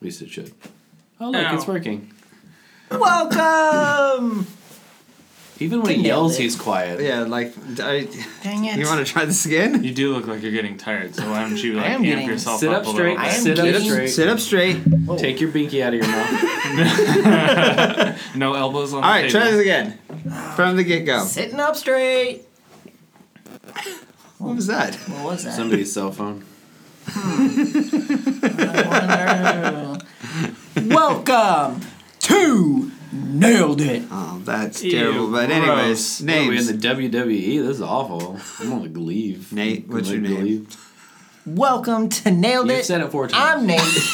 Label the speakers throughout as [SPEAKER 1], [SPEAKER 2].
[SPEAKER 1] At least it should. Oh look, it's
[SPEAKER 2] Ow.
[SPEAKER 1] working.
[SPEAKER 3] Welcome.
[SPEAKER 1] Even when he
[SPEAKER 3] Nailed
[SPEAKER 1] yells,
[SPEAKER 3] it.
[SPEAKER 1] he's quiet.
[SPEAKER 3] yeah, like I,
[SPEAKER 2] Dang it.
[SPEAKER 3] you want to try this again?
[SPEAKER 2] You do look like you're getting tired, so why don't you like
[SPEAKER 1] am
[SPEAKER 2] amp
[SPEAKER 1] getting-
[SPEAKER 2] yourself
[SPEAKER 1] sit
[SPEAKER 2] up,
[SPEAKER 1] up
[SPEAKER 2] a
[SPEAKER 1] straight.
[SPEAKER 2] little
[SPEAKER 1] I
[SPEAKER 2] bit?
[SPEAKER 1] am Sit up
[SPEAKER 3] Get
[SPEAKER 1] straight.
[SPEAKER 3] Sit up straight.
[SPEAKER 1] Take your binky out of your mouth.
[SPEAKER 2] No elbows on
[SPEAKER 3] All
[SPEAKER 2] the
[SPEAKER 3] right,
[SPEAKER 2] table.
[SPEAKER 3] try this again from the get go.
[SPEAKER 4] Sitting up straight.
[SPEAKER 3] What was that?
[SPEAKER 4] What was that?
[SPEAKER 1] Somebody's cell phone.
[SPEAKER 4] I wonder. Welcome to Nailed It.
[SPEAKER 3] Oh, that's
[SPEAKER 2] Ew,
[SPEAKER 3] terrible. But anyways,
[SPEAKER 2] gross.
[SPEAKER 1] What are we in
[SPEAKER 3] names.
[SPEAKER 1] the WWE? This is awful. I'm gonna leave.
[SPEAKER 3] Nate, what's
[SPEAKER 1] I'm
[SPEAKER 3] your
[SPEAKER 1] gonna
[SPEAKER 3] name?
[SPEAKER 1] leave.
[SPEAKER 4] Welcome to Nailed
[SPEAKER 1] You've
[SPEAKER 4] It.
[SPEAKER 1] said it four times.
[SPEAKER 4] I'm Nate.
[SPEAKER 1] Is-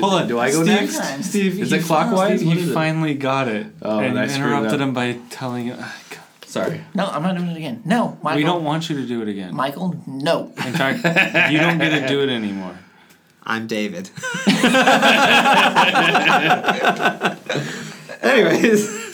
[SPEAKER 2] Hold on,
[SPEAKER 1] Do I go
[SPEAKER 2] Steve,
[SPEAKER 1] next?
[SPEAKER 4] times.
[SPEAKER 2] Steve,
[SPEAKER 1] Is it
[SPEAKER 2] you-
[SPEAKER 1] clockwise?
[SPEAKER 2] Steve,
[SPEAKER 1] What
[SPEAKER 2] you
[SPEAKER 1] is it?
[SPEAKER 2] finally got it,
[SPEAKER 1] Oh,
[SPEAKER 2] and
[SPEAKER 1] and I
[SPEAKER 2] you
[SPEAKER 1] screwed it up.
[SPEAKER 2] interrupted him by telling him. ah, God.
[SPEAKER 1] Sorry.
[SPEAKER 4] No, I'm not doing it again. No, Michael.
[SPEAKER 2] We don't want you to do it again.
[SPEAKER 4] Michael, no.
[SPEAKER 2] In fact, you don't get to do it anymore.
[SPEAKER 3] I'm David. anyways,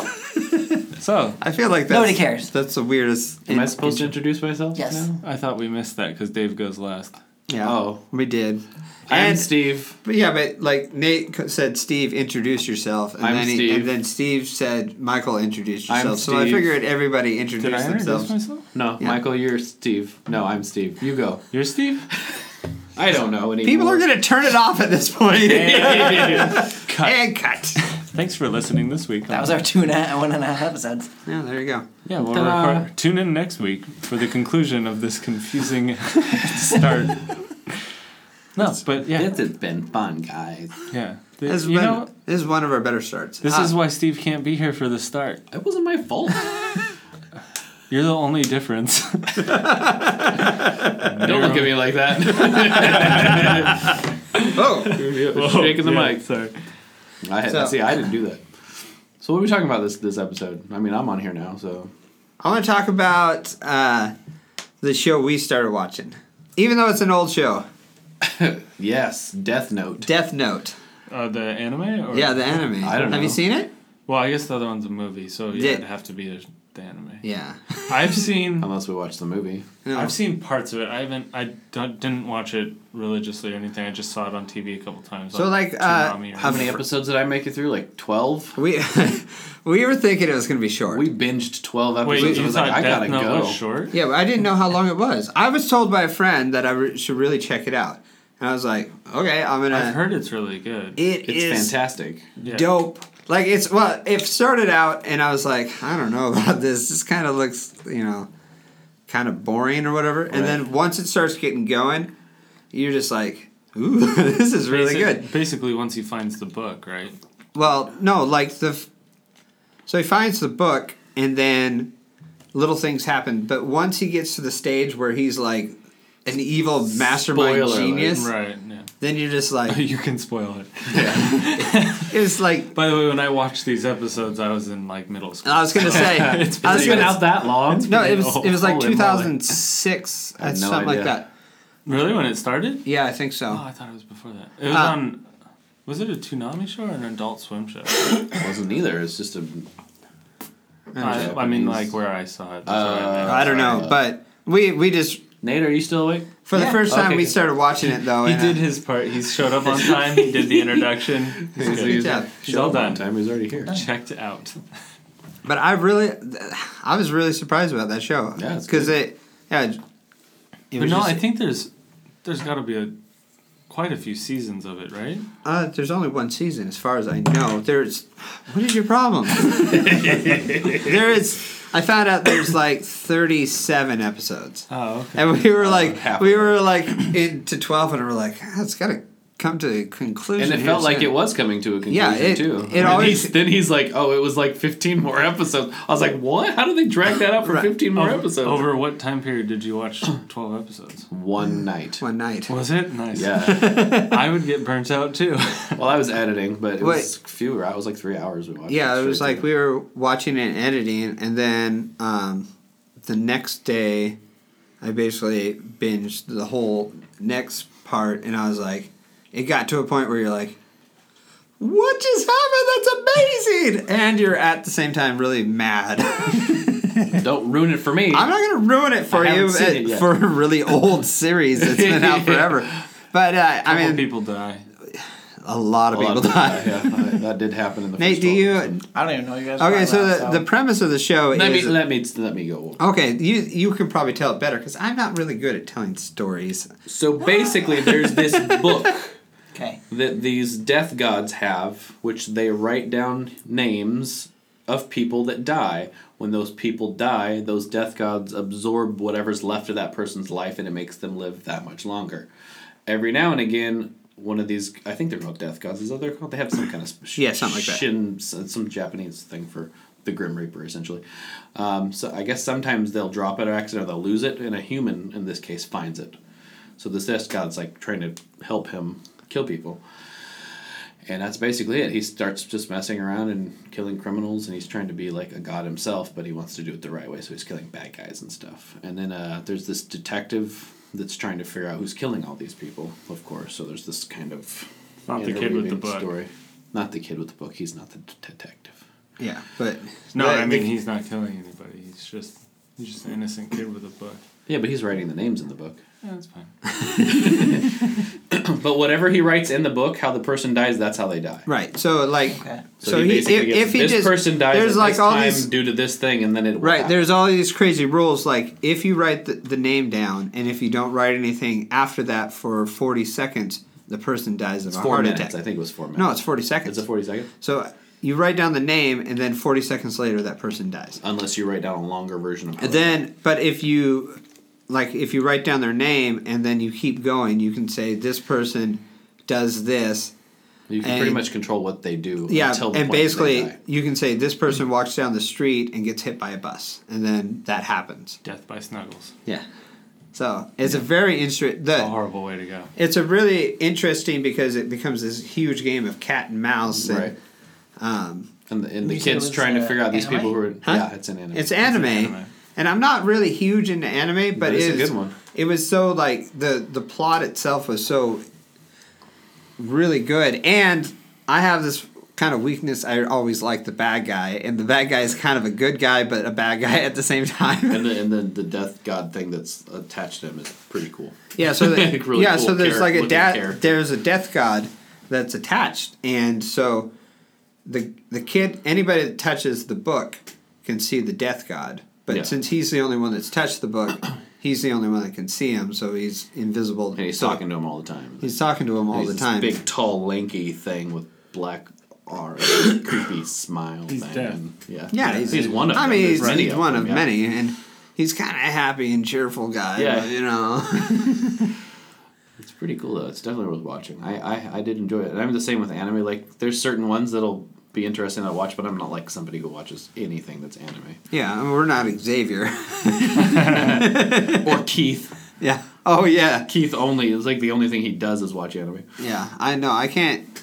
[SPEAKER 2] So
[SPEAKER 3] I feel like that's,
[SPEAKER 4] Nobody cares.
[SPEAKER 3] That's the weirdest.
[SPEAKER 1] Am I supposed to introduce myself?
[SPEAKER 4] Yes.
[SPEAKER 1] now?
[SPEAKER 2] I thought we missed that because Dave goes last.
[SPEAKER 3] Yeah.
[SPEAKER 1] Oh.
[SPEAKER 3] we did.
[SPEAKER 1] I'm
[SPEAKER 3] And-
[SPEAKER 1] Steve.
[SPEAKER 3] But yeah, but like Nate co- said, Steve, introduce yourself, and
[SPEAKER 1] I'm
[SPEAKER 3] then he,
[SPEAKER 1] Steve.
[SPEAKER 3] and then Steve said, Michael, introduce
[SPEAKER 1] I'm
[SPEAKER 3] yourself. so I
[SPEAKER 1] Steve.
[SPEAKER 3] figured everybody introduced
[SPEAKER 2] Did I introduce
[SPEAKER 3] themselves.
[SPEAKER 2] myself?
[SPEAKER 1] No,
[SPEAKER 3] Yeah.
[SPEAKER 1] Michael, you're Steve. No, I'm Steve. You go.
[SPEAKER 2] You're Steve.
[SPEAKER 1] I don't know anymore.
[SPEAKER 3] People are gonna turn it off at this point.
[SPEAKER 2] Cut.
[SPEAKER 3] and cut.
[SPEAKER 2] Thanks for listening this week.
[SPEAKER 4] That was our two and a half, one and a half episodes.
[SPEAKER 3] Yeah, there you go.
[SPEAKER 2] yeah. We'll
[SPEAKER 1] Ta-da.
[SPEAKER 2] record- tune in next week for the conclusion of this confusing start. No, but yeah,
[SPEAKER 1] This has been fun, guys.
[SPEAKER 2] yeah.
[SPEAKER 3] This, has
[SPEAKER 2] you
[SPEAKER 3] been-
[SPEAKER 2] know,
[SPEAKER 3] this is one of our better starts.
[SPEAKER 2] this
[SPEAKER 3] Ah,
[SPEAKER 2] is why Steve can't be here for the start.
[SPEAKER 1] It wasn't my fault.
[SPEAKER 2] You're the only difference.
[SPEAKER 1] don't look at me like that.
[SPEAKER 3] oh,
[SPEAKER 1] Shaking the mic.
[SPEAKER 2] Sorry.
[SPEAKER 1] I had,
[SPEAKER 3] So-
[SPEAKER 1] see, I didn't do that. So what are we talking about this this episode? I mean, I'm on here now, so
[SPEAKER 3] I want to talk about uh, the show we started watching, even though it's an old show,
[SPEAKER 1] yes, Death Note.
[SPEAKER 3] Death Note.
[SPEAKER 2] Uh, the anime? Or?
[SPEAKER 3] Yeah, the anime.
[SPEAKER 1] I don't
[SPEAKER 3] Have you
[SPEAKER 1] know.
[SPEAKER 3] seen it?
[SPEAKER 2] Well, I guess the other one's a movie, so yeah,
[SPEAKER 3] Yeah.
[SPEAKER 2] it'd have to be the, the anime.
[SPEAKER 3] Yeah.
[SPEAKER 2] I've seen
[SPEAKER 1] Unless we watch the movie.
[SPEAKER 3] No.
[SPEAKER 2] I've seen parts of it. I haven't. I don't, didn't watch it religiously or anything. I just saw it on TV a couple times.
[SPEAKER 3] So,
[SPEAKER 2] on
[SPEAKER 3] like, uh,
[SPEAKER 2] Toonami or
[SPEAKER 1] How many
[SPEAKER 2] whatever.
[SPEAKER 1] episodes did I make it through? Like twelve.
[SPEAKER 3] We we were thinking it was gonna be short.
[SPEAKER 1] We binged twelve episodes.
[SPEAKER 2] Wait,
[SPEAKER 1] I
[SPEAKER 2] you
[SPEAKER 1] was
[SPEAKER 2] thought
[SPEAKER 1] like, I
[SPEAKER 2] Death
[SPEAKER 1] gotta
[SPEAKER 2] Note
[SPEAKER 1] go.
[SPEAKER 2] was short?
[SPEAKER 3] Yeah, but I didn't know how long it was. I was told by a friend that I re- should really check it out, and I was like, okay, I'm gonna.
[SPEAKER 2] I've heard it's really good.
[SPEAKER 1] It's
[SPEAKER 3] it is
[SPEAKER 1] fantastic.
[SPEAKER 2] Yeah.
[SPEAKER 3] dope. Like it's well, it started out, and I was like, I don't know about this. This kind of looks, you know, kind of boring or whatever. And then once it starts getting going, you're just like, ooh, this is really
[SPEAKER 2] Basic-
[SPEAKER 3] good.
[SPEAKER 2] Basically, once he finds the book, right?
[SPEAKER 3] Well, no, like the. f- So he finds the book, and then little things happen. But once he gets to the stage where he's like an evil mastermind
[SPEAKER 1] Spoiler alert.
[SPEAKER 3] genius,
[SPEAKER 2] Right. Yeah.
[SPEAKER 3] then you're just like,
[SPEAKER 2] you can spoil it.
[SPEAKER 3] it's like.
[SPEAKER 2] By the way, when I watched these episodes, I was in like middle school.
[SPEAKER 3] I was gonna say, I was
[SPEAKER 1] It's been
[SPEAKER 3] gonna,
[SPEAKER 1] out that long.
[SPEAKER 3] no, it was it was like
[SPEAKER 1] Holy moly.
[SPEAKER 3] 2006,
[SPEAKER 1] had
[SPEAKER 3] uh,
[SPEAKER 1] no
[SPEAKER 3] something like
[SPEAKER 1] idea.
[SPEAKER 3] that.
[SPEAKER 2] really, when it started?
[SPEAKER 3] Yeah, I think so.
[SPEAKER 2] Oh, I thought it was before that. It was
[SPEAKER 3] Uh,
[SPEAKER 2] on. Was it a Toonami show or an Adult Swim show?
[SPEAKER 1] It wasn't either. It's just a
[SPEAKER 2] I, I mean, like where I saw it.
[SPEAKER 1] Uh,
[SPEAKER 3] I don't know, but we we just
[SPEAKER 1] Nate, are you still awake?
[SPEAKER 3] for the
[SPEAKER 4] Yeah.
[SPEAKER 3] first time
[SPEAKER 1] Okay,
[SPEAKER 3] we
[SPEAKER 1] good.
[SPEAKER 3] started watching it though.
[SPEAKER 2] He
[SPEAKER 3] and,
[SPEAKER 2] did
[SPEAKER 3] uh,
[SPEAKER 2] his part. He showed up on time. He did the introduction. He's good.
[SPEAKER 3] Good job.
[SPEAKER 2] He's all
[SPEAKER 1] Showdown
[SPEAKER 2] done.
[SPEAKER 1] time. He's already here.
[SPEAKER 2] Checked out.
[SPEAKER 3] But I really, I was really surprised about that show.
[SPEAKER 1] Yeah, it's
[SPEAKER 3] because
[SPEAKER 1] good.
[SPEAKER 3] it, yeah. it- It
[SPEAKER 2] But
[SPEAKER 3] was
[SPEAKER 2] no,
[SPEAKER 3] just-
[SPEAKER 2] I think there's there's got to be a quite a few seasons of it, right?
[SPEAKER 3] Uh, there's only one season, as far as I know. There's. What is your problem? there is. I found out there's like 37 episodes,
[SPEAKER 2] Oh, okay.
[SPEAKER 3] and we were like,
[SPEAKER 1] half
[SPEAKER 3] we
[SPEAKER 1] of
[SPEAKER 3] were like into 12, and we are like, ah, it's got to come to a conclusion.
[SPEAKER 1] And it
[SPEAKER 3] here
[SPEAKER 1] felt like
[SPEAKER 3] soon."
[SPEAKER 1] it was coming to a conclusion
[SPEAKER 3] Yeah, it-
[SPEAKER 1] too.
[SPEAKER 3] it
[SPEAKER 1] And
[SPEAKER 3] always-
[SPEAKER 1] he's- then he's like, "Oh, it was like 15 more episodes." I was like, "What? How did they drag that out for
[SPEAKER 3] Right.
[SPEAKER 1] 15 more episodes?"
[SPEAKER 2] Over what time period did you watch 12 episodes?
[SPEAKER 1] one night.
[SPEAKER 3] one night.
[SPEAKER 2] Was it nice?
[SPEAKER 1] Yeah.
[SPEAKER 2] I would get burnt out too.
[SPEAKER 1] well, I was editing, but it was fewer. It was like three hours we watched.
[SPEAKER 3] Yeah, it
[SPEAKER 1] straight
[SPEAKER 3] was like
[SPEAKER 1] through.
[SPEAKER 3] we were watching and editing, and then um, the next day, I basically binged the whole next part, and I was like, it got to a point where you're like, what just happened? That's amazing! And you're at the same time really mad.
[SPEAKER 1] "Don't ruin it for me."
[SPEAKER 3] I'm not gonna ruin it for
[SPEAKER 1] I haven't
[SPEAKER 3] you
[SPEAKER 1] seen it
[SPEAKER 3] uh,
[SPEAKER 1] yet.
[SPEAKER 3] for a really old series that's been out forever. But uh, I
[SPEAKER 2] Couple
[SPEAKER 3] mean,
[SPEAKER 2] people die.
[SPEAKER 3] a lot of
[SPEAKER 1] A lot
[SPEAKER 3] people
[SPEAKER 1] of people
[SPEAKER 3] die.
[SPEAKER 1] die, yeah. that did happen in the
[SPEAKER 3] Nate,
[SPEAKER 1] first
[SPEAKER 3] do
[SPEAKER 1] one.
[SPEAKER 3] you?
[SPEAKER 4] I don't even know you guys. were
[SPEAKER 3] Okay,
[SPEAKER 4] talking
[SPEAKER 3] so
[SPEAKER 4] about,
[SPEAKER 3] the, the premise of the show
[SPEAKER 1] Let me
[SPEAKER 3] is
[SPEAKER 1] let me let me go.
[SPEAKER 3] okay. You you can probably tell it better because I'm not really good at telling stories.
[SPEAKER 1] So basically, there's this book
[SPEAKER 4] okay.
[SPEAKER 1] that these death gods have, which they write down names of people that die. When those people die, those death gods absorb whatever's left of that person's life and it makes them live that much longer. Every now and again, one of these, I think they're called death gods, is that what they're called? They have some kind of sh-
[SPEAKER 3] Yeah, something like that.
[SPEAKER 1] shin, s- some Japanese thing for the Grim Reaper, essentially. Um, so I guess sometimes they'll drop it or accident or they'll lose it, and a human, in this case, finds it. So this death god's like trying to help him kill people. And that's basically it. He starts just messing around and killing criminals, and he's trying to be like a god himself, but he wants to do it the right way, so he's killing bad guys and stuff. And then uh, there's this detective that's trying to figure out who's killing all these people, of course. So there's this kind of
[SPEAKER 2] Not the kid with the
[SPEAKER 1] interweaving
[SPEAKER 2] book.
[SPEAKER 1] story. Not the kid with the book. He's not the det- detective.
[SPEAKER 3] Yeah, but
[SPEAKER 2] No,
[SPEAKER 3] but
[SPEAKER 2] I mean
[SPEAKER 3] the-
[SPEAKER 2] he's not killing anybody. He's just he's just an innocent kid with a book.
[SPEAKER 1] Yeah, but he's writing the names in the book.
[SPEAKER 2] Yeah, that's fine.
[SPEAKER 1] But whatever he writes in the book, how the person dies, that's how they die.
[SPEAKER 3] right. So like,
[SPEAKER 4] Okay.
[SPEAKER 1] So,
[SPEAKER 3] so,
[SPEAKER 1] he
[SPEAKER 3] he,
[SPEAKER 1] basically
[SPEAKER 3] if,
[SPEAKER 1] gets,
[SPEAKER 3] if he
[SPEAKER 1] this
[SPEAKER 3] just
[SPEAKER 1] person dies
[SPEAKER 3] there's
[SPEAKER 1] at
[SPEAKER 3] like
[SPEAKER 1] this
[SPEAKER 3] all
[SPEAKER 1] time
[SPEAKER 3] these
[SPEAKER 1] due to this thing, and then it will
[SPEAKER 3] right.
[SPEAKER 1] happen.
[SPEAKER 3] There's all these crazy rules. Like if you write the, the name down and if you don't write anything after that for 40 seconds, the person dies of
[SPEAKER 1] It's
[SPEAKER 3] a
[SPEAKER 1] four
[SPEAKER 3] heart
[SPEAKER 1] minutes.
[SPEAKER 3] attack.
[SPEAKER 1] I think it was four minutes.
[SPEAKER 3] No, it's 40 seconds.
[SPEAKER 1] It's a 40 second?
[SPEAKER 3] so you write down the name and then 40 seconds later that person dies.
[SPEAKER 1] Unless you write down a longer version of it.
[SPEAKER 3] And then, but if you like, if you write down their name and then you keep going, you can say this person does this.
[SPEAKER 1] you can
[SPEAKER 3] and-
[SPEAKER 1] pretty much control what they do
[SPEAKER 3] Yeah,
[SPEAKER 1] until the
[SPEAKER 3] and
[SPEAKER 1] point that they
[SPEAKER 3] basically
[SPEAKER 1] die.
[SPEAKER 3] you can say this person walks down the street and gets hit by a bus, and then that happens.
[SPEAKER 2] Death by Snuggles.
[SPEAKER 3] Yeah. So it's a very interesting.
[SPEAKER 2] It's a
[SPEAKER 3] The
[SPEAKER 2] horrible way to go.
[SPEAKER 3] it's a really interesting because it becomes this huge game of cat and mouse. And,
[SPEAKER 1] right. and the, and the
[SPEAKER 4] You said it
[SPEAKER 1] kids
[SPEAKER 4] was,
[SPEAKER 1] trying to
[SPEAKER 4] uh,
[SPEAKER 1] figure out these
[SPEAKER 4] anime?
[SPEAKER 1] people who are.
[SPEAKER 3] Huh?
[SPEAKER 1] Yeah, it's an anime.
[SPEAKER 3] It's anime,
[SPEAKER 2] anime.
[SPEAKER 3] and I'm not really huge into anime, but,
[SPEAKER 1] it's a
[SPEAKER 3] it is-
[SPEAKER 1] good one.
[SPEAKER 3] It was so like the the plot itself was so really good, and I have this kind of weakness. I always like the bad guy, and the bad guy is kind of a good guy, but a bad guy at the same time.
[SPEAKER 1] and then and then the death god thing that's attached to him is pretty cool.
[SPEAKER 3] yeah, so the,
[SPEAKER 1] Like really
[SPEAKER 3] yeah,
[SPEAKER 1] cool
[SPEAKER 3] so there's
[SPEAKER 1] char-
[SPEAKER 3] like a
[SPEAKER 1] looking
[SPEAKER 3] death.
[SPEAKER 1] character.
[SPEAKER 3] There's a death god that's attached, and so the the kid anybody that touches the book can see the death god but
[SPEAKER 1] Yeah.
[SPEAKER 3] since he's the only one that's touched the book he's the only one that can see him so he's invisible
[SPEAKER 1] And he's
[SPEAKER 3] So
[SPEAKER 1] talking to him all the time.
[SPEAKER 3] he's talking to him all
[SPEAKER 1] He's
[SPEAKER 3] the
[SPEAKER 1] this
[SPEAKER 3] time
[SPEAKER 1] Big, tall, lanky thing with black. R creepy smile.
[SPEAKER 2] He's
[SPEAKER 1] thing.
[SPEAKER 2] deaf.
[SPEAKER 1] Yeah,
[SPEAKER 3] yeah he's,
[SPEAKER 1] one of.
[SPEAKER 3] i
[SPEAKER 1] them.
[SPEAKER 3] mean
[SPEAKER 1] There's
[SPEAKER 3] he's,
[SPEAKER 1] many
[SPEAKER 3] he's one of
[SPEAKER 1] them, yeah.
[SPEAKER 3] many and he's kind of happy and cheerful guy
[SPEAKER 1] Yeah.
[SPEAKER 3] but, you know
[SPEAKER 1] It's pretty cool though. It's definitely worth watching. I, I I did enjoy it. And I'm the same with anime. Like there's certain ones that'll be interesting to watch, but I'm not like somebody who watches anything that's anime.
[SPEAKER 3] yeah I mean, we're not xavier
[SPEAKER 1] or Keith.
[SPEAKER 3] yeah oh yeah
[SPEAKER 1] Keith only is like the only thing he does is watch anime.
[SPEAKER 3] yeah i know i can't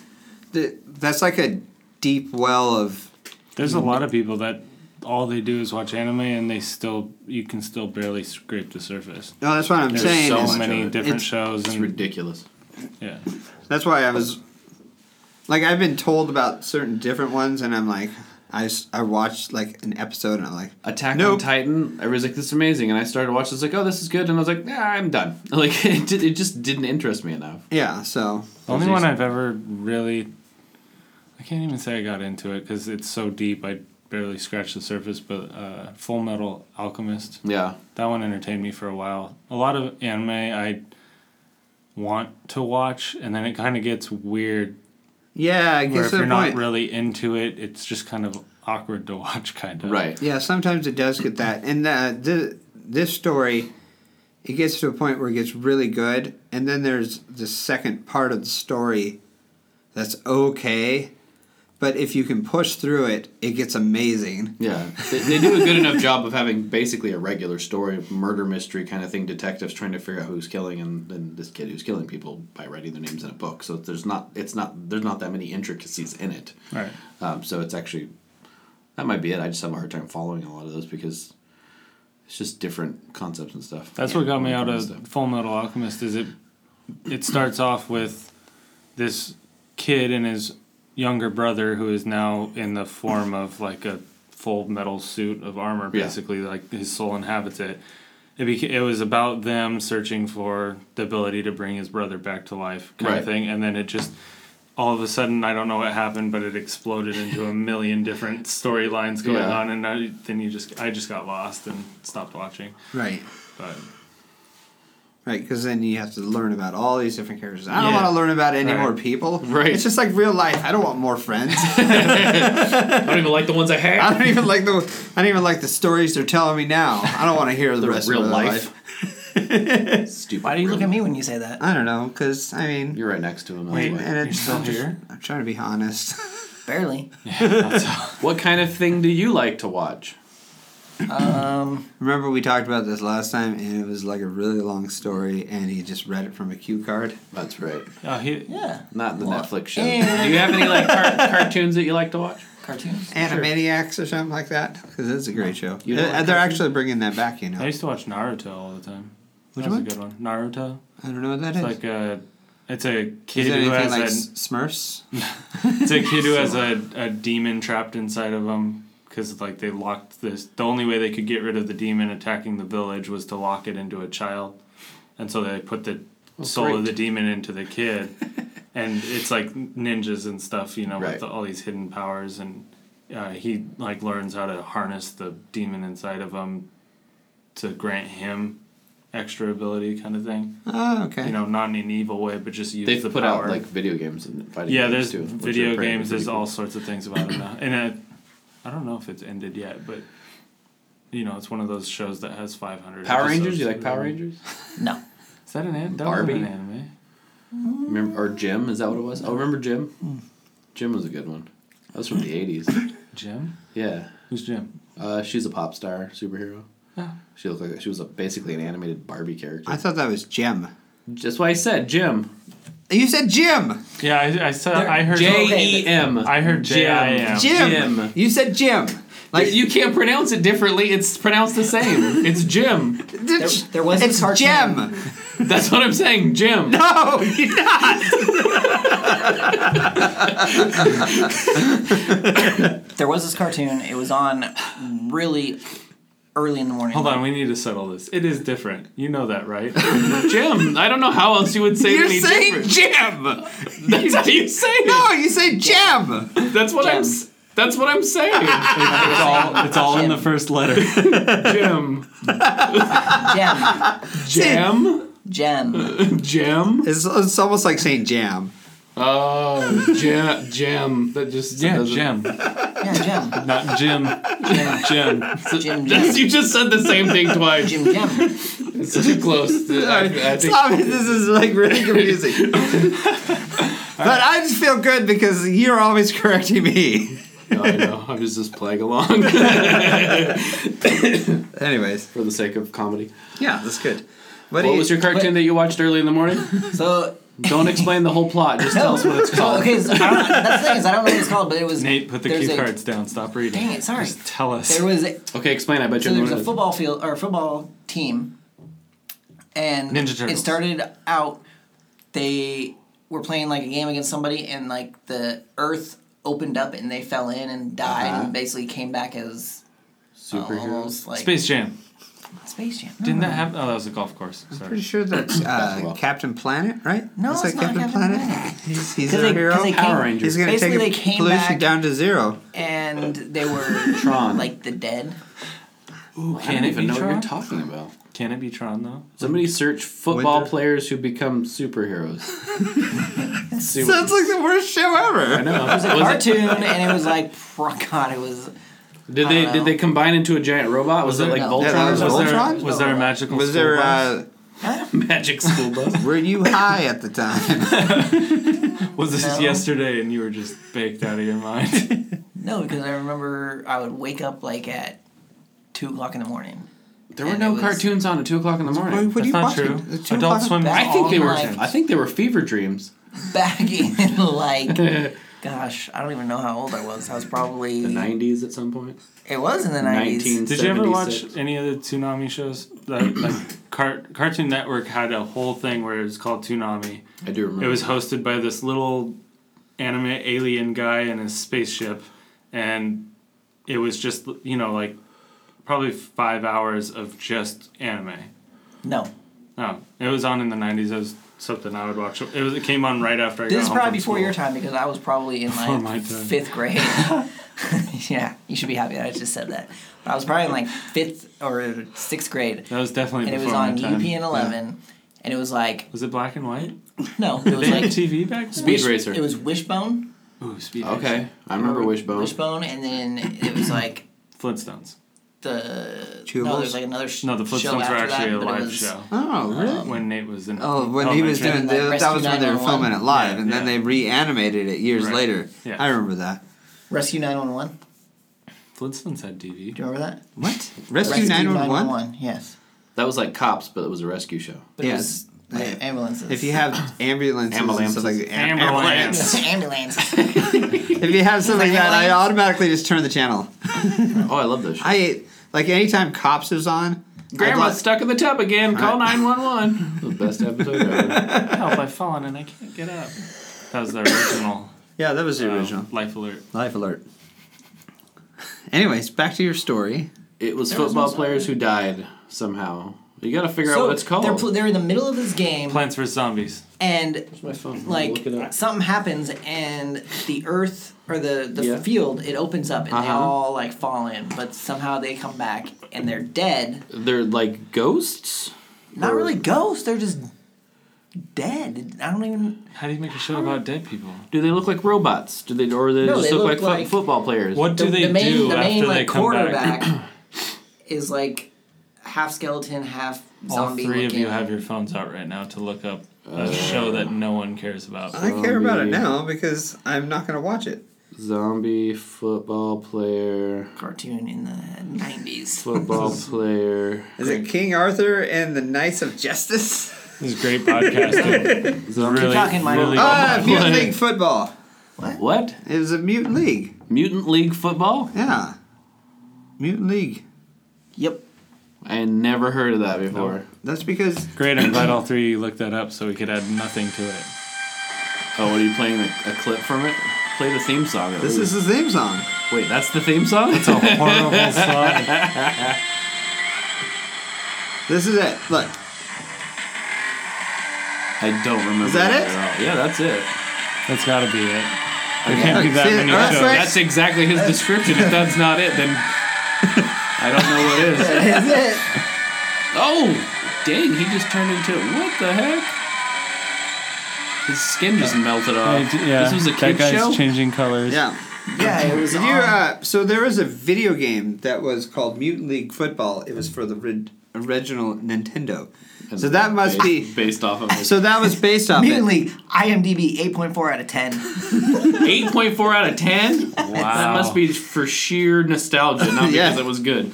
[SPEAKER 3] th- that's like a deep well of
[SPEAKER 2] There's a lot of people that all they do is watch anime and they still you can still barely scrape the surface.
[SPEAKER 3] no that's what i'm
[SPEAKER 2] There's
[SPEAKER 3] saying
[SPEAKER 1] so
[SPEAKER 3] is-
[SPEAKER 2] so
[SPEAKER 1] much of
[SPEAKER 2] many
[SPEAKER 1] it.
[SPEAKER 2] different
[SPEAKER 3] It's-
[SPEAKER 2] shows
[SPEAKER 1] It's
[SPEAKER 2] and
[SPEAKER 1] ridiculous.
[SPEAKER 2] yeah.
[SPEAKER 3] That's why I was like I've been told about certain different ones, and I'm like I, s- I watched like an episode, and I'm like
[SPEAKER 1] Attack on
[SPEAKER 3] Nope.
[SPEAKER 1] Titan. I was like, this is amazing, and I started watching. It's like, oh, this is good, and I was like, nah, I'm done. Like it, did, it just didn't interest me enough.
[SPEAKER 3] yeah, so
[SPEAKER 2] The only one I've ever really I can't even say I got into it because it's so deep I barely scratched the surface. But uh, Full Metal Alchemist
[SPEAKER 1] Yeah,
[SPEAKER 2] that one entertained me for a while. A lot of anime I want to watch and then it kind of gets weird
[SPEAKER 3] yeah, I
[SPEAKER 2] where
[SPEAKER 3] guess
[SPEAKER 2] if
[SPEAKER 3] the
[SPEAKER 2] you're
[SPEAKER 3] point.
[SPEAKER 2] not really into it it's just kind of awkward to watch kind of
[SPEAKER 1] right.
[SPEAKER 3] yeah, sometimes it does get that, and uh, th- this story it gets to a point where it gets really good, and then there's the second part of the story that's okay, but if you can push through it, it gets amazing.
[SPEAKER 1] Yeah, they, they do a good enough job of having basically a regular story, murder mystery kind of thing. Detectives trying to figure out who's killing, and then this kid who's killing people by writing their names in a book. So there's not, it's not, there's not that many intricacies in it.
[SPEAKER 2] right
[SPEAKER 1] Um, so it's actually that might be it. I just have a hard time following a lot of those because it's just different concepts and stuff.
[SPEAKER 2] That's what got me out of
[SPEAKER 1] Stuff.
[SPEAKER 2] Full Metal Alchemist. Is it? It starts off with this kid and his younger brother, who is now in the form of like a full metal suit of armor.
[SPEAKER 1] Yeah.
[SPEAKER 2] Basically, like his soul inhabits it. It, beca- it was about them searching for the ability to bring his brother back to life, kind
[SPEAKER 1] Right.
[SPEAKER 2] of thing. And then it just all of a sudden I don't know what happened, but it exploded into a million different storylines going
[SPEAKER 1] Yeah.
[SPEAKER 2] on, and I, then you just I just got lost and stopped watching.
[SPEAKER 3] Right.
[SPEAKER 2] But
[SPEAKER 3] Right, because then you have to learn about all these different characters. I don't
[SPEAKER 2] Yeah.
[SPEAKER 3] want to learn about any
[SPEAKER 2] Right.
[SPEAKER 3] more people.
[SPEAKER 1] Right.
[SPEAKER 3] It's just like real life. I don't want more friends.
[SPEAKER 1] I don't even like the ones I
[SPEAKER 3] I
[SPEAKER 1] had.
[SPEAKER 3] don't even like the. I don't even like the stories they're telling me now. I don't want to hear the,
[SPEAKER 1] The
[SPEAKER 3] rest
[SPEAKER 1] real
[SPEAKER 3] of their life.
[SPEAKER 1] life. Stupid.
[SPEAKER 4] Why do you
[SPEAKER 1] real
[SPEAKER 4] look at
[SPEAKER 1] life.
[SPEAKER 4] me when you say that?
[SPEAKER 3] I don't know, because I mean,
[SPEAKER 1] You're right next to him. that's
[SPEAKER 2] Wait,
[SPEAKER 1] why.
[SPEAKER 3] and
[SPEAKER 2] You're
[SPEAKER 3] it's
[SPEAKER 2] still
[SPEAKER 3] I'm just-
[SPEAKER 2] here?
[SPEAKER 3] I'm trying to be honest.
[SPEAKER 4] Barely.
[SPEAKER 1] What kind of thing do you like to watch?
[SPEAKER 4] Um,
[SPEAKER 3] Remember we talked about this last time, and it was like a really long story, and he just read it from a cue card.
[SPEAKER 1] That's right.
[SPEAKER 2] oh, he,
[SPEAKER 4] yeah.
[SPEAKER 1] Not the
[SPEAKER 4] Well,
[SPEAKER 1] Netflix show. Do
[SPEAKER 4] and-
[SPEAKER 1] you have any like car- cartoons that you like to watch?
[SPEAKER 4] Cartoons.
[SPEAKER 3] Animaniacs or something like that, because it's a great show.
[SPEAKER 1] You don't
[SPEAKER 3] Uh,
[SPEAKER 1] like
[SPEAKER 3] they're
[SPEAKER 1] cartoons?
[SPEAKER 3] actually bringing that back, you know.
[SPEAKER 2] I used to watch Naruto all the time.
[SPEAKER 3] Which
[SPEAKER 2] that was
[SPEAKER 3] one?
[SPEAKER 2] a good one. Naruto.
[SPEAKER 3] I don't know what that is.
[SPEAKER 2] It's like a it's a
[SPEAKER 3] is
[SPEAKER 2] kid
[SPEAKER 3] it
[SPEAKER 2] who
[SPEAKER 3] anything
[SPEAKER 2] has
[SPEAKER 3] like
[SPEAKER 2] a
[SPEAKER 3] S- Smurfs?
[SPEAKER 2] it's a kid who has a, a demon trapped inside of him because like they locked this. The only way they could get rid of the demon attacking the village was to lock it into a child, and so they put the soul
[SPEAKER 1] great.
[SPEAKER 2] of the demon into the kid, and it's like ninjas and stuff, you know,
[SPEAKER 1] Right.
[SPEAKER 2] with all these hidden powers and. Uh, he like learns how to harness the demon inside of him to grant him extra ability kind of thing
[SPEAKER 3] Oh, okay.
[SPEAKER 2] you know, not in an evil way, but just use
[SPEAKER 1] They've
[SPEAKER 2] the
[SPEAKER 1] put
[SPEAKER 2] power.
[SPEAKER 1] out like video games and fighting
[SPEAKER 2] yeah,
[SPEAKER 1] games
[SPEAKER 2] there's
[SPEAKER 1] too. which are
[SPEAKER 2] video
[SPEAKER 1] pretty-
[SPEAKER 2] games.
[SPEAKER 1] pretty
[SPEAKER 2] There's
[SPEAKER 1] cool.
[SPEAKER 2] all sorts of things about it now, and I, I don't know if it's ended yet, but you know, it's one of those shows that has 500.
[SPEAKER 1] Power Rangers.
[SPEAKER 2] episodes.
[SPEAKER 1] You like Power Rangers?
[SPEAKER 4] No.
[SPEAKER 2] Is that an anime? That
[SPEAKER 1] Barbie?
[SPEAKER 2] Barbie? an anime.
[SPEAKER 1] Remember or Jim? Is that what it was? Oh, remember Jim? Jim was a good one. That was from the eighties.
[SPEAKER 2] Jim?
[SPEAKER 1] Yeah,
[SPEAKER 2] Who's Jim?
[SPEAKER 1] uh, she's a pop star superhero.
[SPEAKER 2] Oh.
[SPEAKER 1] She looked like she was a, basically an animated Barbie character.
[SPEAKER 3] I thought that was Jim.
[SPEAKER 1] That's why I said Jim.
[SPEAKER 3] You said Jim.
[SPEAKER 2] Yeah, I, I saw.
[SPEAKER 4] They're
[SPEAKER 2] I heard.
[SPEAKER 1] J
[SPEAKER 4] Jay-
[SPEAKER 1] E M.
[SPEAKER 2] I heard
[SPEAKER 1] Jim.
[SPEAKER 2] J.I.M..
[SPEAKER 3] Jim.
[SPEAKER 1] Jim.
[SPEAKER 3] You said Jim. Like
[SPEAKER 1] Like you can't pronounce it differently. It's pronounced the same. It's Jim.
[SPEAKER 3] there,
[SPEAKER 4] there was a
[SPEAKER 3] it's
[SPEAKER 4] cartoon.
[SPEAKER 3] Jim. Oh,
[SPEAKER 1] That's what I'm saying. Jim.
[SPEAKER 3] No, you're not.
[SPEAKER 4] There was this cartoon. It was on really early in the morning.
[SPEAKER 2] Hold on, we need to settle this. It is different. You know that, right?
[SPEAKER 1] Jim. I don't know how else you would say it
[SPEAKER 3] You're
[SPEAKER 1] any
[SPEAKER 3] saying
[SPEAKER 1] different.
[SPEAKER 3] Jim.
[SPEAKER 1] That's how you say
[SPEAKER 3] No,
[SPEAKER 1] it.
[SPEAKER 3] you say Jim.
[SPEAKER 1] That's what I'm.
[SPEAKER 4] Jim.
[SPEAKER 1] s- That's what I'm saying.
[SPEAKER 2] It's all. It's all in the
[SPEAKER 4] Jim.
[SPEAKER 2] first letter.
[SPEAKER 1] Jim.
[SPEAKER 4] Jam.
[SPEAKER 1] Jam.
[SPEAKER 4] Jam.
[SPEAKER 1] Jam.
[SPEAKER 3] It's, it's almost like saying jam.
[SPEAKER 1] Oh, jam. Jam. That just
[SPEAKER 2] Yeah,
[SPEAKER 1] doesn't-
[SPEAKER 2] Jim.
[SPEAKER 4] Yeah, Jam.
[SPEAKER 2] Not Jim. Jim.
[SPEAKER 4] Jim
[SPEAKER 1] That's-
[SPEAKER 4] Jam.
[SPEAKER 1] you just said the same thing twice.
[SPEAKER 4] Jim Jam.
[SPEAKER 1] It's too close. I, I think
[SPEAKER 3] Stop it. This is like really confusing. but I just feel good because you're always correcting me.
[SPEAKER 1] No, I know. I'm just just playing along
[SPEAKER 3] Anyways,
[SPEAKER 1] for the sake of comedy.
[SPEAKER 3] yeah, that's good. What, do
[SPEAKER 1] What
[SPEAKER 3] you,
[SPEAKER 1] was your cartoon that you watched early in the morning?
[SPEAKER 4] So
[SPEAKER 1] Don't explain the whole plot. Just tell us what it's called.
[SPEAKER 4] okay, so I don't, that's the thing is I don't know what it's called, but it was
[SPEAKER 2] Nate, put the
[SPEAKER 4] there's
[SPEAKER 2] cue
[SPEAKER 4] a-
[SPEAKER 2] cards down. Stop reading.
[SPEAKER 4] Dang it, sorry.
[SPEAKER 2] Just tell us.
[SPEAKER 4] There was a,
[SPEAKER 1] Okay, explain. I bet
[SPEAKER 4] so
[SPEAKER 1] you
[SPEAKER 4] there
[SPEAKER 1] know
[SPEAKER 4] was
[SPEAKER 1] what
[SPEAKER 4] a
[SPEAKER 1] it is.
[SPEAKER 4] football field or football team, and
[SPEAKER 2] Ninja Turtles.
[SPEAKER 4] it started out they were playing like a game against somebody, and like the Earth opened up and they fell in and died,
[SPEAKER 1] Uh-huh.
[SPEAKER 4] and basically came back as
[SPEAKER 1] Superheroes.
[SPEAKER 4] almost like
[SPEAKER 2] Space Jam.
[SPEAKER 4] Space Jam. No,
[SPEAKER 2] Didn't
[SPEAKER 4] no,
[SPEAKER 2] that happen? Oh, that was a golf course. Sorry.
[SPEAKER 3] Pretty sure that's uh, Captain Planet, right?
[SPEAKER 4] No,
[SPEAKER 3] That's
[SPEAKER 4] it's not Captain Planet.
[SPEAKER 3] He's, he's
[SPEAKER 4] 'Cause
[SPEAKER 3] our
[SPEAKER 4] they- 'cause
[SPEAKER 3] hero.
[SPEAKER 4] they
[SPEAKER 1] Power
[SPEAKER 4] came-
[SPEAKER 1] Rangers.
[SPEAKER 3] he's gonna
[SPEAKER 4] Basically,
[SPEAKER 3] take
[SPEAKER 4] they came
[SPEAKER 3] pollution
[SPEAKER 4] back-
[SPEAKER 3] down to zero.
[SPEAKER 4] And they were
[SPEAKER 1] Tron.
[SPEAKER 4] like the dead.
[SPEAKER 1] I
[SPEAKER 2] Can
[SPEAKER 1] don't
[SPEAKER 2] it
[SPEAKER 1] even
[SPEAKER 2] be
[SPEAKER 1] know what you're
[SPEAKER 2] Tron?
[SPEAKER 1] talking about.
[SPEAKER 2] Can it be Tron though?
[SPEAKER 1] Somebody search football
[SPEAKER 3] Winter-
[SPEAKER 1] players who become superheroes. See what-
[SPEAKER 3] Sounds like the worst show
[SPEAKER 1] I
[SPEAKER 3] ever.
[SPEAKER 1] know.
[SPEAKER 4] It was a
[SPEAKER 1] Was it-
[SPEAKER 4] cartoon, and it was like, oh, God, it was.
[SPEAKER 1] did they
[SPEAKER 4] I don't
[SPEAKER 1] did they combine into a giant robot? Was,
[SPEAKER 2] Was
[SPEAKER 1] it
[SPEAKER 2] there-
[SPEAKER 1] like
[SPEAKER 4] No.
[SPEAKER 1] Voltron?
[SPEAKER 3] Yeah, that was
[SPEAKER 1] or
[SPEAKER 2] was
[SPEAKER 1] something?
[SPEAKER 3] Voltron?
[SPEAKER 2] there was there a magical
[SPEAKER 3] Was
[SPEAKER 2] school
[SPEAKER 3] there?
[SPEAKER 2] bus?
[SPEAKER 3] Uh,
[SPEAKER 1] magic school bus?
[SPEAKER 3] were you high at the time?
[SPEAKER 2] was this
[SPEAKER 4] No.
[SPEAKER 2] yesterday and you were just baked out of your mind?
[SPEAKER 4] No, because I remember I would wake up like at two o'clock in the morning.
[SPEAKER 1] There were
[SPEAKER 4] And
[SPEAKER 1] no
[SPEAKER 4] it was-
[SPEAKER 1] cartoons on at two o'clock in the
[SPEAKER 3] What,
[SPEAKER 1] morning.
[SPEAKER 3] what are you
[SPEAKER 2] not
[SPEAKER 3] watching?
[SPEAKER 2] true.
[SPEAKER 3] The two
[SPEAKER 2] Adult
[SPEAKER 3] o'clock-
[SPEAKER 2] Swim.
[SPEAKER 4] Back
[SPEAKER 1] I think they
[SPEAKER 4] on,
[SPEAKER 1] were.
[SPEAKER 4] like-
[SPEAKER 1] I think they were fever dreams.
[SPEAKER 4] Back in like, gosh, I don't even know how old I was. I was probably
[SPEAKER 1] The nineties at some point.
[SPEAKER 4] it was in the nineties.
[SPEAKER 2] Did you ever watch
[SPEAKER 1] 76.
[SPEAKER 2] any of the Toonami shows? Like, like Car- Cartoon Network had a whole thing where it was called Toonami.
[SPEAKER 1] I do remember.
[SPEAKER 2] It was hosted by this little anime alien guy in his spaceship, and it was just you know like probably five hours of just anime.
[SPEAKER 4] No,
[SPEAKER 2] Oh, it was on in the nineties. I was something I would watch. It was it came on right after I got
[SPEAKER 4] This is
[SPEAKER 2] home
[SPEAKER 4] probably
[SPEAKER 2] from
[SPEAKER 4] before
[SPEAKER 2] school.
[SPEAKER 4] your time because I was probably in
[SPEAKER 2] Before my
[SPEAKER 4] like
[SPEAKER 2] time.
[SPEAKER 4] fifth grade. yeah, you should be happy that I just said that. But I was probably in like fifth or sixth grade,
[SPEAKER 2] That was definitely
[SPEAKER 4] and it was
[SPEAKER 2] before my
[SPEAKER 4] on
[SPEAKER 2] time.
[SPEAKER 4] UPN
[SPEAKER 2] Yeah.
[SPEAKER 4] eleven, and it was like
[SPEAKER 2] Was it black and white?
[SPEAKER 4] no, it
[SPEAKER 2] Did
[SPEAKER 4] was
[SPEAKER 2] they
[SPEAKER 4] like
[SPEAKER 2] have TV back then?
[SPEAKER 1] Speed Racer.
[SPEAKER 4] it was Wishbone,
[SPEAKER 2] Ooh, Speed Racer.
[SPEAKER 1] Okay, I remember Wishbone.
[SPEAKER 4] Wishbone, and then it was like
[SPEAKER 2] Flintstones.
[SPEAKER 4] the no,
[SPEAKER 3] Chewables?
[SPEAKER 4] there's like another sh-
[SPEAKER 2] No, the
[SPEAKER 4] show
[SPEAKER 2] Flintstones were
[SPEAKER 4] after
[SPEAKER 2] actually
[SPEAKER 4] that,
[SPEAKER 2] a
[SPEAKER 4] but it
[SPEAKER 2] live
[SPEAKER 4] was-
[SPEAKER 2] show.
[SPEAKER 3] Oh, really?
[SPEAKER 2] When Nate was in.
[SPEAKER 3] Oh, when he was
[SPEAKER 2] elementary.
[SPEAKER 3] doing the,
[SPEAKER 4] Like
[SPEAKER 3] that was when they were
[SPEAKER 4] Rescue
[SPEAKER 3] filming it
[SPEAKER 4] 911.
[SPEAKER 3] live, and then
[SPEAKER 2] Yeah.
[SPEAKER 3] they reanimated it years
[SPEAKER 2] Right.
[SPEAKER 3] later.
[SPEAKER 2] Yeah.
[SPEAKER 3] I remember that.
[SPEAKER 4] Rescue nine one one.
[SPEAKER 2] Flintstones had TV.
[SPEAKER 4] Do you remember that?
[SPEAKER 3] What? Rescue nine one one.
[SPEAKER 4] Yes.
[SPEAKER 1] That was like Cops, but it was a rescue show.
[SPEAKER 4] But it
[SPEAKER 3] Yeah.
[SPEAKER 4] was like
[SPEAKER 3] Yeah.
[SPEAKER 4] ambulances.
[SPEAKER 3] If you have ambulances, and stuff like that- am-
[SPEAKER 2] Ambulance.
[SPEAKER 4] ambulances.
[SPEAKER 3] If you have something like that, I automatically just turn the channel.
[SPEAKER 1] Oh, I love those. shows.
[SPEAKER 3] I ate like anytime Cops is on. I'd
[SPEAKER 1] Grandma's
[SPEAKER 3] like-
[SPEAKER 1] stuck in the tub again. Call nine one one. The best episode ever.
[SPEAKER 2] Help! I've fallen and I can't get up. That was the original.
[SPEAKER 3] Yeah, that was the
[SPEAKER 2] uh,
[SPEAKER 3] original.
[SPEAKER 2] Life Alert.
[SPEAKER 3] Life alert. Anyways, back to your story.
[SPEAKER 1] It was
[SPEAKER 4] was
[SPEAKER 1] football
[SPEAKER 4] also-
[SPEAKER 1] players who died somehow. You got to figure out what it's called.
[SPEAKER 4] They're, pl- they're in the middle of this game,
[SPEAKER 2] Plants vs Zombies.
[SPEAKER 4] and
[SPEAKER 1] My phone. I'm
[SPEAKER 4] like
[SPEAKER 1] looking up.
[SPEAKER 4] something happens, and the earth or the the
[SPEAKER 1] Yeah.
[SPEAKER 4] field it opens up, and they
[SPEAKER 1] Uh-huh.
[SPEAKER 4] all like fall in, but somehow they come back and they're dead.
[SPEAKER 1] they're like ghosts.
[SPEAKER 4] Not
[SPEAKER 1] Or-
[SPEAKER 4] really ghosts. They're just dead. I don't even.
[SPEAKER 2] How do you make a show about dead people?
[SPEAKER 1] Do they look like robots? Do they or they
[SPEAKER 4] No,
[SPEAKER 1] just
[SPEAKER 4] they
[SPEAKER 1] look, like,
[SPEAKER 4] look
[SPEAKER 1] fo-
[SPEAKER 4] like-
[SPEAKER 1] football players?
[SPEAKER 2] What do
[SPEAKER 4] the,
[SPEAKER 2] they
[SPEAKER 4] the main,
[SPEAKER 2] do
[SPEAKER 4] the main
[SPEAKER 2] after
[SPEAKER 4] like
[SPEAKER 2] they come
[SPEAKER 4] quarterback
[SPEAKER 2] back?
[SPEAKER 4] is like half skeleton, half
[SPEAKER 2] All
[SPEAKER 4] zombie.
[SPEAKER 2] three of
[SPEAKER 4] looking.
[SPEAKER 2] you have your phones out right now to look up a show that no one cares about.
[SPEAKER 3] I care about it now because I'm not going to watch it.
[SPEAKER 1] Zombie football player,
[SPEAKER 4] cartoon in the nineties.
[SPEAKER 1] football player,
[SPEAKER 3] Is it King Arthur and the Knights of Justice?
[SPEAKER 2] This is great podcasting.
[SPEAKER 1] zombie.
[SPEAKER 2] really,
[SPEAKER 4] talking, Mike.
[SPEAKER 2] really
[SPEAKER 3] Ah,
[SPEAKER 1] my
[SPEAKER 3] Mutant
[SPEAKER 1] God.
[SPEAKER 3] League football.
[SPEAKER 1] What
[SPEAKER 3] It was a mutant league.
[SPEAKER 1] mutant league football?
[SPEAKER 3] Yeah, mutant league.
[SPEAKER 4] Yep.
[SPEAKER 1] I had never heard of that before.
[SPEAKER 3] That's because
[SPEAKER 2] great. I'm glad all three of you looked that up so we could add nothing to it.
[SPEAKER 1] Oh, what are you playing a, a clip from it? Play the theme song. at
[SPEAKER 3] this
[SPEAKER 1] least.
[SPEAKER 3] is the theme song.
[SPEAKER 1] wait. That's the theme song.
[SPEAKER 2] It's a horrible song.
[SPEAKER 3] This is it. Look,
[SPEAKER 1] I don't remember.
[SPEAKER 3] Is that
[SPEAKER 1] at
[SPEAKER 3] it?
[SPEAKER 1] all. Yeah, that's it.
[SPEAKER 2] That's got to be it. There can't be
[SPEAKER 3] Look,
[SPEAKER 2] that
[SPEAKER 3] see,
[SPEAKER 2] many
[SPEAKER 3] that's
[SPEAKER 2] shows.
[SPEAKER 3] right.
[SPEAKER 1] That's exactly his description. If that's not it, then I don't know what is.
[SPEAKER 3] that's it.
[SPEAKER 1] Oh, dang! He just turned into what the heck? His skin just melted off.
[SPEAKER 2] yeah,
[SPEAKER 1] this was a kid
[SPEAKER 2] that guy's
[SPEAKER 1] show.
[SPEAKER 2] changing colors.
[SPEAKER 3] Yeah.
[SPEAKER 4] Yeah, it was.
[SPEAKER 3] Did you? Uh, so there was a video game that was called Mutant League Football. It was for the rid- original Nintendo. So that must
[SPEAKER 1] Based-
[SPEAKER 3] be.
[SPEAKER 1] based off of
[SPEAKER 3] So that was based off. it.
[SPEAKER 4] Immediately, IMDb 8.4 out of 10.
[SPEAKER 1] eight point four out of ten. Wow, that
[SPEAKER 2] Wow.
[SPEAKER 1] must be for sheer nostalgia, not
[SPEAKER 3] Yeah.
[SPEAKER 1] because it was good.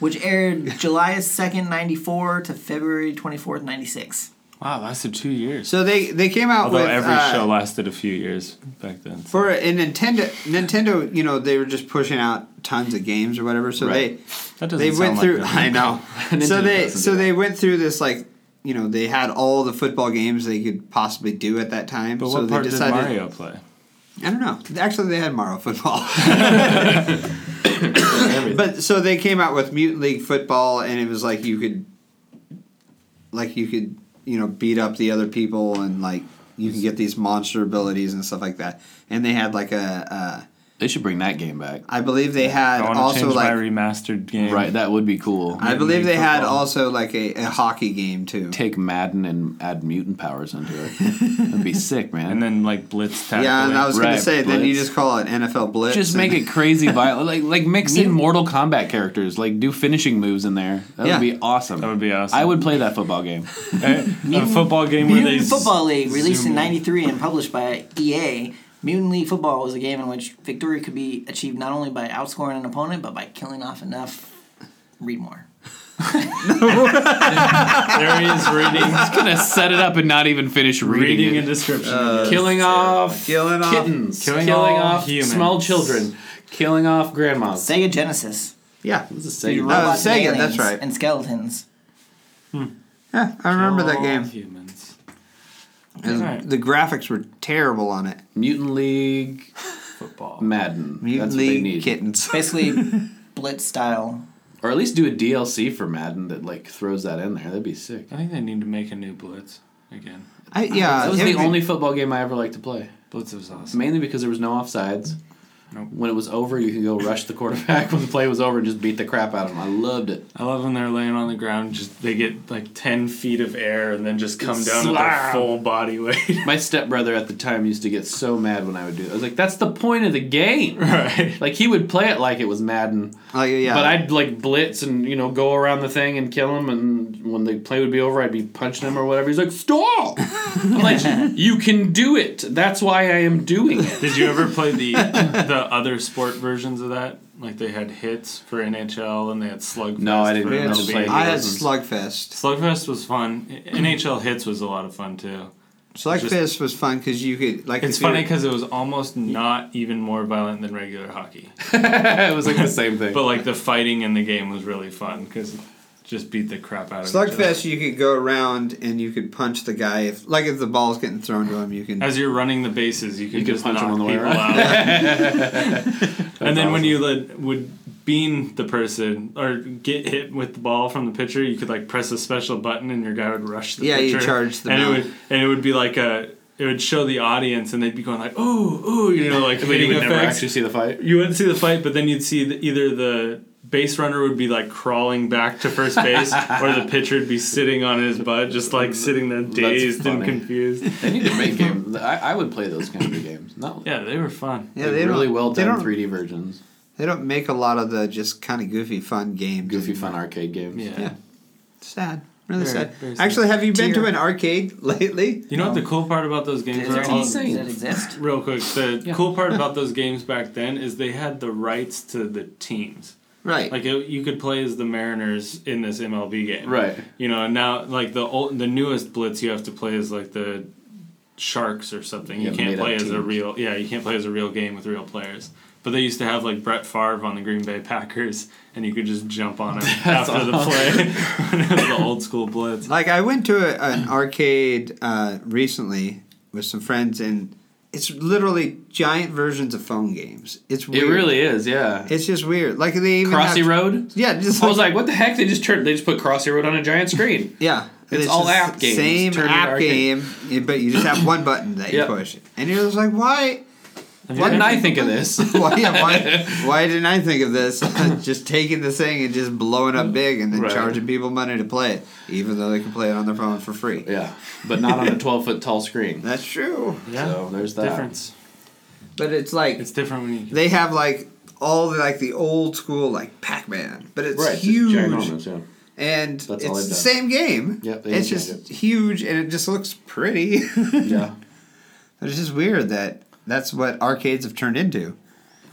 [SPEAKER 4] Which aired July 2nd, 94 to February 24th, 96.
[SPEAKER 2] Wow, lasted two years.
[SPEAKER 3] So they they came out
[SPEAKER 2] Although
[SPEAKER 3] with
[SPEAKER 2] every
[SPEAKER 3] uh,
[SPEAKER 2] show lasted a few years back then.
[SPEAKER 3] for a Nintendo. Nintendo, you know, they were just pushing out tons of games or whatever. So
[SPEAKER 1] Right.
[SPEAKER 2] That
[SPEAKER 3] they
[SPEAKER 2] doesn't
[SPEAKER 3] they went
[SPEAKER 2] sound
[SPEAKER 3] through.
[SPEAKER 2] Like
[SPEAKER 3] I
[SPEAKER 2] them.
[SPEAKER 3] know.
[SPEAKER 1] Nintendo
[SPEAKER 3] so they
[SPEAKER 1] doesn't
[SPEAKER 3] so
[SPEAKER 1] do
[SPEAKER 3] they went through this like you know they had all the football games they could possibly do at that time.
[SPEAKER 2] But
[SPEAKER 3] so
[SPEAKER 2] what
[SPEAKER 3] they
[SPEAKER 2] part
[SPEAKER 3] decided,
[SPEAKER 2] did Mario play?
[SPEAKER 3] I don't know. Actually, they had Mario Football. but so they came out with Mutant League Football, and it was like you could, like you could, you know, beat up the other people, and like you can get these monster abilities and stuff like that. And they had like a, uh,
[SPEAKER 1] They should bring that game back.
[SPEAKER 3] I believe they had
[SPEAKER 2] I want to
[SPEAKER 3] also
[SPEAKER 2] change my
[SPEAKER 3] like,
[SPEAKER 2] remastered game.
[SPEAKER 1] Right, that would be cool.
[SPEAKER 3] I believe they
[SPEAKER 2] League
[SPEAKER 3] had
[SPEAKER 2] Football.
[SPEAKER 3] also like a, a hockey game too.
[SPEAKER 1] Take Madden and add mutant powers into it. That'd be sick, man.
[SPEAKER 2] And then like Blitz Tackle.
[SPEAKER 3] Yeah, and I was gonna
[SPEAKER 1] Right,
[SPEAKER 3] say then you
[SPEAKER 1] Blitz.
[SPEAKER 3] just call it NFL Blitz.
[SPEAKER 1] just
[SPEAKER 3] and-
[SPEAKER 1] make it crazy violent. Like like mix in Mortal Kombat characters. Like do finishing moves in there. That
[SPEAKER 3] Yeah.
[SPEAKER 1] would be awesome.
[SPEAKER 2] That would be awesome.
[SPEAKER 1] I would play that football game.
[SPEAKER 2] Eh, a football game where they
[SPEAKER 4] Mutant
[SPEAKER 2] z-
[SPEAKER 4] Football League, released in
[SPEAKER 2] zoom
[SPEAKER 4] 93 and published by EA. Mutant League Football was a game in which victory could be achieved not only by outscoring an opponent, but by killing off enough. Read more.
[SPEAKER 2] There he is reading,
[SPEAKER 1] It's gonna set it up and not even finish reading,
[SPEAKER 2] reading a
[SPEAKER 1] it.
[SPEAKER 2] description.
[SPEAKER 3] Uh,
[SPEAKER 1] Killing off
[SPEAKER 3] Killing off-
[SPEAKER 1] kittens,
[SPEAKER 2] Killing all humans.
[SPEAKER 1] small children, killing off grandmas.
[SPEAKER 4] Sega Genesis.
[SPEAKER 3] yeah.
[SPEAKER 1] This
[SPEAKER 4] Dude,
[SPEAKER 1] is
[SPEAKER 3] Rob-
[SPEAKER 1] a
[SPEAKER 4] robots
[SPEAKER 3] Uh,
[SPEAKER 4] and
[SPEAKER 3] Sega, that's
[SPEAKER 4] aliens
[SPEAKER 3] right.
[SPEAKER 4] And skeletons.
[SPEAKER 3] yeah, I remember that
[SPEAKER 2] All
[SPEAKER 3] game.
[SPEAKER 2] Humans.
[SPEAKER 3] And
[SPEAKER 2] Alright.
[SPEAKER 3] The graphics were terrible on it.
[SPEAKER 1] Mutant League
[SPEAKER 2] Football.
[SPEAKER 1] Madden.
[SPEAKER 3] Mutant
[SPEAKER 1] That's what they
[SPEAKER 3] League
[SPEAKER 1] need.
[SPEAKER 3] Kittens.
[SPEAKER 4] Basically, Blitz style.
[SPEAKER 1] Or at least do a DLC for Madden that like throws that in there. That'd be sick.
[SPEAKER 2] I think they need to make a new Blitz again.
[SPEAKER 3] I yeah.
[SPEAKER 1] That was the
[SPEAKER 3] every-
[SPEAKER 1] only football game I ever liked to play.
[SPEAKER 2] Blitz was awesome.
[SPEAKER 1] Mainly because there was no offsides.
[SPEAKER 2] Nope.
[SPEAKER 1] When it was over, you could go rush the quarterback when the play was over and just beat the crap out of him. I loved it.
[SPEAKER 2] I love when they're laying on the ground. Just they get like ten feet of air and then just come down with
[SPEAKER 1] Slam.
[SPEAKER 2] their full body weight.
[SPEAKER 1] My stepbrother at the time used to get so mad when I would do that. I was like, that's the point of the game.
[SPEAKER 2] right.
[SPEAKER 1] Like, he would play it like it was Madden.
[SPEAKER 3] Like, yeah.
[SPEAKER 1] But I'd like blitz and you know go around the thing and kill him, and when the play would be over, I'd be punching him or whatever. He's like, "Stop!" I'm like, "You can do it. That's why I am doing it."
[SPEAKER 2] Did you ever play the the other sport versions of that? Like they had hits for NHL and they had slugfest.
[SPEAKER 1] No, I didn't
[SPEAKER 2] for
[SPEAKER 1] know
[SPEAKER 3] had-
[SPEAKER 1] to play
[SPEAKER 2] MLB.
[SPEAKER 3] I had
[SPEAKER 1] those
[SPEAKER 3] Slugfest.
[SPEAKER 2] Slugfest was fun. NHL hits was a lot of fun too.
[SPEAKER 3] Slugfest was fun because you could like.
[SPEAKER 2] It's
[SPEAKER 3] if you-
[SPEAKER 2] funny because it was almost not even more violent than regular hockey,
[SPEAKER 1] it was like the same thing.
[SPEAKER 2] but like the fighting in the game was really fun because just beat the crap out of each other.
[SPEAKER 3] Slugfest, you could go around and you could punch the guy if, like, if the ball's getting thrown to him, you can.
[SPEAKER 2] As you're running the bases, you can
[SPEAKER 1] You can
[SPEAKER 2] just
[SPEAKER 1] punch 'em
[SPEAKER 2] knock
[SPEAKER 1] on the way
[SPEAKER 2] people
[SPEAKER 1] around.
[SPEAKER 2] out. and then when
[SPEAKER 1] awesome.
[SPEAKER 2] you like, would bean the person or get hit with the ball from the pitcher, you could like press a special button and your guy would rush the
[SPEAKER 3] Yeah, you
[SPEAKER 2] pitcher.
[SPEAKER 3] charge them
[SPEAKER 2] and
[SPEAKER 3] out.
[SPEAKER 2] it would and it would be like a it would show the audience and they'd be going like ooh ooh you know like
[SPEAKER 1] But you
[SPEAKER 2] hitting
[SPEAKER 1] would
[SPEAKER 2] effects.
[SPEAKER 1] never actually see the fight.
[SPEAKER 2] you wouldn't see the fight, but then you'd see the, either the base runner would be like crawling back to first base, or the pitcher would be sitting on his butt, just like sitting there dazed and
[SPEAKER 1] funny.
[SPEAKER 2] confused.
[SPEAKER 1] They need to make games. I, I would play those kind of games. Not
[SPEAKER 2] Yeah, they were fun.
[SPEAKER 3] yeah,
[SPEAKER 1] like,
[SPEAKER 3] they
[SPEAKER 1] really
[SPEAKER 3] don't,
[SPEAKER 1] well
[SPEAKER 3] they
[SPEAKER 1] done
[SPEAKER 3] don't-
[SPEAKER 1] 3D versions,
[SPEAKER 3] They don't make a lot of the just kind of goofy, fun games.
[SPEAKER 1] goofy fun arcade games.
[SPEAKER 2] Yeah.
[SPEAKER 3] Yeah. Sad. Really
[SPEAKER 2] Very-
[SPEAKER 3] sad.
[SPEAKER 2] very sad.
[SPEAKER 3] Actually, have you been to
[SPEAKER 4] Dear.
[SPEAKER 3] an arcade lately?
[SPEAKER 2] You know what the cool part about those games
[SPEAKER 4] Is
[SPEAKER 2] are?
[SPEAKER 4] there
[SPEAKER 2] all-
[SPEAKER 4] any that exist?
[SPEAKER 2] real quick, the
[SPEAKER 1] Yeah.
[SPEAKER 2] cool part about those games back then is they had the rights to the teams.
[SPEAKER 3] Right.
[SPEAKER 2] Like it, you could play as the Mariners in this MLB game,
[SPEAKER 1] Right.
[SPEAKER 2] You know, and now like the old, the newest Blitz, you have to play as like the Sharks or something.
[SPEAKER 1] Yeah,
[SPEAKER 2] you can't
[SPEAKER 1] made up
[SPEAKER 2] play as a
[SPEAKER 1] teams.
[SPEAKER 2] real, yeah, you can't play as a real game with real players. But they used to have like Brett Favre on the Green Bay Packers, and you could just jump on him after the play. it was the old school Blitz.
[SPEAKER 3] Like I went to a, an arcade uh, recently with some friends, and it's literally giant versions of phone games. It's
[SPEAKER 1] It
[SPEAKER 3] weird.
[SPEAKER 1] really is. Yeah.
[SPEAKER 3] It's just weird. Like they even have-
[SPEAKER 1] Crossy Road.
[SPEAKER 3] Yeah, just
[SPEAKER 1] I was like, what the heck? They just turned. They just put Crossy Road on a giant screen.
[SPEAKER 3] yeah.
[SPEAKER 1] It's all
[SPEAKER 3] just
[SPEAKER 1] app
[SPEAKER 3] the
[SPEAKER 1] games.
[SPEAKER 3] Same
[SPEAKER 1] Turn it
[SPEAKER 3] app
[SPEAKER 1] arcade.
[SPEAKER 3] game, yeah, but you just have one button that
[SPEAKER 1] Yep.
[SPEAKER 3] you push, and you're just like, why?
[SPEAKER 2] Have you
[SPEAKER 1] Why
[SPEAKER 2] ever-
[SPEAKER 1] didn't I think of this?
[SPEAKER 3] Why, yeah, why? Why didn't I think of this? just taking this thing and just blowing up big, and then
[SPEAKER 1] Right.
[SPEAKER 3] charging people money to play it, even though they can play it on their phone for free.
[SPEAKER 1] Yeah, but not on a 12 foot tall screen.
[SPEAKER 3] That's true.
[SPEAKER 2] Yeah,
[SPEAKER 1] So there's that.
[SPEAKER 2] difference.
[SPEAKER 3] But it's like
[SPEAKER 2] It's different when you
[SPEAKER 3] they have like all the like the old school like Pac-Man, but it's
[SPEAKER 1] Right,
[SPEAKER 3] huge
[SPEAKER 1] Just giant arms, yeah.
[SPEAKER 3] and it's
[SPEAKER 1] all
[SPEAKER 3] the
[SPEAKER 1] they've done.
[SPEAKER 3] same game.
[SPEAKER 1] Yep, they
[SPEAKER 3] it's
[SPEAKER 1] didn't
[SPEAKER 3] just
[SPEAKER 1] change
[SPEAKER 3] huge and it just looks pretty.
[SPEAKER 1] yeah.
[SPEAKER 3] it's just weird that that's what arcades have turned into.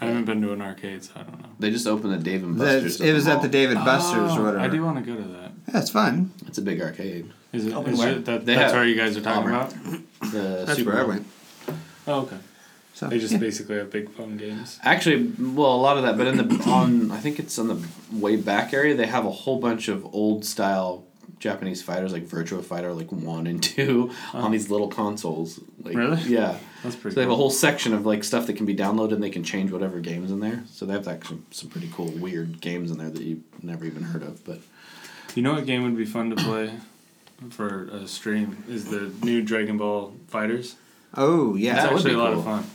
[SPEAKER 2] I haven't been to an arcade, so I don't know.
[SPEAKER 1] They just opened the Dave and
[SPEAKER 3] That-
[SPEAKER 1] Buster's.
[SPEAKER 3] it was at the
[SPEAKER 1] mall.
[SPEAKER 3] David Buster's or whatever.
[SPEAKER 2] Oh, I do want to go to that.
[SPEAKER 3] That's fun.
[SPEAKER 1] It's a big arcade.
[SPEAKER 2] Is it?
[SPEAKER 4] Open
[SPEAKER 2] Is
[SPEAKER 4] where?
[SPEAKER 2] it that,
[SPEAKER 1] They
[SPEAKER 2] that's
[SPEAKER 1] have-
[SPEAKER 2] where you guys are talking
[SPEAKER 1] Auburn.
[SPEAKER 2] about?
[SPEAKER 1] The
[SPEAKER 3] That's
[SPEAKER 1] Super
[SPEAKER 3] where I
[SPEAKER 1] Bowl.
[SPEAKER 3] went.
[SPEAKER 2] Oh, okay.
[SPEAKER 3] So
[SPEAKER 2] They just
[SPEAKER 3] yeah.
[SPEAKER 2] basically have big fun games.
[SPEAKER 1] Actually, well, a lot of that, but in the on, I think it's on the way back area. They have a whole bunch of old style Japanese fighters, like Virtua Fighter, like one and two, on these little consoles. Like,
[SPEAKER 2] Really?
[SPEAKER 1] Yeah.
[SPEAKER 2] That's
[SPEAKER 1] So
[SPEAKER 2] pretty.
[SPEAKER 1] they have a
[SPEAKER 2] cool.
[SPEAKER 1] whole section of like stuff that can be downloaded, and they can change whatever games in there. So they have actually some pretty cool, weird games in there that you have never even heard of. But
[SPEAKER 2] You know what game would be fun to play for a stream is the new Dragon Ball Fighters.
[SPEAKER 3] Oh
[SPEAKER 2] It's
[SPEAKER 3] yeah.
[SPEAKER 1] That would
[SPEAKER 2] actually
[SPEAKER 1] be
[SPEAKER 2] a lot
[SPEAKER 1] cool.
[SPEAKER 2] of fun,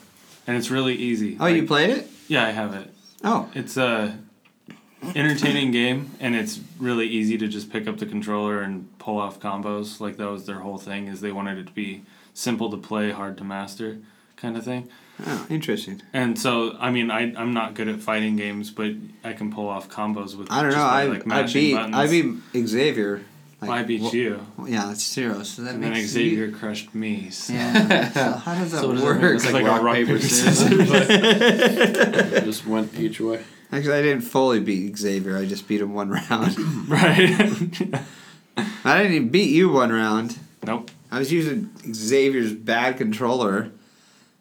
[SPEAKER 2] and it's really easy.
[SPEAKER 3] oh, you
[SPEAKER 2] Like-
[SPEAKER 3] played it?
[SPEAKER 2] Yeah, I have it.
[SPEAKER 3] Oh,
[SPEAKER 2] It's a entertaining game, and it's really easy to just pick up the controller and pull off combos. Like that was their whole thing is they wanted it to be simple to play, hard to master, kind of thing.
[SPEAKER 3] oh interesting.
[SPEAKER 2] And so, I mean, I I'm not good at fighting games, but I can pull off combos with.
[SPEAKER 3] I don't know.
[SPEAKER 2] just by,
[SPEAKER 3] I I
[SPEAKER 2] mashing
[SPEAKER 3] beat
[SPEAKER 2] buttons.
[SPEAKER 3] I beat Xavier. Like,
[SPEAKER 2] I beat
[SPEAKER 3] wha-
[SPEAKER 2] you,
[SPEAKER 3] Yeah, that's zero. So that
[SPEAKER 2] and
[SPEAKER 3] makes
[SPEAKER 2] then
[SPEAKER 3] you-
[SPEAKER 2] Xavier crushed me. So.
[SPEAKER 3] Yeah. so how does that
[SPEAKER 1] So what does that
[SPEAKER 3] work?
[SPEAKER 1] mean? It's
[SPEAKER 2] It's
[SPEAKER 1] like
[SPEAKER 2] like,
[SPEAKER 1] rock,
[SPEAKER 2] a rock
[SPEAKER 1] paper,
[SPEAKER 2] paper,
[SPEAKER 1] scissors.
[SPEAKER 2] scissors.
[SPEAKER 1] just went each way.
[SPEAKER 3] Actually, I didn't fully beat Xavier. I just beat him one round.
[SPEAKER 2] right?
[SPEAKER 3] I didn't even beat you one round.
[SPEAKER 2] nope.
[SPEAKER 3] I was using Xavier's bad controller.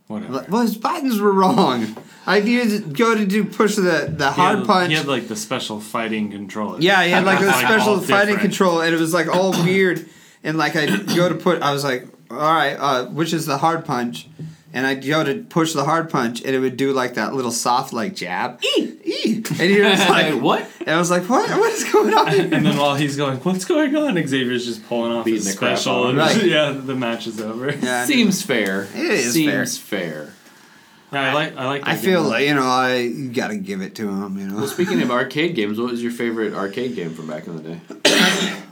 [SPEAKER 2] Whatever.
[SPEAKER 3] Well, his buttons were wrong. I needed to go to do push the the hard
[SPEAKER 2] he had,
[SPEAKER 3] punch.
[SPEAKER 2] He had like the special fighting controller.
[SPEAKER 3] yeah, he had like
[SPEAKER 2] It
[SPEAKER 3] a
[SPEAKER 2] was,
[SPEAKER 3] special
[SPEAKER 2] all
[SPEAKER 3] fighting
[SPEAKER 2] different.
[SPEAKER 3] control, and it was like all weird. And like I go to put, I was like, all right, uh, which is the hard punch? and I'd go to push the hard punch, and it would do like that little soft like jab. Eee! Eee! And he was like,
[SPEAKER 5] What?
[SPEAKER 3] And I was like, what? What is going on here?
[SPEAKER 2] And then while he's going, what's going on? Xavier's just pulling off
[SPEAKER 5] Beating
[SPEAKER 2] his
[SPEAKER 5] the crap
[SPEAKER 2] special.
[SPEAKER 5] out
[SPEAKER 2] And
[SPEAKER 5] of
[SPEAKER 3] him. Right.
[SPEAKER 2] Yeah, the match is over.
[SPEAKER 3] Yeah.
[SPEAKER 5] Seems fair.
[SPEAKER 3] It is
[SPEAKER 5] Seems fair.
[SPEAKER 2] Yeah, I like. I like.
[SPEAKER 3] I
[SPEAKER 2] that
[SPEAKER 3] feel
[SPEAKER 2] game.
[SPEAKER 3] like you know I you gotta give it to him. You know,
[SPEAKER 5] Well, speaking of arcade games, what was your favorite arcade game from back in the day?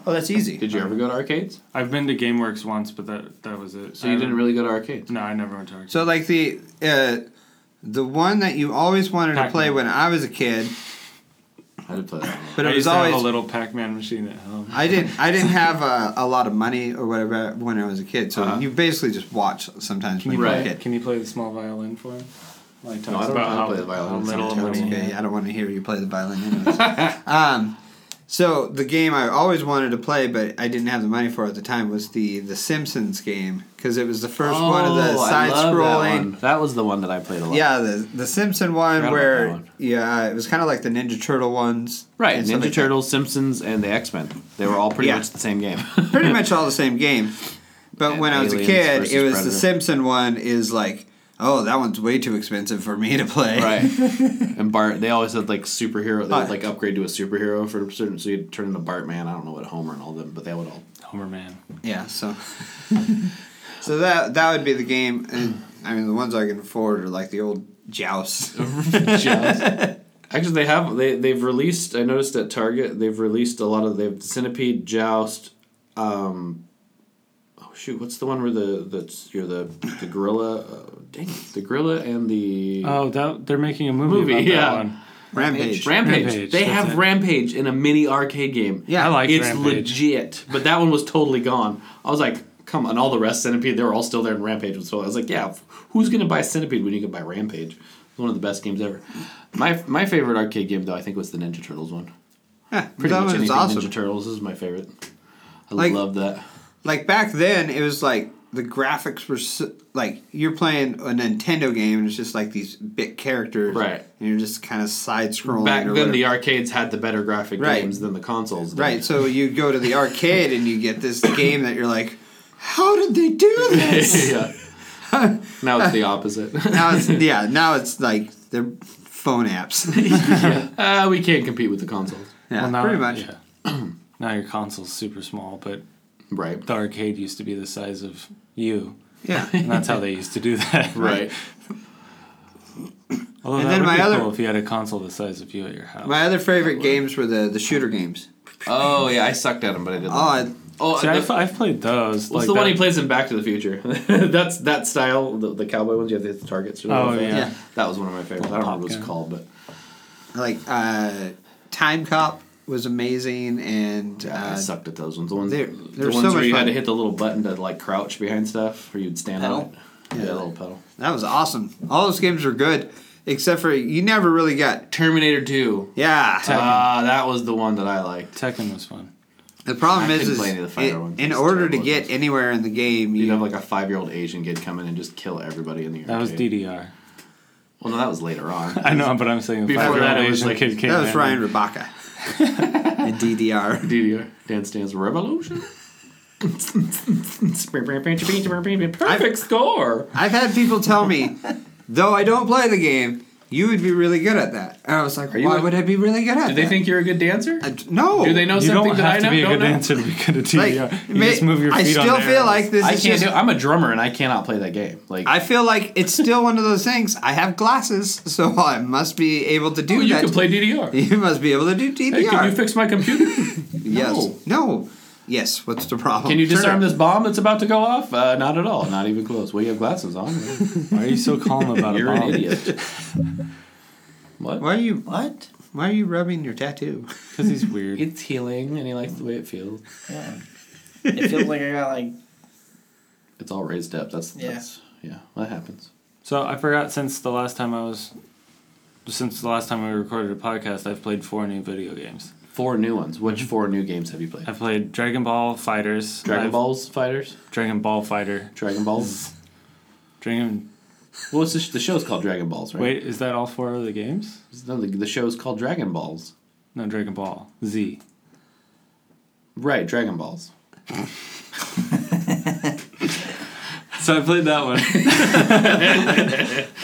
[SPEAKER 3] oh, that's easy.
[SPEAKER 5] Did you ever go to arcades?
[SPEAKER 2] I've been to GameWorks once, but that that was it.
[SPEAKER 5] So you
[SPEAKER 2] I
[SPEAKER 5] didn't
[SPEAKER 2] don't-
[SPEAKER 5] really go to arcades.
[SPEAKER 3] Mm.
[SPEAKER 2] No, I never went to arcade.
[SPEAKER 3] So like the uh, the one that you always wanted to play
[SPEAKER 2] Pac-Man.
[SPEAKER 3] when I was a kid,
[SPEAKER 5] I did play that one.
[SPEAKER 3] but
[SPEAKER 2] I
[SPEAKER 3] it was
[SPEAKER 2] used to
[SPEAKER 3] always
[SPEAKER 2] have a little Pac-Man machine at home.
[SPEAKER 3] I didn't. I didn't have a, a lot of money or whatever when I was a kid. So
[SPEAKER 5] Uh-huh.
[SPEAKER 3] you basically just watch sometimes
[SPEAKER 2] Can
[SPEAKER 3] when
[SPEAKER 2] you,
[SPEAKER 3] you're
[SPEAKER 5] Right.
[SPEAKER 3] a
[SPEAKER 2] play,
[SPEAKER 3] kid.
[SPEAKER 2] can you play the small violin for him? Like
[SPEAKER 5] I
[SPEAKER 2] talks
[SPEAKER 5] don't know
[SPEAKER 2] about
[SPEAKER 5] how to
[SPEAKER 2] how,
[SPEAKER 5] play the violin.
[SPEAKER 2] how
[SPEAKER 5] It
[SPEAKER 2] little
[SPEAKER 5] sounds
[SPEAKER 2] money.
[SPEAKER 5] terrible.
[SPEAKER 2] he
[SPEAKER 3] Okay,
[SPEAKER 2] had.
[SPEAKER 3] I don't want to hear you play the violin. Anyways. um, so the game I always wanted to play, but I didn't have the money for at the time, was the the Simpsons game because it was the first one of the
[SPEAKER 5] Oh, I
[SPEAKER 3] side
[SPEAKER 5] love That,
[SPEAKER 3] scrolling.
[SPEAKER 5] one. that was the one that I played a lot.
[SPEAKER 3] Yeah, the the Simpson one
[SPEAKER 5] about
[SPEAKER 3] where
[SPEAKER 5] that one.
[SPEAKER 3] yeah, it was kind of like the Ninja Turtle ones.
[SPEAKER 5] Right,
[SPEAKER 3] and stuff
[SPEAKER 5] Ninja
[SPEAKER 3] like that.
[SPEAKER 5] Turtles, Simpsons, and the X Men. They were all pretty
[SPEAKER 3] Yeah.
[SPEAKER 5] much the same game.
[SPEAKER 3] pretty much all the same game. But
[SPEAKER 5] And
[SPEAKER 3] when I was a
[SPEAKER 5] Aliens
[SPEAKER 3] kid,
[SPEAKER 5] versus
[SPEAKER 3] it was
[SPEAKER 5] Predator.
[SPEAKER 3] the Simpson one is like, oh, that one's way too expensive for me to play.
[SPEAKER 5] right. And Bart, they always had like superhero. They
[SPEAKER 3] Hi.
[SPEAKER 5] would like upgrade to a superhero for certain. So you'd turn into Bartman. I don't know what Homer and all them, but they would all.
[SPEAKER 2] Homer man.
[SPEAKER 3] Yeah. So, so that that would be the game. And I mean, the ones I can afford are like the old Joust.
[SPEAKER 5] Actually, they have they they've released. I noticed at Target they've released a lot of they've Centipede, Joust. Um, oh shoot, what's the one where the that's you're the the gorilla? Uh, dang it, the gorilla and the
[SPEAKER 2] Oh, that they're making a movie.
[SPEAKER 5] Movie,
[SPEAKER 2] about that
[SPEAKER 5] yeah.
[SPEAKER 2] one.
[SPEAKER 3] Rampage.
[SPEAKER 5] Rampage.
[SPEAKER 2] Rampage,
[SPEAKER 5] They
[SPEAKER 2] that's
[SPEAKER 5] have
[SPEAKER 2] it.
[SPEAKER 5] Rampage in a mini arcade game.
[SPEAKER 3] Yeah,
[SPEAKER 2] I like
[SPEAKER 5] it's
[SPEAKER 2] Rampage.
[SPEAKER 5] legit. But that one was totally gone. I was like, come on, all the rest Centipede, they were all still there in Rampage was well. I was like, yeah, who's gonna buy Centipede when you can buy Rampage? It's one of the best games ever. My my favorite arcade game though, I think was the Ninja Turtles one.
[SPEAKER 3] Yeah,
[SPEAKER 5] Pretty
[SPEAKER 3] that
[SPEAKER 5] much
[SPEAKER 3] was
[SPEAKER 5] anything
[SPEAKER 3] awesome.
[SPEAKER 5] Ninja Turtles is my favorite. I
[SPEAKER 3] Like-
[SPEAKER 5] love that.
[SPEAKER 3] Like back then, it was like the graphics were so, like you're playing a Nintendo game, and it's just like these bit characters,
[SPEAKER 5] Right.
[SPEAKER 3] And you're just kind of side scrolling.
[SPEAKER 5] Back
[SPEAKER 3] or
[SPEAKER 5] then,
[SPEAKER 3] whatever.
[SPEAKER 5] the arcades had the better graphic
[SPEAKER 3] Right.
[SPEAKER 5] games than the consoles. did.
[SPEAKER 3] Right, so you go to the arcade and you get this game that you're like, how did they do this?
[SPEAKER 5] yeah. Now it's the opposite.
[SPEAKER 3] now it's yeah, now it's like they're phone apps.
[SPEAKER 5] uh, we can't compete with the consoles.
[SPEAKER 3] Yeah,
[SPEAKER 2] Well, now-
[SPEAKER 3] pretty much.
[SPEAKER 2] yeah. now your console's super small, but
[SPEAKER 5] Right.
[SPEAKER 2] the arcade used to be the size of you,
[SPEAKER 3] Yeah.
[SPEAKER 2] and that's how they used to do that.
[SPEAKER 5] Right.
[SPEAKER 2] Although
[SPEAKER 3] And
[SPEAKER 2] that
[SPEAKER 3] then
[SPEAKER 2] would
[SPEAKER 3] my
[SPEAKER 2] be
[SPEAKER 3] other-
[SPEAKER 2] cool if you had a console the size of you at your house.
[SPEAKER 3] My other favorite games were the the shooter games.
[SPEAKER 5] Oh yeah, I sucked at him, but I did.
[SPEAKER 3] Oh, I,
[SPEAKER 5] oh,
[SPEAKER 2] See,
[SPEAKER 5] the-
[SPEAKER 2] I've, I've played those.
[SPEAKER 5] what's
[SPEAKER 2] like
[SPEAKER 5] the one
[SPEAKER 2] that-
[SPEAKER 5] he plays in Back to the Future? That's that style, the, the cowboy ones. You have to hit the targets. really
[SPEAKER 2] Oh,
[SPEAKER 5] well.
[SPEAKER 2] yeah.
[SPEAKER 3] Yeah.
[SPEAKER 5] that was one of my favorites. I don't remember what it's called, but
[SPEAKER 3] like uh, Time Cop was amazing, and
[SPEAKER 5] I
[SPEAKER 3] uh,
[SPEAKER 5] sucked at those ones. The ones,
[SPEAKER 3] they're-
[SPEAKER 5] the
[SPEAKER 3] they're
[SPEAKER 5] ones
[SPEAKER 3] so
[SPEAKER 5] where
[SPEAKER 3] much
[SPEAKER 5] you had
[SPEAKER 3] fun.
[SPEAKER 5] to hit the little button to like crouch behind stuff, or you'd stand
[SPEAKER 4] Pedal?
[SPEAKER 5] on it. Yeah, the little pedal.
[SPEAKER 3] that was awesome. All those games were good, except for you never really got.
[SPEAKER 5] Terminator Two.
[SPEAKER 3] Yeah,
[SPEAKER 5] Ah, that was the one that I liked.
[SPEAKER 2] Tekken was fun.
[SPEAKER 3] the problem
[SPEAKER 5] I
[SPEAKER 3] is,
[SPEAKER 5] couldn't
[SPEAKER 3] is
[SPEAKER 5] play any of the fire
[SPEAKER 3] in-
[SPEAKER 5] ones.
[SPEAKER 3] in
[SPEAKER 5] It's
[SPEAKER 3] order to
[SPEAKER 5] terrible.
[SPEAKER 3] get anywhere in the game,
[SPEAKER 5] You'd
[SPEAKER 3] you
[SPEAKER 5] have like a five-year-old Asian kid come in and just kill everybody in the arcade.
[SPEAKER 2] That was DDR.
[SPEAKER 5] Well, no, that was later on.
[SPEAKER 2] I know, but I'm saying
[SPEAKER 5] Before
[SPEAKER 2] before
[SPEAKER 5] that,
[SPEAKER 2] that
[SPEAKER 5] it was
[SPEAKER 2] Asian
[SPEAKER 5] like-
[SPEAKER 2] kid came
[SPEAKER 3] that was
[SPEAKER 2] in.
[SPEAKER 3] Ryan Rebecca and DDR.
[SPEAKER 5] DDR. Dance Dance Revolution.
[SPEAKER 3] I've-
[SPEAKER 5] Perfect score.
[SPEAKER 3] I've had people tell me, though I don't play the game, you would be really good at that. And I was like,
[SPEAKER 5] you
[SPEAKER 3] why
[SPEAKER 5] a-
[SPEAKER 3] would I be really good at that?
[SPEAKER 5] Do they think you're a good dancer?
[SPEAKER 3] I d- no.
[SPEAKER 5] Do they know
[SPEAKER 2] You
[SPEAKER 5] something
[SPEAKER 2] don't
[SPEAKER 5] that
[SPEAKER 2] have
[SPEAKER 5] I
[SPEAKER 2] to
[SPEAKER 5] know,
[SPEAKER 2] be a
[SPEAKER 5] don't
[SPEAKER 2] good
[SPEAKER 5] know?
[SPEAKER 2] dancer to be good at
[SPEAKER 3] Like,
[SPEAKER 2] DDR. you
[SPEAKER 3] ma-
[SPEAKER 2] just move your feet
[SPEAKER 3] I still
[SPEAKER 2] on the
[SPEAKER 3] feel
[SPEAKER 2] arrows.
[SPEAKER 3] like this
[SPEAKER 5] I
[SPEAKER 3] is
[SPEAKER 5] can't
[SPEAKER 3] just.
[SPEAKER 5] do. I'm a drummer and I cannot play that game. Like
[SPEAKER 3] I feel like it's still one of those things. I have glasses, so I must be able to do
[SPEAKER 5] oh, you
[SPEAKER 3] that.
[SPEAKER 5] can play DDR.
[SPEAKER 3] you must be able to do DDR.
[SPEAKER 5] Hey, can you fix my computer?
[SPEAKER 3] yes.
[SPEAKER 5] No.
[SPEAKER 3] No. Yes. What's the problem?
[SPEAKER 5] Can you
[SPEAKER 3] Turn
[SPEAKER 5] disarm
[SPEAKER 3] it-
[SPEAKER 5] this bomb that's about to go off? Uh, not at all. Not even close. Well, you have glasses on.
[SPEAKER 2] Why are you so calm about
[SPEAKER 5] You're
[SPEAKER 2] a bomb?
[SPEAKER 5] an idiot. what?
[SPEAKER 3] Why are you?
[SPEAKER 4] What?
[SPEAKER 3] Why are you rubbing your tattoo?
[SPEAKER 2] Because he's weird.
[SPEAKER 5] It's healing and he likes the way it feels.
[SPEAKER 4] Yeah. it feels like I got like
[SPEAKER 5] It's all raised up. That's
[SPEAKER 4] Yeah.
[SPEAKER 5] that's yeah. That happens.
[SPEAKER 2] So I forgot since the last time I was, since the last time we recorded a podcast, I've played four new video games.
[SPEAKER 5] Four new ones. Which four new games have you played?
[SPEAKER 2] I played Dragon Ball Fighters,
[SPEAKER 5] Dragon
[SPEAKER 2] I've-
[SPEAKER 5] Balls fighters.
[SPEAKER 2] Dragon Ball Fighter,
[SPEAKER 5] Dragon Balls.
[SPEAKER 2] Dragon.
[SPEAKER 5] well, it's just, the show's called Dragon Balls, right?
[SPEAKER 2] Wait, is that all four of the games?
[SPEAKER 5] No, the, the show's called Dragon Balls.
[SPEAKER 2] No, Dragon Ball Z.
[SPEAKER 5] Right, Dragon Balls.
[SPEAKER 2] So I played that one.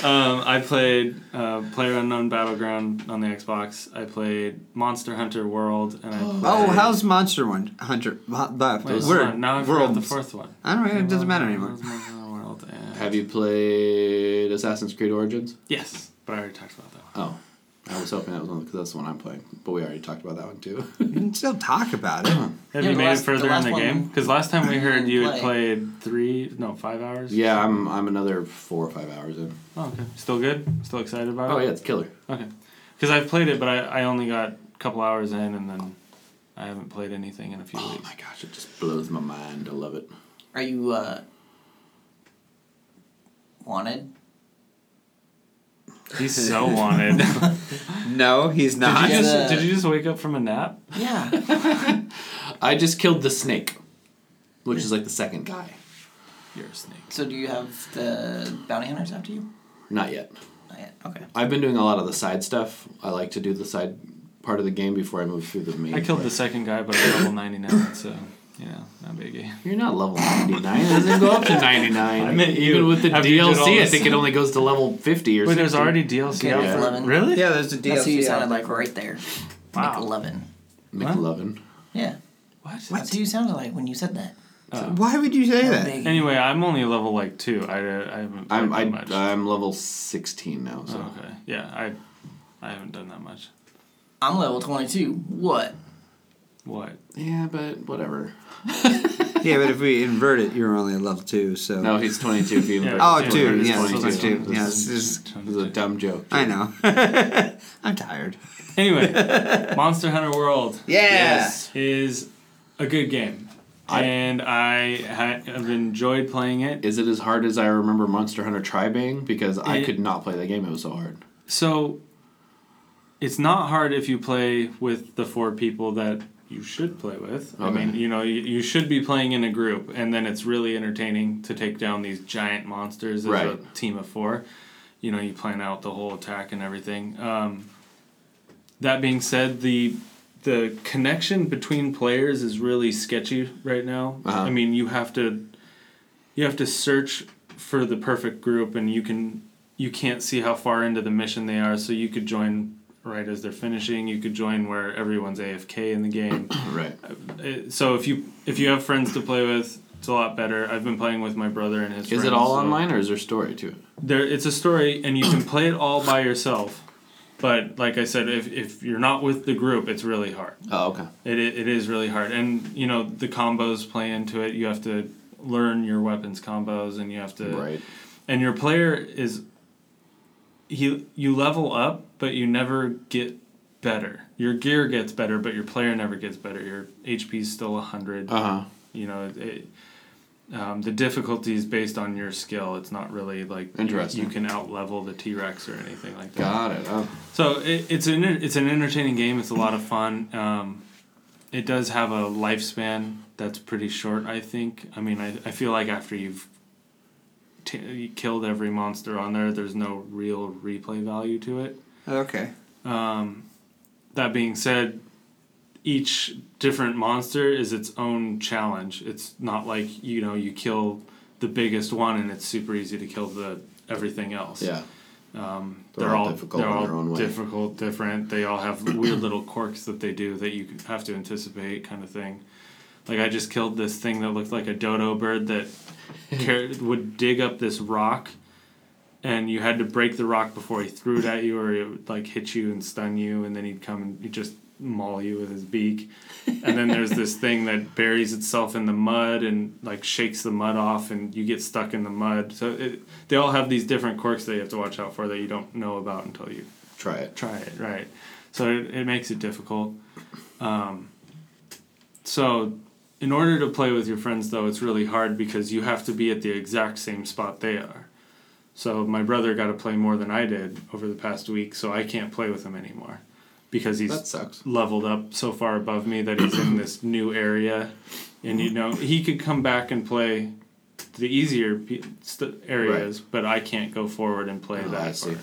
[SPEAKER 2] um, I played uh, Player Unknown Battleground on the Xbox. I played Monster Hunter World, and I played,
[SPEAKER 3] Oh, how's Monster One Hunter? Mo- the-
[SPEAKER 2] Wait, hold
[SPEAKER 3] word,
[SPEAKER 2] on, now I forgot the
[SPEAKER 3] Oh, worlds.
[SPEAKER 2] fourth one.
[SPEAKER 3] I don't know. It doesn't matter anymore.
[SPEAKER 2] Monster Hunter World, and-
[SPEAKER 5] Have you played Assassin's Creed Origins?
[SPEAKER 2] Yes, but I already talked about that. one.
[SPEAKER 5] Oh, I was hoping that was one because that's the one I'm playing. But we already talked about that one too.
[SPEAKER 3] You can still talk about it.
[SPEAKER 2] Have you
[SPEAKER 4] Yeah, the
[SPEAKER 2] made
[SPEAKER 4] last-
[SPEAKER 2] it
[SPEAKER 4] the
[SPEAKER 2] further in
[SPEAKER 4] last
[SPEAKER 2] the
[SPEAKER 4] one
[SPEAKER 2] game? Because last time we heard you had
[SPEAKER 4] play.
[SPEAKER 2] played three, no, five hours.
[SPEAKER 5] yeah, I'm I'm another four or five hours in.
[SPEAKER 2] Oh, okay. Still good. Still excited about
[SPEAKER 5] Oh
[SPEAKER 2] it.
[SPEAKER 5] yeah, it's killer.
[SPEAKER 2] Okay. Because I've played it, but I, I only got a couple hours in, and then I haven't played anything in a few
[SPEAKER 5] Oh
[SPEAKER 2] weeks.
[SPEAKER 5] my gosh, it just blows my mind. I love it.
[SPEAKER 4] Are you uh, wanted?
[SPEAKER 2] He's so wanted.
[SPEAKER 3] No, he's not.
[SPEAKER 2] Did you,
[SPEAKER 4] Yes.
[SPEAKER 2] just,
[SPEAKER 4] Uh,
[SPEAKER 2] did you just wake up from a nap?
[SPEAKER 4] Yeah.
[SPEAKER 5] I just killed the snake, which is like the second guy.
[SPEAKER 2] You're a snake.
[SPEAKER 4] so do you have the bounty hunters after you?
[SPEAKER 5] Not yet.
[SPEAKER 4] Not yet. Okay.
[SPEAKER 5] I've been doing a lot of the side stuff. I like to do the side part of the game before I move through the main.
[SPEAKER 2] I killed
[SPEAKER 5] part.
[SPEAKER 2] the second guy, but I'm level 99, so, you know, not biggie.
[SPEAKER 5] You're not level 99. It doesn't go up to 99.
[SPEAKER 2] I meant you.
[SPEAKER 5] Even with the
[SPEAKER 2] After you did all
[SPEAKER 5] DLC, I
[SPEAKER 2] this.
[SPEAKER 5] think it only goes to level 50 or
[SPEAKER 2] Wait,
[SPEAKER 5] something.
[SPEAKER 2] there's already DLC out
[SPEAKER 4] Yeah.
[SPEAKER 2] for
[SPEAKER 4] Eleven.
[SPEAKER 2] Really?
[SPEAKER 3] Yeah, there's a DLC.
[SPEAKER 4] That's who you sounded
[SPEAKER 3] out.
[SPEAKER 4] like right there.
[SPEAKER 2] Wow.
[SPEAKER 4] Nick Levin.
[SPEAKER 5] McLovin.
[SPEAKER 4] Yeah.
[SPEAKER 2] What?
[SPEAKER 4] That's who you sounded like when you said that.
[SPEAKER 3] Why would you
[SPEAKER 4] Oh,
[SPEAKER 3] say that?
[SPEAKER 4] Big.
[SPEAKER 2] Anyway, I'm only level like two. I, uh, I haven't played
[SPEAKER 5] I'm, I, uh,
[SPEAKER 2] that much.
[SPEAKER 5] I'm level 16 now, so.
[SPEAKER 2] Oh, okay. Yeah, I, I haven't done that much.
[SPEAKER 4] I'm level 22. What?
[SPEAKER 2] What?
[SPEAKER 5] Yeah, but whatever.
[SPEAKER 3] Yeah, but if we invert it, you're only a level two. So
[SPEAKER 5] No, he's 22 if you
[SPEAKER 2] Yeah.
[SPEAKER 3] Oh,
[SPEAKER 2] Yeah,
[SPEAKER 3] dude,
[SPEAKER 2] it's
[SPEAKER 3] yeah,
[SPEAKER 2] twenty-two.
[SPEAKER 3] it's twenty-two. Yeah,
[SPEAKER 5] This
[SPEAKER 3] this is-
[SPEAKER 5] This is a dumb joke.
[SPEAKER 3] I know. I'm tired.
[SPEAKER 2] Anyway, Monster Hunter World
[SPEAKER 5] Yes.
[SPEAKER 2] is a good game,
[SPEAKER 5] I-
[SPEAKER 2] and I ha- have enjoyed playing it.
[SPEAKER 5] Is it as hard as I remember Monster Hunter Tri being? Because I
[SPEAKER 2] It-
[SPEAKER 5] could not play that game. It was so hard.
[SPEAKER 2] So, it's not hard if you play with the four people that you should play with. I
[SPEAKER 5] Okay.
[SPEAKER 2] mean, you know, you, you should be playing in a group, and then it's really entertaining to take down these giant monsters as a
[SPEAKER 5] Right.
[SPEAKER 2] team of four. You know, you plan out the whole attack and everything. Um, that being said, the the connection between players is really sketchy right now.
[SPEAKER 5] Uh-huh.
[SPEAKER 2] I mean, you have to you have to search for the perfect group, and you can you can't see how far into the mission they are. So you could join right as they're finishing. You could join where everyone's AFK in the game.
[SPEAKER 5] Right.
[SPEAKER 2] Uh, so if you if you have friends to play with, it's a lot better. I've been playing with my brother and his.
[SPEAKER 5] Is it
[SPEAKER 2] friends,
[SPEAKER 5] all
[SPEAKER 2] so-
[SPEAKER 5] online or is there story to it?
[SPEAKER 2] there it's a story and you can play it all by yourself but like i said if, if you're not with the group it's really hard
[SPEAKER 5] Oh, okay.
[SPEAKER 2] it, i- it is really hard and you know the combos play into it you have to learn your weapons combos and you have to
[SPEAKER 5] Right.
[SPEAKER 2] and your player is he you level up but you never get better your gear gets better but your player never gets better your hp is still 100
[SPEAKER 5] Uh huh.
[SPEAKER 2] you know it, um, the difficulty is based on your skill it's not really like you-
[SPEAKER 5] Interesting.
[SPEAKER 2] you can out level the t-rex or anything like that
[SPEAKER 5] Got it. Oh.
[SPEAKER 2] so it, it's an it's an entertaining game it's a lot of fun um, it does have a lifespan that's pretty short i think i mean i, I feel like after you've t- you killed every monster on there there's no real replay value to it
[SPEAKER 3] Okay.
[SPEAKER 2] that being said, each different monster is its own challenge. It's not like you know you kill the biggest one and it's super easy to kill the everything else.
[SPEAKER 5] Yeah.
[SPEAKER 2] um,
[SPEAKER 5] They're
[SPEAKER 2] they're,
[SPEAKER 5] all
[SPEAKER 2] all
[SPEAKER 5] difficult
[SPEAKER 2] they're
[SPEAKER 5] in
[SPEAKER 2] all
[SPEAKER 5] their own way.
[SPEAKER 2] difficult, different. They all have weird little quirks that they do that you have to anticipate, kind of thing. Like I just killed this thing that looked like a dodo bird that car- would dig up this rock, and you had to break the rock before he threw it at you, or it would like hit you and stun you, and then he'd come and he'd just maul you with his beak. And then there's this thing that buries itself in the mud and like shakes the mud off, and you get stuck in the mud. So it, they all have these different quirks that you have to watch out for that you don't know about until you
[SPEAKER 5] Try it.
[SPEAKER 2] try it right so it, it makes it difficult um, so in order to play with your friends though it's really hard because you have to be at the exact same spot they are so my brother got to play more than i did over the past week so i can't play with him anymore because he's
[SPEAKER 5] That sucks.
[SPEAKER 2] leveled up so far above me that he's in this new area and you know he could come back and play the easier pe- st- areas but i can't go forward and play
[SPEAKER 5] Oh,
[SPEAKER 2] that
[SPEAKER 5] I see.
[SPEAKER 2] part.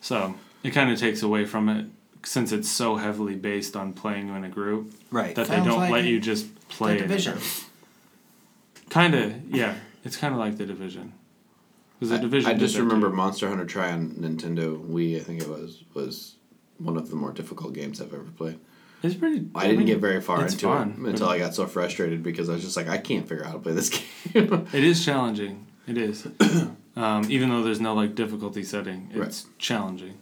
[SPEAKER 2] so it kind of takes away from it since it's so heavily based on playing in a group
[SPEAKER 3] Right.
[SPEAKER 2] that they
[SPEAKER 4] Sounds
[SPEAKER 2] don't
[SPEAKER 4] like
[SPEAKER 2] let
[SPEAKER 4] a-
[SPEAKER 2] you just play
[SPEAKER 4] The
[SPEAKER 2] it.
[SPEAKER 4] division.
[SPEAKER 2] Kind of, yeah. It's kind of like the division. Because
[SPEAKER 1] I,
[SPEAKER 2] the division.
[SPEAKER 1] I
[SPEAKER 2] did
[SPEAKER 1] just
[SPEAKER 2] that
[SPEAKER 1] remember
[SPEAKER 2] too.
[SPEAKER 1] Monster Hunter Try on Nintendo Wii. I think it was was one of the more difficult games I've ever played.
[SPEAKER 2] It's pretty.
[SPEAKER 1] I didn't
[SPEAKER 2] mean,
[SPEAKER 1] get very far
[SPEAKER 2] it's
[SPEAKER 1] into
[SPEAKER 2] fun.
[SPEAKER 1] it until I got so frustrated because I was just like, I can't figure out how to play this game.
[SPEAKER 2] It is challenging. It is. um, even though there's no like difficulty setting, it's challenging.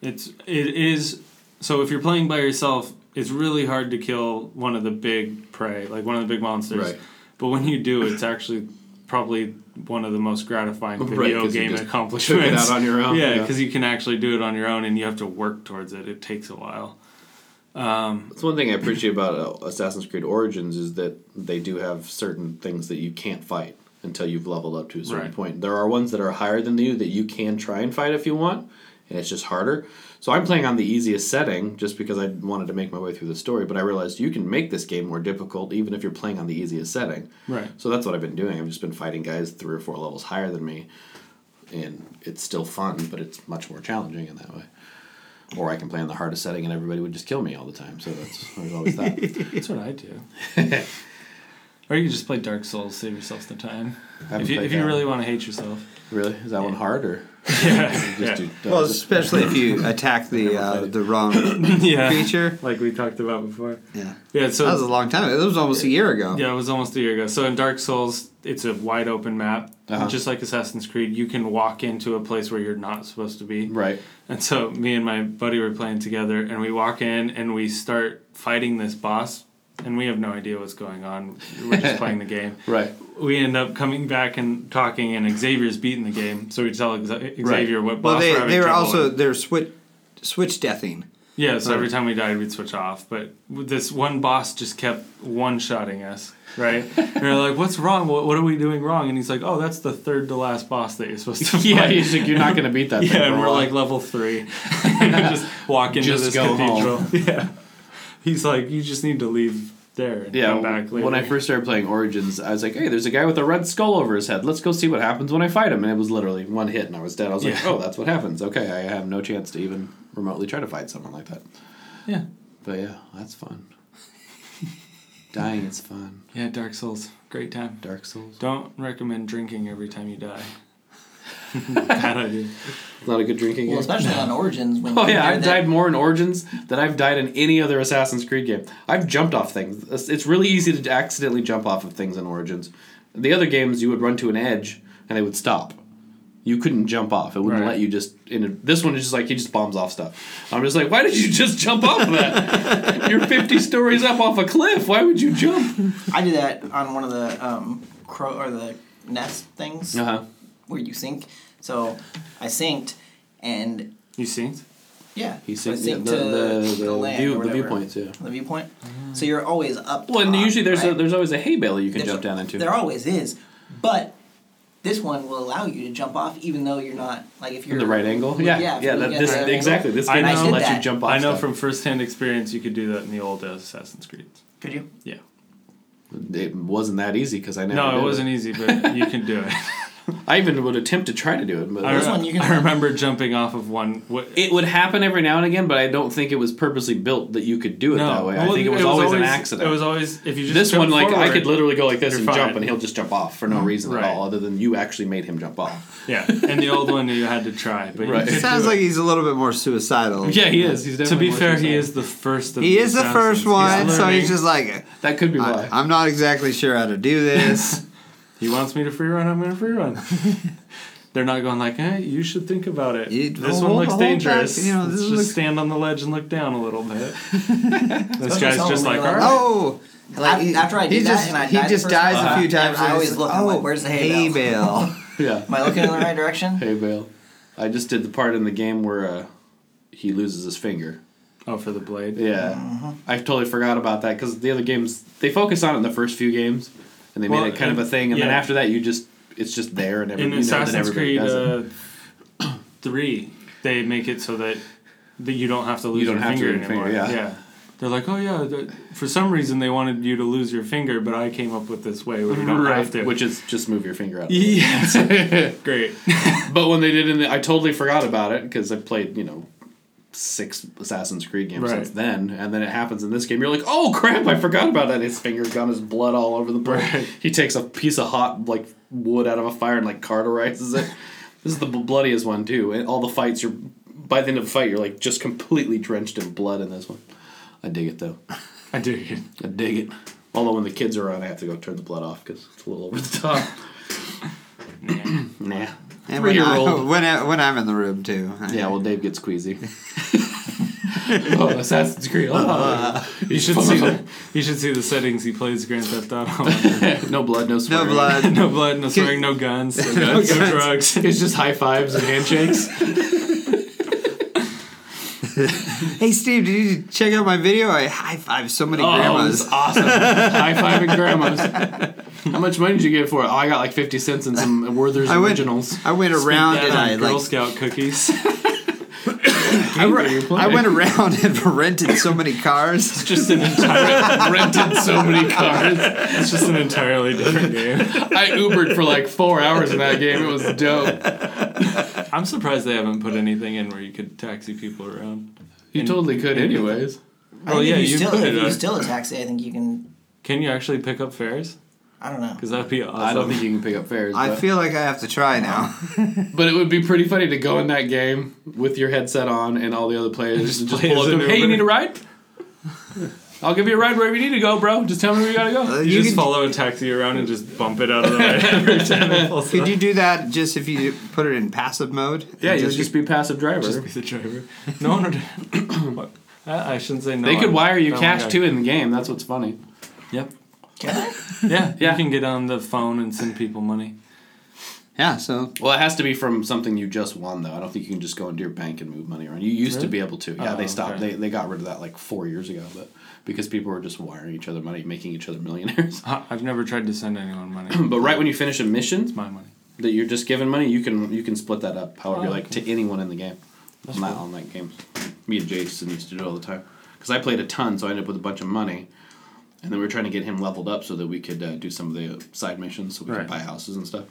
[SPEAKER 2] It's it is. So if you're playing by yourself, it's really hard to kill one of the big prey, like one of the big monsters.
[SPEAKER 1] Right.
[SPEAKER 2] But when you do, it's actually probably one of the most gratifying
[SPEAKER 1] Right,
[SPEAKER 2] video
[SPEAKER 1] 'cause you
[SPEAKER 2] game
[SPEAKER 1] just took it
[SPEAKER 2] accomplishments.
[SPEAKER 1] out on your own,
[SPEAKER 2] Yeah,
[SPEAKER 1] yeah.
[SPEAKER 2] because you can actually do it on your own, and you have to work towards it. It takes a while.
[SPEAKER 1] That's one thing I appreciate about uh, Assassin's Creed Origins is that they do have certain things that you can't fight until you've leveled up to a certain
[SPEAKER 2] Right.
[SPEAKER 1] point. There are ones that are higher than you that you can try and fight if you want, and it's just harder. So I'm playing on the easiest setting just because I wanted to make my way through the story, but I realized you can make this game more difficult even if you're playing on the easiest setting.
[SPEAKER 2] Right.
[SPEAKER 1] So that's what I've been doing. I've just been fighting guys three or four levels higher than me, and it's still fun, but it's much more challenging in that way. Or I can play on the hardest setting and everybody would just kill me all the time. So that's there's always that.
[SPEAKER 2] That's what I do. or you can just play Dark Souls, save yourself the time.
[SPEAKER 1] haven't
[SPEAKER 2] If you,
[SPEAKER 1] played
[SPEAKER 2] if you
[SPEAKER 1] that
[SPEAKER 2] really want to hate yourself.
[SPEAKER 1] really? Is that one hard or
[SPEAKER 2] Yeah.
[SPEAKER 1] just
[SPEAKER 2] yeah.
[SPEAKER 1] do
[SPEAKER 3] Well,
[SPEAKER 1] does it-
[SPEAKER 3] especially if you attack the uh, the wrong
[SPEAKER 2] yeah.
[SPEAKER 3] creature.
[SPEAKER 2] Like we talked about before.
[SPEAKER 3] Yeah,
[SPEAKER 2] Yeah,
[SPEAKER 3] that was a
[SPEAKER 2] so
[SPEAKER 3] long time. ago. It was almost a year ago.
[SPEAKER 2] yeah, it was almost a year ago. So in Dark Souls, it's a wide open map.
[SPEAKER 1] Uh-huh.
[SPEAKER 2] Just like Assassin's Creed, you can walk into a place where you're not supposed to be.
[SPEAKER 1] Right.
[SPEAKER 2] And so me and my buddy were playing together and we walk in and we start fighting this boss and we have no idea what's going on. We're just playing the game.
[SPEAKER 1] Right.
[SPEAKER 2] We end up coming back and talking and Xavier's beating the game. So we tell Xa- Xavier what boss
[SPEAKER 3] Well, they
[SPEAKER 2] we're having
[SPEAKER 3] they were
[SPEAKER 2] trouble with.
[SPEAKER 3] also they're switch switch deathing.
[SPEAKER 2] Yeah, so every time we died, we'd switch off. But this one boss just kept one shotting us, right? and we're like, what's wrong? What, what are we doing wrong? And he's like, oh, that's the third to last boss that you're supposed to
[SPEAKER 5] yeah,
[SPEAKER 2] fight.
[SPEAKER 5] he's like, you're not gonna beat that. thing
[SPEAKER 2] yeah,
[SPEAKER 5] for
[SPEAKER 2] and
[SPEAKER 5] a
[SPEAKER 2] we're
[SPEAKER 5] while.
[SPEAKER 2] like level three. just walk into
[SPEAKER 5] Just
[SPEAKER 2] this
[SPEAKER 5] go
[SPEAKER 2] cathedral.
[SPEAKER 5] home.
[SPEAKER 2] Yeah. He's like, you just need to leave there and
[SPEAKER 5] yeah.
[SPEAKER 2] come back later.
[SPEAKER 5] When I first started playing Origins, I was like, hey, there's a guy with a red skull over his head. Let's go see what happens when I fight him. And it was literally one hit, and I was dead. I was like,
[SPEAKER 2] Yeah.
[SPEAKER 5] oh, that's what happens. Okay, I have no chance to even remotely try to fight someone like that.
[SPEAKER 2] yeah.
[SPEAKER 5] But yeah, that's fun. Dying is fun.
[SPEAKER 2] Yeah, Dark Souls. Great time.
[SPEAKER 5] Dark Souls.
[SPEAKER 2] Don't recommend drinking every time you die. Bad idea.
[SPEAKER 1] It's not a good drinking
[SPEAKER 4] Well,
[SPEAKER 1] game.
[SPEAKER 4] especially on Origins when
[SPEAKER 5] Oh
[SPEAKER 4] you
[SPEAKER 5] yeah,
[SPEAKER 4] hear
[SPEAKER 5] I've
[SPEAKER 4] that-
[SPEAKER 5] died more in Origins than I've died in any other Assassin's Creed game. I've jumped off things. It's- It's really easy to accidentally jump off of things in Origins. The other games, you would run to an edge and they would stop. You couldn't jump off. It wouldn't
[SPEAKER 2] Right.
[SPEAKER 5] let you just. In a, this one is just like he just bombs off stuff. I'm just like, why did you just jump off of that? You're 50 stories up off a cliff. Why would you jump?
[SPEAKER 4] I did that on one of the um, crow or the nest things
[SPEAKER 5] Uh huh.
[SPEAKER 4] where you sink. So I sinked, and
[SPEAKER 2] You synced?
[SPEAKER 4] yeah,
[SPEAKER 5] He
[SPEAKER 4] so I
[SPEAKER 5] synced, yeah,
[SPEAKER 4] synced
[SPEAKER 5] the-
[SPEAKER 4] to
[SPEAKER 5] the- the
[SPEAKER 4] land
[SPEAKER 5] view-
[SPEAKER 4] or
[SPEAKER 5] the
[SPEAKER 4] whatever.
[SPEAKER 5] viewpoints, yeah.
[SPEAKER 4] the viewpoint. So you're always up.
[SPEAKER 5] Well, and
[SPEAKER 4] top,
[SPEAKER 5] usually there's a,
[SPEAKER 4] right?
[SPEAKER 5] there's always a hay bale you can
[SPEAKER 4] There's-
[SPEAKER 5] jump down into.
[SPEAKER 4] There always is, but this one will allow you to jump off even though you're not like if you're
[SPEAKER 5] the right angle.
[SPEAKER 4] Yeah,
[SPEAKER 5] Yeah,
[SPEAKER 4] if
[SPEAKER 5] yeah.
[SPEAKER 4] you
[SPEAKER 5] that,
[SPEAKER 4] get
[SPEAKER 5] this
[SPEAKER 4] the right
[SPEAKER 5] exactly.
[SPEAKER 4] angle.
[SPEAKER 5] This
[SPEAKER 2] I
[SPEAKER 5] game
[SPEAKER 2] know.
[SPEAKER 5] doesn't let
[SPEAKER 4] I did
[SPEAKER 5] you
[SPEAKER 4] that.
[SPEAKER 5] jump off.
[SPEAKER 2] I know
[SPEAKER 5] stuff.
[SPEAKER 2] from firsthand experience you could do that in the old Assassin's Creed.
[SPEAKER 4] Could you?
[SPEAKER 2] Yeah.
[SPEAKER 5] it wasn't that easy because I never.
[SPEAKER 2] No,
[SPEAKER 5] did
[SPEAKER 2] it wasn't easy, but you can do it.
[SPEAKER 5] I even would attempt to try to do it, but
[SPEAKER 2] I,
[SPEAKER 4] This
[SPEAKER 2] re-
[SPEAKER 4] one you can-
[SPEAKER 2] I remember jumping off of one. What,
[SPEAKER 5] it would happen every now and again. But I don't think it was purposely built that you could do it that way. I
[SPEAKER 2] well,
[SPEAKER 5] think it was, always, an accident.
[SPEAKER 2] It was always if you just
[SPEAKER 5] this
[SPEAKER 2] jump
[SPEAKER 5] one, like I
[SPEAKER 2] forward-
[SPEAKER 5] could literally go like this
[SPEAKER 2] you're
[SPEAKER 5] and
[SPEAKER 2] fine. Mm-hmm.
[SPEAKER 5] jump, and he'll just jump off for no reason
[SPEAKER 2] Right.
[SPEAKER 5] at all, other than you actually made him jump off.
[SPEAKER 2] Yeah, and the old one you had to try, but
[SPEAKER 5] Right.
[SPEAKER 2] you could
[SPEAKER 5] It
[SPEAKER 3] Sounds
[SPEAKER 2] do it.
[SPEAKER 3] like he's a little bit more suicidal.
[SPEAKER 5] Yeah, he is. He's
[SPEAKER 2] To
[SPEAKER 5] definitely
[SPEAKER 2] be
[SPEAKER 5] more
[SPEAKER 2] fair, he
[SPEAKER 5] suicidal.
[SPEAKER 2] is the first. Of
[SPEAKER 3] He
[SPEAKER 2] the
[SPEAKER 3] is the
[SPEAKER 2] assassins.
[SPEAKER 3] first one, so
[SPEAKER 2] learning.
[SPEAKER 3] he's just like,
[SPEAKER 5] That could be why.
[SPEAKER 3] I, I'm not exactly sure how to do this.
[SPEAKER 2] He wants me to free run. I'm gonna free run. They're not going like, eh, you should think about it.
[SPEAKER 3] You-
[SPEAKER 2] this
[SPEAKER 3] hold-
[SPEAKER 2] one
[SPEAKER 3] hold
[SPEAKER 2] looks
[SPEAKER 3] back,
[SPEAKER 2] dangerous.
[SPEAKER 3] you know,
[SPEAKER 2] Let's
[SPEAKER 3] this
[SPEAKER 2] just
[SPEAKER 3] looks-
[SPEAKER 2] stand on the ledge and look down a little bit. this guy's
[SPEAKER 4] someone
[SPEAKER 2] just
[SPEAKER 4] when
[SPEAKER 2] like,
[SPEAKER 4] you're
[SPEAKER 2] all
[SPEAKER 4] like,
[SPEAKER 2] right.
[SPEAKER 3] oh,
[SPEAKER 4] Af- after I
[SPEAKER 3] he
[SPEAKER 4] do that
[SPEAKER 3] just
[SPEAKER 4] and I
[SPEAKER 3] he
[SPEAKER 4] die the
[SPEAKER 3] just
[SPEAKER 4] first
[SPEAKER 3] dies
[SPEAKER 4] time,
[SPEAKER 3] a few
[SPEAKER 4] I-
[SPEAKER 3] times.
[SPEAKER 4] I
[SPEAKER 3] and
[SPEAKER 4] always
[SPEAKER 3] it's
[SPEAKER 4] look,
[SPEAKER 3] like,
[SPEAKER 4] I'm like,
[SPEAKER 3] "Oh,
[SPEAKER 4] where's the hay
[SPEAKER 3] hay
[SPEAKER 4] bale?"
[SPEAKER 3] bale?
[SPEAKER 5] yeah.
[SPEAKER 4] Am I looking in the right direction?
[SPEAKER 5] Hey, Bale. I just did the part in the game where uh, he loses his finger.
[SPEAKER 2] oh, for the blade.
[SPEAKER 5] Yeah, I totally forgot about that because the other games they focus on it in the first few games, and they
[SPEAKER 2] Well,
[SPEAKER 5] made it kind of
[SPEAKER 2] and-
[SPEAKER 5] a thing, and then
[SPEAKER 2] yeah.
[SPEAKER 5] after that you just it's just there and
[SPEAKER 2] in
[SPEAKER 5] everything.
[SPEAKER 2] Assassin's
[SPEAKER 5] everybody
[SPEAKER 2] Creed
[SPEAKER 5] does it.
[SPEAKER 2] uh, three, they make it so that that you don't have to lose
[SPEAKER 5] don't
[SPEAKER 2] your
[SPEAKER 5] have to
[SPEAKER 2] finger
[SPEAKER 5] lose your
[SPEAKER 2] anymore.
[SPEAKER 5] finger, yeah.
[SPEAKER 2] They're like, oh yeah. th- For some reason, they wanted you to lose your finger, but I came up with this way where you don't have to.
[SPEAKER 5] Which is just move your finger out.
[SPEAKER 2] yes, great.
[SPEAKER 5] But when they did it, in the, I totally forgot about it because I played you know six Assassin's Creed games
[SPEAKER 2] Right.
[SPEAKER 5] since then, and then it happens in this game. You're like, oh crap, I forgot about that. His finger's got his blood all over the place. He takes a piece of hot like wood out of a fire and like carterizes it. this is the bl- bloodiest one too. And all the fights, you're by the end of the fight, you're like just completely drenched in blood in this one. I dig it though.
[SPEAKER 2] I do.
[SPEAKER 5] I dig it. Although when the kids are on, I have to go turn the blood off because it's a little over the top. nah.
[SPEAKER 3] And when, I,
[SPEAKER 5] Three-year-old.
[SPEAKER 3] when, I, when I'm in the room too. I-
[SPEAKER 5] Yeah, well, Dave gets queasy. oh, Assassin's Creed. Oh.
[SPEAKER 2] You should see the you should see the settings he plays Grand Theft Auto.
[SPEAKER 5] no blood, no
[SPEAKER 3] no
[SPEAKER 5] swearing.
[SPEAKER 3] blood.
[SPEAKER 2] no blood, no swearing, no guns, no, guns, no drugs.
[SPEAKER 5] It's just high fives and handshakes.
[SPEAKER 3] Hey Steve, did you check out my video? I high five so many
[SPEAKER 5] oh,
[SPEAKER 3] grandmas.
[SPEAKER 5] it's awesome. high fiving grandmas. How much money did you get for it? Oh, I got like 50 cents and some Werther's
[SPEAKER 3] I went.
[SPEAKER 5] originals.
[SPEAKER 3] I went around
[SPEAKER 2] That
[SPEAKER 3] and I
[SPEAKER 2] on Girl
[SPEAKER 3] like.
[SPEAKER 2] Scout cookies.
[SPEAKER 3] I, re- I went around and rented so many cars.
[SPEAKER 2] just an entire,
[SPEAKER 5] rented so many cars.
[SPEAKER 2] it's just an entirely different game.
[SPEAKER 5] I Ubered for like four hours in that game. It was dope.
[SPEAKER 2] I'm surprised they haven't put anything in where you could taxi people around.
[SPEAKER 5] You totally could, anyways.
[SPEAKER 4] I
[SPEAKER 5] Oh,
[SPEAKER 2] Well,
[SPEAKER 4] think
[SPEAKER 2] yeah,
[SPEAKER 4] if
[SPEAKER 2] you
[SPEAKER 4] still,
[SPEAKER 2] could,
[SPEAKER 4] If you
[SPEAKER 2] uh,
[SPEAKER 4] still a taxi, I think you can.
[SPEAKER 2] Can you actually pick up fares?
[SPEAKER 4] I don't know.
[SPEAKER 2] Because that'd be awesome.
[SPEAKER 5] I don't think you can pick up fares.
[SPEAKER 3] I
[SPEAKER 5] but-
[SPEAKER 3] feel like I have to try now.
[SPEAKER 5] But it would be pretty funny to go in that game with your headset on and all the other players just, just
[SPEAKER 2] play
[SPEAKER 5] pull up
[SPEAKER 2] as
[SPEAKER 5] to
[SPEAKER 2] an
[SPEAKER 5] them. Hey, you
[SPEAKER 2] Uber."
[SPEAKER 5] need a ride? I'll give you a ride wherever you need to go, bro. Just tell me where you gotta go.
[SPEAKER 3] Uh,
[SPEAKER 2] you,
[SPEAKER 3] you
[SPEAKER 2] just
[SPEAKER 3] could-
[SPEAKER 2] follow a taxi around and just bump it out of the way every time it pulls
[SPEAKER 3] Could
[SPEAKER 2] up.
[SPEAKER 3] you do that just if you put it in passive mode?
[SPEAKER 5] Yeah,
[SPEAKER 3] And
[SPEAKER 5] you'll just be passive driver.
[SPEAKER 2] Just be the driver. No one would. What? I I shouldn't say no.
[SPEAKER 5] they could
[SPEAKER 2] I'm-
[SPEAKER 5] wire you
[SPEAKER 2] oh my
[SPEAKER 5] cash
[SPEAKER 2] God.
[SPEAKER 5] too in the game. That's what's funny.
[SPEAKER 2] Yep.
[SPEAKER 4] Can I?
[SPEAKER 2] Yeah,
[SPEAKER 5] Yeah.
[SPEAKER 2] you can get on the phone and send people money.
[SPEAKER 3] yeah. So
[SPEAKER 5] Well, it has to be from something you just won, though. I don't think you can just go into your bank and move money around. You used to be able to. Yeah,
[SPEAKER 2] Oh,
[SPEAKER 5] they stopped.
[SPEAKER 2] okay.
[SPEAKER 5] They, they got rid of that like four years ago, but because people were just wiring each other money, making each other millionaires.
[SPEAKER 2] I- I've never tried to send anyone money.
[SPEAKER 5] but right when you finish a mission,
[SPEAKER 2] It's my money.
[SPEAKER 5] that you're just giving money, you can you can split that up however you
[SPEAKER 2] Oh,
[SPEAKER 5] like to anyone in the game. I'm not on that game. Me and Jason used to do it all the time because I played a ton, so I ended up with a bunch of money, and then we were trying to get him leveled up so that we could uh, do some of the side missions, so we
[SPEAKER 2] Right.
[SPEAKER 5] could buy houses and stuff,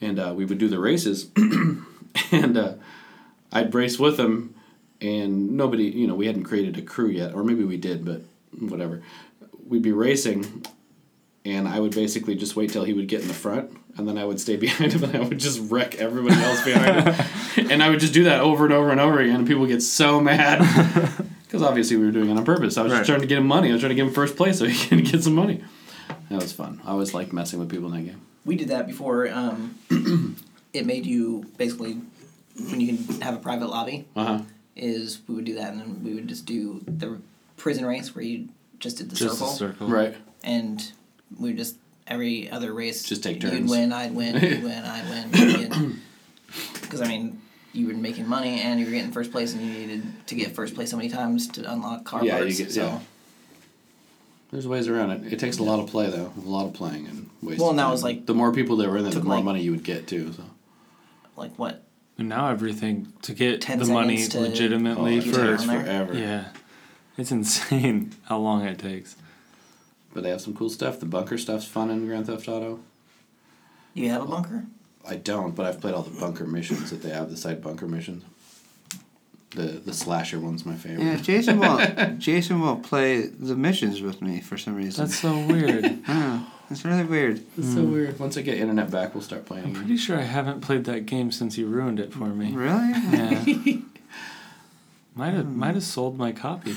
[SPEAKER 5] and uh, we would do the races, and uh, I'd race with him, and nobody, you know, we hadn't created a crew yet, or maybe we did, but whatever. We'd be racing, and I would basically just wait till he would get in the front, and then I would stay behind him, and I would just wreck everybody else behind him. And I would just do that over and over and over again, and people would get so mad because obviously we were doing it on purpose. I was
[SPEAKER 2] Right.
[SPEAKER 5] just trying to get him money. I was trying to give him first place so he can get some money. That was fun. I always liked messing with people in that game.
[SPEAKER 4] We did that before. Um, it made you basically when you can have a private lobby.
[SPEAKER 5] Uh huh.
[SPEAKER 4] Is we would do that, and then we would just do the prison race where you just did the
[SPEAKER 2] Just
[SPEAKER 4] circle,
[SPEAKER 2] a circle.
[SPEAKER 5] Right.
[SPEAKER 4] and we would just every other race
[SPEAKER 5] Just take
[SPEAKER 4] You'd
[SPEAKER 5] turns.
[SPEAKER 4] win, I'd win, you'd win, I'd win. Because I mean, you were making money and you were getting first place, and you needed to get first place so many times to unlock car
[SPEAKER 5] Yeah, you
[SPEAKER 4] parts.
[SPEAKER 5] get-
[SPEAKER 4] so.
[SPEAKER 5] yeah. There's ways around it. It takes a lot of play though, a lot of playing and ways.
[SPEAKER 4] Well,
[SPEAKER 5] of
[SPEAKER 4] and that
[SPEAKER 5] time.
[SPEAKER 4] was, like,
[SPEAKER 5] the more people that were in there, the
[SPEAKER 4] took,
[SPEAKER 5] more
[SPEAKER 4] like-
[SPEAKER 5] money you would get too. So
[SPEAKER 4] like what?
[SPEAKER 2] And now everything to get
[SPEAKER 4] 10
[SPEAKER 2] the money
[SPEAKER 4] seconds to
[SPEAKER 2] legitimately
[SPEAKER 4] Oh,
[SPEAKER 5] it
[SPEAKER 4] you
[SPEAKER 2] for
[SPEAKER 4] turn on
[SPEAKER 5] takes
[SPEAKER 4] there.
[SPEAKER 5] forever.
[SPEAKER 2] yeah, it's insane how long it takes.
[SPEAKER 5] But they have some cool stuff. The bunker stuff's fun in Grand Theft Auto.
[SPEAKER 4] You have a bunker?
[SPEAKER 5] I don't, but I've played all the bunker missions that they have. The side bunker missions. The the slasher one's my favorite.
[SPEAKER 3] yeah, Jason will Jason will play the missions with me for some reason.
[SPEAKER 2] That's so weird.
[SPEAKER 3] I don't know. That's really weird.
[SPEAKER 5] It's so weird. Once I get internet back, we'll start playing.
[SPEAKER 2] I'm
[SPEAKER 5] again.
[SPEAKER 2] pretty sure I haven't played that game since you ruined it for me.
[SPEAKER 3] Really?
[SPEAKER 2] Yeah. might have might have sold my copy.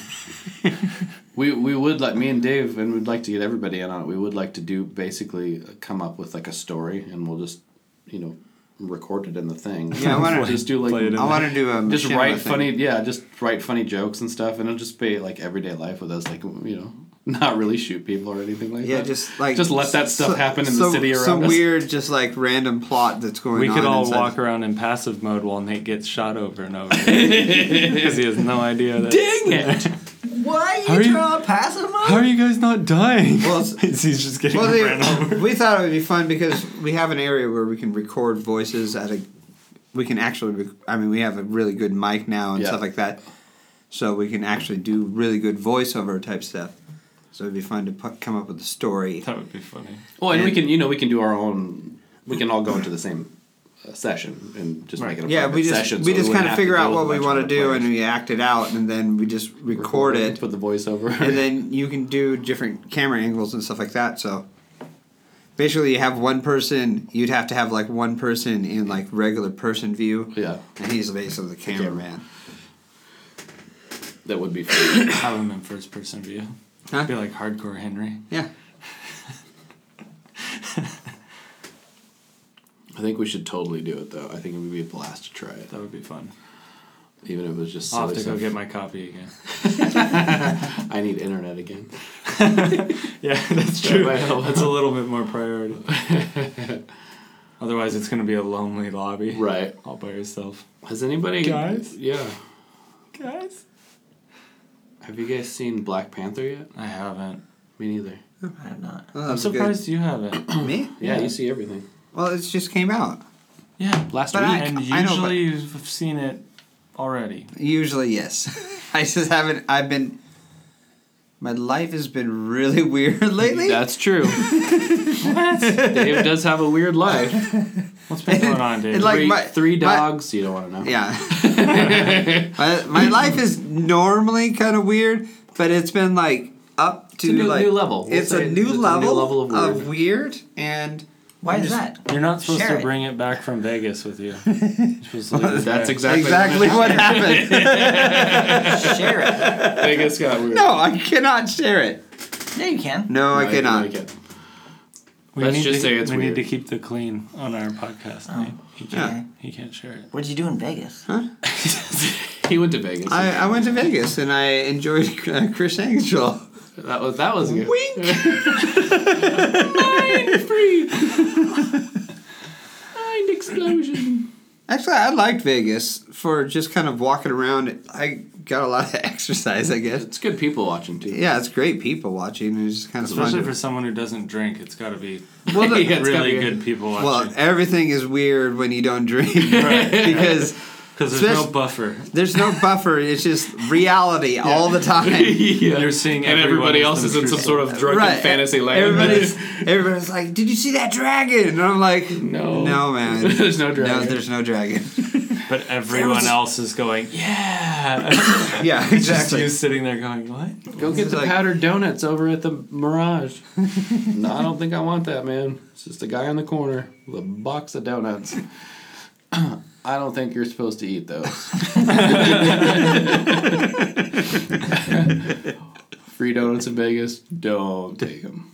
[SPEAKER 5] We we would like me and Dave, and we'd like to get everybody in on it. We would like to do basically uh, come up with like a story, and we'll just you know record it in the thing.
[SPEAKER 3] Yeah, I wanna-
[SPEAKER 5] just do like
[SPEAKER 2] Play it in
[SPEAKER 3] I want to do a
[SPEAKER 5] just
[SPEAKER 3] machinima
[SPEAKER 5] write
[SPEAKER 3] thing.
[SPEAKER 5] funny yeah just write funny jokes and stuff and it'll just be like everyday life with us like you know not really shoot people or anything like
[SPEAKER 3] Yeah,
[SPEAKER 5] that
[SPEAKER 3] just like
[SPEAKER 5] just let that stuff
[SPEAKER 3] so-
[SPEAKER 5] happen in
[SPEAKER 3] so-
[SPEAKER 5] the city around
[SPEAKER 3] Some
[SPEAKER 5] us
[SPEAKER 3] weird, just like random plot that's going.
[SPEAKER 2] We
[SPEAKER 3] on
[SPEAKER 2] could all
[SPEAKER 3] inside-
[SPEAKER 2] walk around in passive mode while Nate gets shot over and over because he has no idea. That
[SPEAKER 5] dang it
[SPEAKER 4] Why
[SPEAKER 2] How are you-
[SPEAKER 4] a passive
[SPEAKER 2] How are you guys not dying?
[SPEAKER 3] Well,
[SPEAKER 2] he's just getting
[SPEAKER 3] Well,
[SPEAKER 2] ran over.
[SPEAKER 3] they, we thought it would be fun because we have an area where we can record voices at a. We can actually. Rec- I mean, we have a really good mic now and
[SPEAKER 5] Yeah.
[SPEAKER 3] stuff like that, so we can actually do really good voiceover type stuff. So it'd be fun to put, come up with a story.
[SPEAKER 2] That would be funny.
[SPEAKER 5] well and we
[SPEAKER 3] And-
[SPEAKER 5] can you know we can do our own we can all go into the same a session and just
[SPEAKER 2] Right.
[SPEAKER 5] make it a
[SPEAKER 3] yeah,
[SPEAKER 5] private
[SPEAKER 3] we just
[SPEAKER 5] session.
[SPEAKER 3] we just kind of figure out what we
[SPEAKER 5] want to
[SPEAKER 3] do and we act it out, and then we just record it,
[SPEAKER 5] Put the voice over.
[SPEAKER 3] and then you can do different camera angles and stuff like that. So basically, you have one person. You'd have to have like one person in like regular person view,
[SPEAKER 5] yeah,
[SPEAKER 3] and he's basically the cameraman.
[SPEAKER 5] that would be. Fun.
[SPEAKER 2] Have him in first person view.
[SPEAKER 3] Huh?
[SPEAKER 2] Be like hardcore Henry.
[SPEAKER 3] Yeah.
[SPEAKER 5] I think we should totally do it though. I think it would be a blast to try it,
[SPEAKER 2] That would be fun.
[SPEAKER 5] even if it was just.
[SPEAKER 2] I'll have
[SPEAKER 5] Silly
[SPEAKER 2] to go
[SPEAKER 5] stuff.
[SPEAKER 2] get my copy again.
[SPEAKER 5] I need internet again.
[SPEAKER 2] Yeah, that's true. That's a little bit more priority. Otherwise, it's going to be a lonely lobby.
[SPEAKER 5] Right.
[SPEAKER 2] All by yourself.
[SPEAKER 5] Has anybody?
[SPEAKER 2] Guys?
[SPEAKER 5] Yeah.
[SPEAKER 2] Guys?
[SPEAKER 5] Have you guys seen Black Panther yet?
[SPEAKER 2] I haven't.
[SPEAKER 5] Me neither.
[SPEAKER 4] I have not.
[SPEAKER 3] Well,
[SPEAKER 2] I'm
[SPEAKER 3] that was good.
[SPEAKER 2] surprised you haven't.
[SPEAKER 3] Me?
[SPEAKER 5] Yeah,
[SPEAKER 2] Yeah.
[SPEAKER 5] you see everything.
[SPEAKER 3] Well, it just came out.
[SPEAKER 2] Yeah.
[SPEAKER 5] Last
[SPEAKER 3] But
[SPEAKER 5] week.
[SPEAKER 3] I-
[SPEAKER 2] and usually
[SPEAKER 3] know, but-
[SPEAKER 2] you've seen it already.
[SPEAKER 3] Usually, yes. I just haven't. I've been. My life has been really weird lately.
[SPEAKER 5] That's true. Dave does have a weird life.
[SPEAKER 2] What's been going on, Dave?
[SPEAKER 3] It like
[SPEAKER 5] three,
[SPEAKER 3] my-
[SPEAKER 5] three
[SPEAKER 3] my-
[SPEAKER 5] dogs. you don't want to know.
[SPEAKER 3] Yeah. my, my life is normally kind of weird, but it's been like up to
[SPEAKER 5] a new-
[SPEAKER 3] like
[SPEAKER 5] new level. We'll
[SPEAKER 3] it's
[SPEAKER 5] say
[SPEAKER 3] a
[SPEAKER 5] it's
[SPEAKER 3] new
[SPEAKER 5] a new
[SPEAKER 3] level,
[SPEAKER 5] level
[SPEAKER 3] of,
[SPEAKER 5] of
[SPEAKER 3] weird. and
[SPEAKER 4] Why is that?
[SPEAKER 2] You're not supposed
[SPEAKER 4] Share
[SPEAKER 2] to
[SPEAKER 4] it.
[SPEAKER 2] bring it back from Vegas with you. You're supposed to leave it
[SPEAKER 5] That's
[SPEAKER 2] there.
[SPEAKER 5] exactly,
[SPEAKER 3] exactly what happened.
[SPEAKER 4] Share it.
[SPEAKER 5] Vegas got weird.
[SPEAKER 3] no, I cannot share it.
[SPEAKER 4] Yeah, you can.
[SPEAKER 3] No, I
[SPEAKER 5] I
[SPEAKER 3] cannot.
[SPEAKER 5] like it.
[SPEAKER 2] We
[SPEAKER 5] Let's
[SPEAKER 2] need
[SPEAKER 5] just
[SPEAKER 2] to,
[SPEAKER 5] say it's
[SPEAKER 2] we
[SPEAKER 5] weird.
[SPEAKER 2] need to keep the clean on our podcast. Nate. He can't.
[SPEAKER 3] Yeah.
[SPEAKER 2] He can't share it.
[SPEAKER 4] What'd you do in Vegas?
[SPEAKER 5] He went to Vegas.
[SPEAKER 3] I, I went to Vegas and I enjoyed uh, Chris Angel.
[SPEAKER 5] that was that was good.
[SPEAKER 3] Wink.
[SPEAKER 5] Mind explosion.
[SPEAKER 3] Actually, I liked Vegas for just kind of walking around. I got a lot of exercise, I guess.
[SPEAKER 5] It's good people watching too.
[SPEAKER 3] Yeah, it's great people watching. It's just kind of
[SPEAKER 2] Especially
[SPEAKER 3] fun.
[SPEAKER 2] for
[SPEAKER 3] to-
[SPEAKER 2] someone who doesn't drink, it's got to be
[SPEAKER 3] well, the-
[SPEAKER 5] Yeah, it's gotta
[SPEAKER 2] really
[SPEAKER 5] be-
[SPEAKER 2] good people
[SPEAKER 3] Well,
[SPEAKER 2] watching.
[SPEAKER 3] everything is weird when you don't drink because
[SPEAKER 2] Because there's no
[SPEAKER 3] especially-
[SPEAKER 2] buffer.
[SPEAKER 3] there's no buffer. It's just reality all the time.
[SPEAKER 5] Yeah.
[SPEAKER 2] You're seeing
[SPEAKER 5] and
[SPEAKER 2] everyone
[SPEAKER 5] everybody
[SPEAKER 2] as
[SPEAKER 5] else
[SPEAKER 2] the
[SPEAKER 5] is in some
[SPEAKER 2] intruder.
[SPEAKER 5] sort of drunken
[SPEAKER 3] right.
[SPEAKER 5] fantasy land.
[SPEAKER 3] Everybody's everybody's like, "Did you see that dragon?" And I'm like,
[SPEAKER 5] No.
[SPEAKER 3] no, man,
[SPEAKER 5] There's no
[SPEAKER 3] No,
[SPEAKER 5] dragon."
[SPEAKER 3] there's no dragon."
[SPEAKER 2] But everyone else is going, yeah.
[SPEAKER 3] yeah,
[SPEAKER 2] Just
[SPEAKER 3] exactly.
[SPEAKER 2] you sitting there going, what?
[SPEAKER 5] Go get the
[SPEAKER 3] like-
[SPEAKER 5] powdered donuts over at the Mirage. no, I don't think I want that, man. It's just a guy in the corner with a box of donuts. I don't think you're supposed to eat those. Free donuts in Vegas? Don't take them.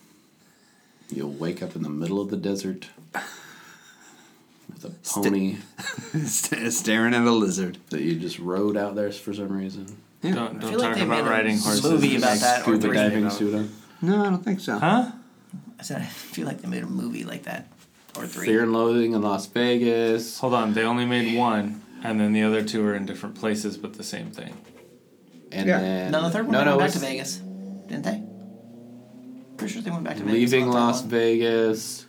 [SPEAKER 5] You'll wake up in the middle of the desert with a pony
[SPEAKER 3] St- Staring at a lizard.
[SPEAKER 5] that you just rode out there for some reason.
[SPEAKER 2] Don't,
[SPEAKER 4] I
[SPEAKER 2] don't
[SPEAKER 4] feel like
[SPEAKER 2] talk
[SPEAKER 4] they
[SPEAKER 2] about
[SPEAKER 4] made a
[SPEAKER 2] riding horses.
[SPEAKER 4] movie about that or
[SPEAKER 5] Scuba
[SPEAKER 4] three.
[SPEAKER 5] diving suit on.
[SPEAKER 3] No, I don't think so.
[SPEAKER 2] Huh?
[SPEAKER 4] I said I feel like they made a movie like that or three.
[SPEAKER 5] Fear and Loathing in Las Vegas.
[SPEAKER 2] Hold on, they only made one, and then the other two are in different places, but the same thing.
[SPEAKER 5] And
[SPEAKER 3] Yeah.
[SPEAKER 5] then
[SPEAKER 4] No, the third one they
[SPEAKER 5] no,
[SPEAKER 4] went back
[SPEAKER 5] it's
[SPEAKER 4] to Vegas, didn't they? Pretty sure they went back to Vegas.
[SPEAKER 5] Leaving
[SPEAKER 4] on the third
[SPEAKER 5] Las
[SPEAKER 4] one.
[SPEAKER 5] Vegas.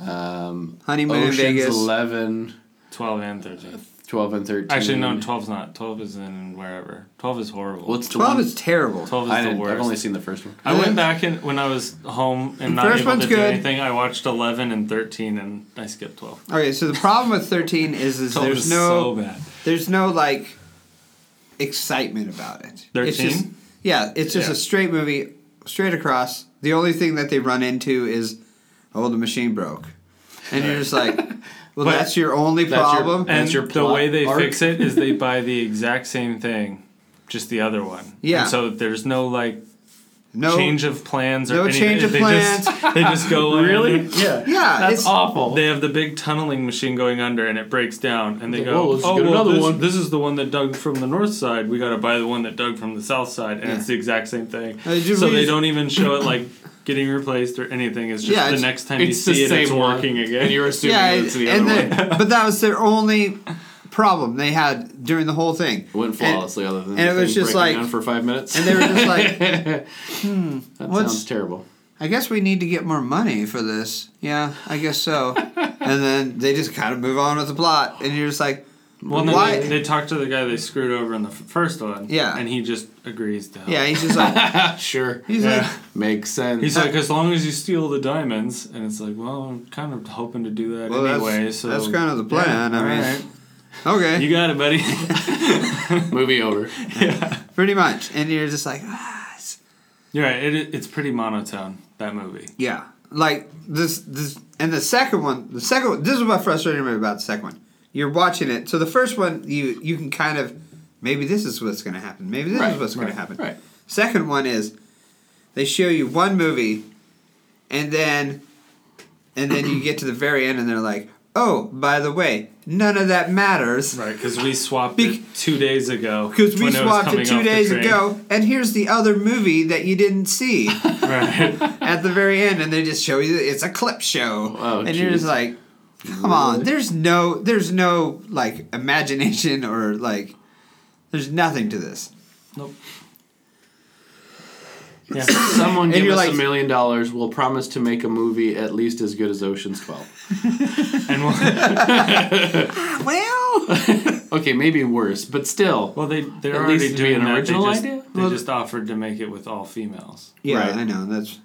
[SPEAKER 5] Um,
[SPEAKER 3] Honeymoon
[SPEAKER 5] Ocean's
[SPEAKER 3] in Vegas.
[SPEAKER 5] 11,
[SPEAKER 2] 12 and 13.
[SPEAKER 5] 12 and 13.
[SPEAKER 2] Actually, no, 12's not. 12 is in wherever. 12 is horrible.
[SPEAKER 5] What's the
[SPEAKER 3] Twelve
[SPEAKER 5] one?
[SPEAKER 3] is terrible.
[SPEAKER 2] 12 is
[SPEAKER 5] I
[SPEAKER 2] the
[SPEAKER 5] didn't,
[SPEAKER 2] worst.
[SPEAKER 5] I've only seen the first one.
[SPEAKER 2] I went back and when I was home and not
[SPEAKER 3] First
[SPEAKER 2] able
[SPEAKER 3] one's
[SPEAKER 2] to do
[SPEAKER 3] good.
[SPEAKER 2] anything, I watched 11 and 13, and I skipped 12.
[SPEAKER 3] Okay, so the problem with thirteen is, is
[SPEAKER 2] 12
[SPEAKER 3] there's
[SPEAKER 2] is
[SPEAKER 3] no
[SPEAKER 2] so bad.
[SPEAKER 3] there's no like excitement about it. It's
[SPEAKER 2] 13?
[SPEAKER 3] just, yeah, it's just
[SPEAKER 2] Yeah.
[SPEAKER 3] a straight movie, straight across. The only thing that they run into is, oh, the machine broke, and you're just like, well, that's your only
[SPEAKER 5] That's your-
[SPEAKER 3] problem.
[SPEAKER 5] And
[SPEAKER 2] And
[SPEAKER 5] that's your
[SPEAKER 2] the
[SPEAKER 5] plot
[SPEAKER 2] way they
[SPEAKER 5] arc?
[SPEAKER 2] fix it is they buy the exact same thing, just the other one.
[SPEAKER 3] Yeah.
[SPEAKER 2] And so there's no like
[SPEAKER 3] no,
[SPEAKER 2] change of plans or
[SPEAKER 3] no
[SPEAKER 2] anything.
[SPEAKER 3] change of
[SPEAKER 2] they Just, they just go really.
[SPEAKER 5] Yeah.
[SPEAKER 3] yeah,
[SPEAKER 5] That's
[SPEAKER 3] it's,
[SPEAKER 5] awful.
[SPEAKER 2] They have the big tunneling machine going under, and it breaks down. And they
[SPEAKER 5] Like,
[SPEAKER 2] go,
[SPEAKER 5] "Whoa, let's
[SPEAKER 2] "Oh,
[SPEAKER 5] get
[SPEAKER 2] well,
[SPEAKER 5] another
[SPEAKER 2] this,
[SPEAKER 5] one."
[SPEAKER 2] this is the one that dug from the north side. We got to buy the one that dug from the south side, and
[SPEAKER 3] Yeah.
[SPEAKER 2] it's the exact same thing."
[SPEAKER 3] I do
[SPEAKER 2] so they
[SPEAKER 3] really-
[SPEAKER 2] don't even show it like getting replaced or anything. It's just
[SPEAKER 3] Yeah,
[SPEAKER 2] the
[SPEAKER 3] it's-
[SPEAKER 2] next time you
[SPEAKER 5] it's the
[SPEAKER 2] see it,
[SPEAKER 5] same
[SPEAKER 2] it's
[SPEAKER 5] one.
[SPEAKER 2] working again.
[SPEAKER 5] And you're assuming
[SPEAKER 3] yeah,
[SPEAKER 5] it's the other
[SPEAKER 3] and
[SPEAKER 5] one.
[SPEAKER 3] then, but that was their only problem they had during the whole thing.
[SPEAKER 5] Went
[SPEAKER 3] And-
[SPEAKER 5] flawlessly, other than
[SPEAKER 3] and it
[SPEAKER 5] the
[SPEAKER 3] was
[SPEAKER 5] thing
[SPEAKER 3] just
[SPEAKER 5] breaking
[SPEAKER 3] like-
[SPEAKER 5] down for five minutes.
[SPEAKER 3] and they were just like,
[SPEAKER 5] that
[SPEAKER 3] what's-
[SPEAKER 5] sounds terrible.
[SPEAKER 3] I guess we need to get more money for this. Yeah, I guess so. and then they just kind of move on with the plot, and you're just like,
[SPEAKER 2] Well, then
[SPEAKER 3] Why-
[SPEAKER 2] They, they talked to the guy they screwed over in the f- first one.
[SPEAKER 3] Yeah.
[SPEAKER 2] And he just agrees to help.
[SPEAKER 3] Yeah, Uh, he's just like
[SPEAKER 5] sure.
[SPEAKER 3] he's
[SPEAKER 2] Yeah.
[SPEAKER 3] like
[SPEAKER 5] Makes sense.
[SPEAKER 2] He's like, as long as you steal the diamonds, and it's like, well, I'm kind of hoping to do that
[SPEAKER 3] well, that's,
[SPEAKER 2] anyway. so
[SPEAKER 3] that's kind of the plan.
[SPEAKER 2] Yeah,
[SPEAKER 3] I mean,
[SPEAKER 2] alright.
[SPEAKER 3] okay,
[SPEAKER 2] you got it, buddy.
[SPEAKER 5] Movie over.
[SPEAKER 3] pretty much. And you're just like, ah, it's-
[SPEAKER 2] You're right. It, it's pretty monotone that movie.
[SPEAKER 3] Yeah, like this, this, and the second one, the second one. This is what frustrated me about the second one. You're watching it, so the first one, you you can kind of, maybe this is what's going to happen. Maybe this is
[SPEAKER 5] Right,
[SPEAKER 3] what's going
[SPEAKER 5] right,
[SPEAKER 3] to happen.
[SPEAKER 5] right.
[SPEAKER 3] Second one is, they show you one movie, and then, and then you get to the very end, and they're like, oh, by the way, none of that matters.
[SPEAKER 2] Right, because we swapped
[SPEAKER 3] Bec-
[SPEAKER 2] it two days ago.
[SPEAKER 3] Because we
[SPEAKER 2] when was
[SPEAKER 3] swapped
[SPEAKER 2] coming
[SPEAKER 3] it two
[SPEAKER 2] off the
[SPEAKER 3] days
[SPEAKER 2] train.
[SPEAKER 3] ago, and here's the other movie that you didn't see.
[SPEAKER 2] Right.
[SPEAKER 3] at the very end, and they just show you it's a clip show,
[SPEAKER 5] Oh,
[SPEAKER 3] and you're just
[SPEAKER 5] geez.
[SPEAKER 3] like, come on. There's no, there's no like imagination or like, there's nothing to this.
[SPEAKER 2] nope. Yeah.
[SPEAKER 5] Someone
[SPEAKER 3] And
[SPEAKER 5] give
[SPEAKER 3] you're
[SPEAKER 5] us
[SPEAKER 3] like-
[SPEAKER 5] a million dollars. We'll promise to make a movie at least as good as Ocean's Twelve.
[SPEAKER 2] And well,
[SPEAKER 3] Well,
[SPEAKER 5] Okay, maybe worse, but still.
[SPEAKER 2] well they they're
[SPEAKER 5] At
[SPEAKER 2] already
[SPEAKER 5] least it'd be
[SPEAKER 2] doing
[SPEAKER 5] an
[SPEAKER 2] that.
[SPEAKER 5] original
[SPEAKER 2] they just,
[SPEAKER 5] idea?
[SPEAKER 2] They
[SPEAKER 3] Well-
[SPEAKER 2] just offered to make it with all females.
[SPEAKER 3] yeah,
[SPEAKER 5] Right.
[SPEAKER 3] I know that's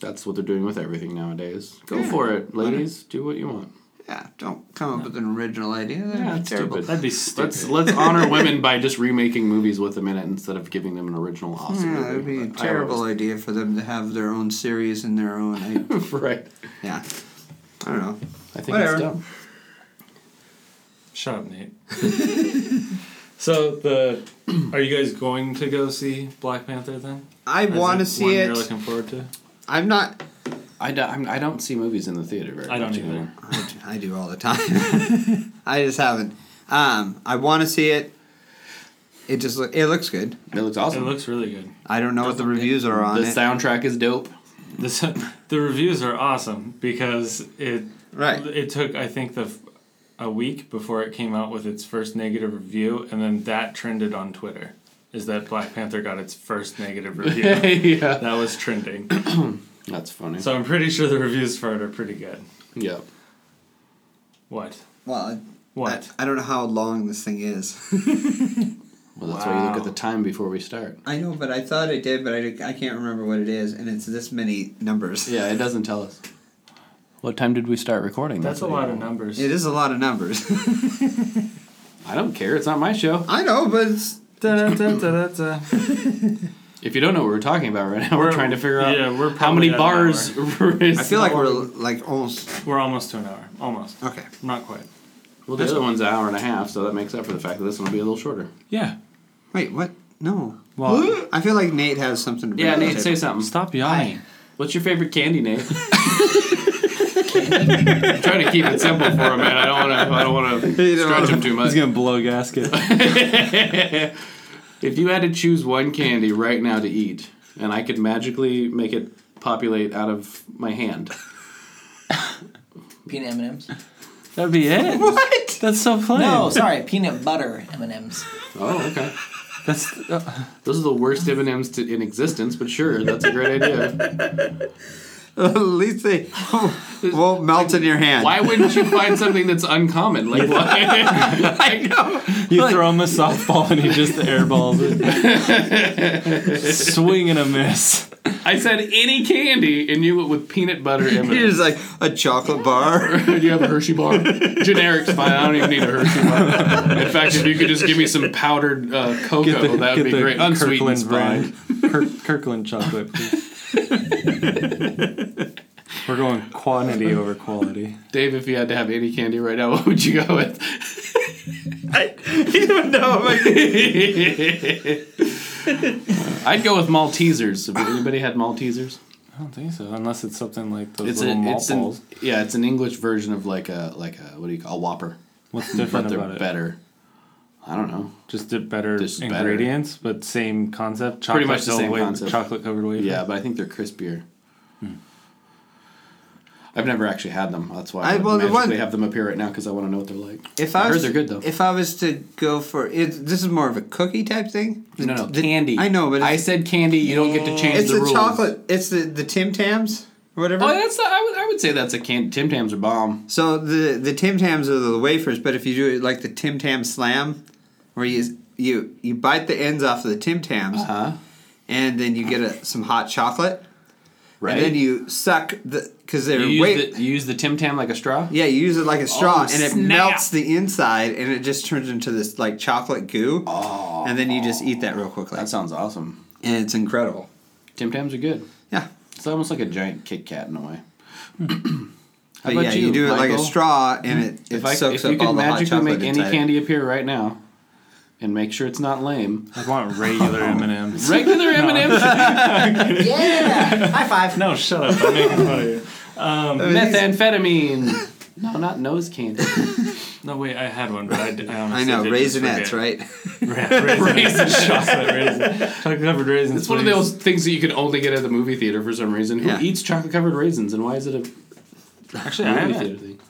[SPEAKER 5] That's what they're doing with everything nowadays. Go for it, ladies. Do what you want.
[SPEAKER 3] yeah. Don't come up with an original idea. That'd
[SPEAKER 5] Yeah,
[SPEAKER 3] be
[SPEAKER 5] it's
[SPEAKER 3] terrible.
[SPEAKER 5] stupid.
[SPEAKER 2] That'd be stupid.
[SPEAKER 5] Let's let's honor women by just remaking movies with a minute instead of giving them an original Oscar.
[SPEAKER 3] Yeah, that'd
[SPEAKER 5] movie,
[SPEAKER 3] be a
[SPEAKER 5] but I
[SPEAKER 3] terrible idea for them to have their own series and their own. I,
[SPEAKER 5] always- right.
[SPEAKER 3] yeah, I don't know.
[SPEAKER 5] I think
[SPEAKER 3] Whatever.
[SPEAKER 5] it's dumb.
[SPEAKER 2] Shut up, Nate. so the are you guys going to go see Black Panther then?
[SPEAKER 3] I
[SPEAKER 2] Is
[SPEAKER 3] want
[SPEAKER 2] it
[SPEAKER 3] to
[SPEAKER 2] one
[SPEAKER 3] see
[SPEAKER 2] You're
[SPEAKER 3] it.
[SPEAKER 2] looking forward to.
[SPEAKER 3] I'm not.
[SPEAKER 5] I don't, I'm, I don't see movies in the theater very
[SPEAKER 2] I don't
[SPEAKER 5] much
[SPEAKER 2] either.
[SPEAKER 5] anymore.
[SPEAKER 3] I do- I do all the time. I just haven't. Um, I want to see it. It just look, it looks good.
[SPEAKER 5] It looks
[SPEAKER 2] It
[SPEAKER 5] awesome.
[SPEAKER 2] looks really good.
[SPEAKER 3] I don't know what the reviews are on
[SPEAKER 5] the
[SPEAKER 3] it.
[SPEAKER 5] soundtrack is dope.
[SPEAKER 2] The s- the reviews are awesome because it
[SPEAKER 3] Right.
[SPEAKER 2] it took I think the f- a week before it came out with its first negative review and then that trended on Twitter. Is that Black Panther got its first negative review?
[SPEAKER 5] yeah,
[SPEAKER 2] That was trending.
[SPEAKER 5] that's funny.
[SPEAKER 2] So I'm pretty sure the reviews for it are pretty good.
[SPEAKER 5] yeah,
[SPEAKER 2] What?
[SPEAKER 3] Well, I,
[SPEAKER 2] What?
[SPEAKER 3] I don't know how long this thing is.
[SPEAKER 5] well, that's why you
[SPEAKER 2] Wow.
[SPEAKER 5] look at the time before we start.
[SPEAKER 3] I know, but I thought I did, but I, I can't remember what it is, and it's this many numbers.
[SPEAKER 5] Yeah, it doesn't tell us. What time did we start recording?
[SPEAKER 2] That's a
[SPEAKER 5] what
[SPEAKER 2] lot
[SPEAKER 5] you-
[SPEAKER 2] of numbers.
[SPEAKER 3] It is a lot of numbers.
[SPEAKER 5] I don't care. It's not my show.
[SPEAKER 3] I know, but it's,
[SPEAKER 2] Da, da, da, da, da.
[SPEAKER 5] If you don't know what we're talking about right now, we're,
[SPEAKER 2] We're-
[SPEAKER 5] trying to figure out
[SPEAKER 2] yeah, we're
[SPEAKER 5] how many
[SPEAKER 2] probably at an
[SPEAKER 5] bars.
[SPEAKER 3] I feel like we're like almost
[SPEAKER 2] We're almost to an hour. Almost.
[SPEAKER 3] okay.
[SPEAKER 2] Not quite.
[SPEAKER 5] well, the other one's an hour and a half, so that makes up for the fact that this one will be a little shorter.
[SPEAKER 2] Yeah.
[SPEAKER 3] Wait, what? No.
[SPEAKER 2] Well-
[SPEAKER 3] I feel like Nate has something to bring.
[SPEAKER 5] Yeah,
[SPEAKER 3] to the
[SPEAKER 5] Nate, say
[SPEAKER 3] table.
[SPEAKER 5] something.
[SPEAKER 2] Stop yawning.
[SPEAKER 5] What's your favorite candy, Nate? I'm trying to keep it simple for him, man. I don't want to. I don't want to
[SPEAKER 3] You don't
[SPEAKER 5] stretch
[SPEAKER 3] wanna-
[SPEAKER 5] him too much.
[SPEAKER 2] gonna blow gasket.
[SPEAKER 5] If you had to choose one candy right now to eat, and I could magically make it populate out of my hand,
[SPEAKER 4] Peanut M and M's.
[SPEAKER 2] That'd be it. What? That's so plain.
[SPEAKER 4] No, sorry, peanut butter M and M's.
[SPEAKER 5] oh, okay.
[SPEAKER 2] That's uh,
[SPEAKER 5] Those are the worst M and M's to- in existence, but sure, that's a great idea.
[SPEAKER 3] At least they won't melt in your hand.
[SPEAKER 5] Why wouldn't you find something that's uncommon? Like why?
[SPEAKER 3] I know.
[SPEAKER 2] you throw him a softball and he just airballs it. Swing and a miss.
[SPEAKER 5] I said any candy, and you went with peanut butter M and
[SPEAKER 3] Here's
[SPEAKER 5] M's.
[SPEAKER 3] like a chocolate bar.
[SPEAKER 5] Do you have a Hershey bar? Generic's fine. I don't even need a Hershey bar. In fact, if you could just give me some powdered uh, cocoa, that would be great. Unsweetened is fine.
[SPEAKER 2] Kirk, Kirkland chocolate. Please. We're going quantity over quality.
[SPEAKER 5] Dave, if you had to have any candy right now, what would you go with?
[SPEAKER 3] you don't know. Like,
[SPEAKER 5] I'd go with Maltesers. If anybody had Maltesers,
[SPEAKER 2] I don't think so, unless it's something like those
[SPEAKER 5] it's a,
[SPEAKER 2] little malt
[SPEAKER 5] it's an,
[SPEAKER 2] balls.
[SPEAKER 5] yeah, it's an English version of like a like a what do you call a Whopper,
[SPEAKER 2] What's
[SPEAKER 5] but
[SPEAKER 2] different
[SPEAKER 5] they're
[SPEAKER 2] about it?
[SPEAKER 5] better. I don't know.
[SPEAKER 2] Just did better
[SPEAKER 5] Just better.
[SPEAKER 2] ingredients, but same concept. Chocolate
[SPEAKER 5] Pretty much the same
[SPEAKER 2] wa-
[SPEAKER 5] concept.
[SPEAKER 2] Chocolate covered wafer.
[SPEAKER 5] Yeah, but I think they're crispier. Hmm. I've never actually had them. That's why I,
[SPEAKER 3] I- well, the
[SPEAKER 5] magically
[SPEAKER 3] one-
[SPEAKER 5] have them up here right now because I want to know what they're like.
[SPEAKER 3] if
[SPEAKER 5] I,
[SPEAKER 3] I was,
[SPEAKER 5] heard they're good though.
[SPEAKER 3] If I was to go for it, this is more of a cookie type thing.
[SPEAKER 5] no, no,
[SPEAKER 3] The-
[SPEAKER 5] candy.
[SPEAKER 3] I know, but
[SPEAKER 5] I
[SPEAKER 3] it's-
[SPEAKER 5] said candy. You don't get to change
[SPEAKER 3] It's
[SPEAKER 5] the,
[SPEAKER 3] the,
[SPEAKER 5] rules.
[SPEAKER 3] chocolate. It's the the Tim Tams or whatever.
[SPEAKER 5] Oh, that's not, I would I would would say that's a can. Tim Tams are bomb.
[SPEAKER 3] So the the Tim Tams are the wafers, but if you do it like the Tim Tam Slam, where you you you bite the ends off of the Tim Tams,
[SPEAKER 5] Huh?
[SPEAKER 3] and then you get a, some hot chocolate,
[SPEAKER 5] Right.
[SPEAKER 3] and then you suck the because they're
[SPEAKER 5] You use,
[SPEAKER 3] wait.
[SPEAKER 5] the, you use the Tim Tam like a straw.
[SPEAKER 3] yeah, you use it
[SPEAKER 5] Oh,
[SPEAKER 3] like a straw, and it
[SPEAKER 2] snap.
[SPEAKER 3] melts the inside, and it just turns into this like chocolate goo. Oh, and then you just eat that real quickly,
[SPEAKER 5] That sounds awesome.
[SPEAKER 3] and it's incredible.
[SPEAKER 5] Tim Tams are good.
[SPEAKER 3] Yeah,
[SPEAKER 5] It's almost like a giant Kit Kat in a way. How
[SPEAKER 3] but yeah, you, do it like a
[SPEAKER 5] Michael?
[SPEAKER 3] straw, and it, it
[SPEAKER 5] If I
[SPEAKER 3] soaks
[SPEAKER 5] if you
[SPEAKER 3] up all
[SPEAKER 5] could
[SPEAKER 3] the hot
[SPEAKER 5] magically
[SPEAKER 3] chocolate
[SPEAKER 5] make any
[SPEAKER 3] inside.
[SPEAKER 5] candy appear right now, and make sure it's not lame,
[SPEAKER 2] I want regular M and M's.
[SPEAKER 5] regular M and M's,
[SPEAKER 4] Yeah. High five.
[SPEAKER 2] No, shut up! I'm making fun of you. Um,
[SPEAKER 5] methamphetamine. No, not nose candy.
[SPEAKER 2] No, wait, I had one, but I, d- I honestly
[SPEAKER 3] I know
[SPEAKER 2] did just
[SPEAKER 3] raisinets,
[SPEAKER 2] forget.
[SPEAKER 3] right?
[SPEAKER 2] Ra- raisins, chocolate raisins, chocolate covered raisins.
[SPEAKER 5] It's one of
[SPEAKER 2] please.
[SPEAKER 5] those things that you can only get at the movie theater for some reason. Who
[SPEAKER 3] Yeah.
[SPEAKER 5] eats chocolate covered raisins, and why is it a
[SPEAKER 2] Actually, I
[SPEAKER 5] movie
[SPEAKER 2] haven't,
[SPEAKER 5] theater thing?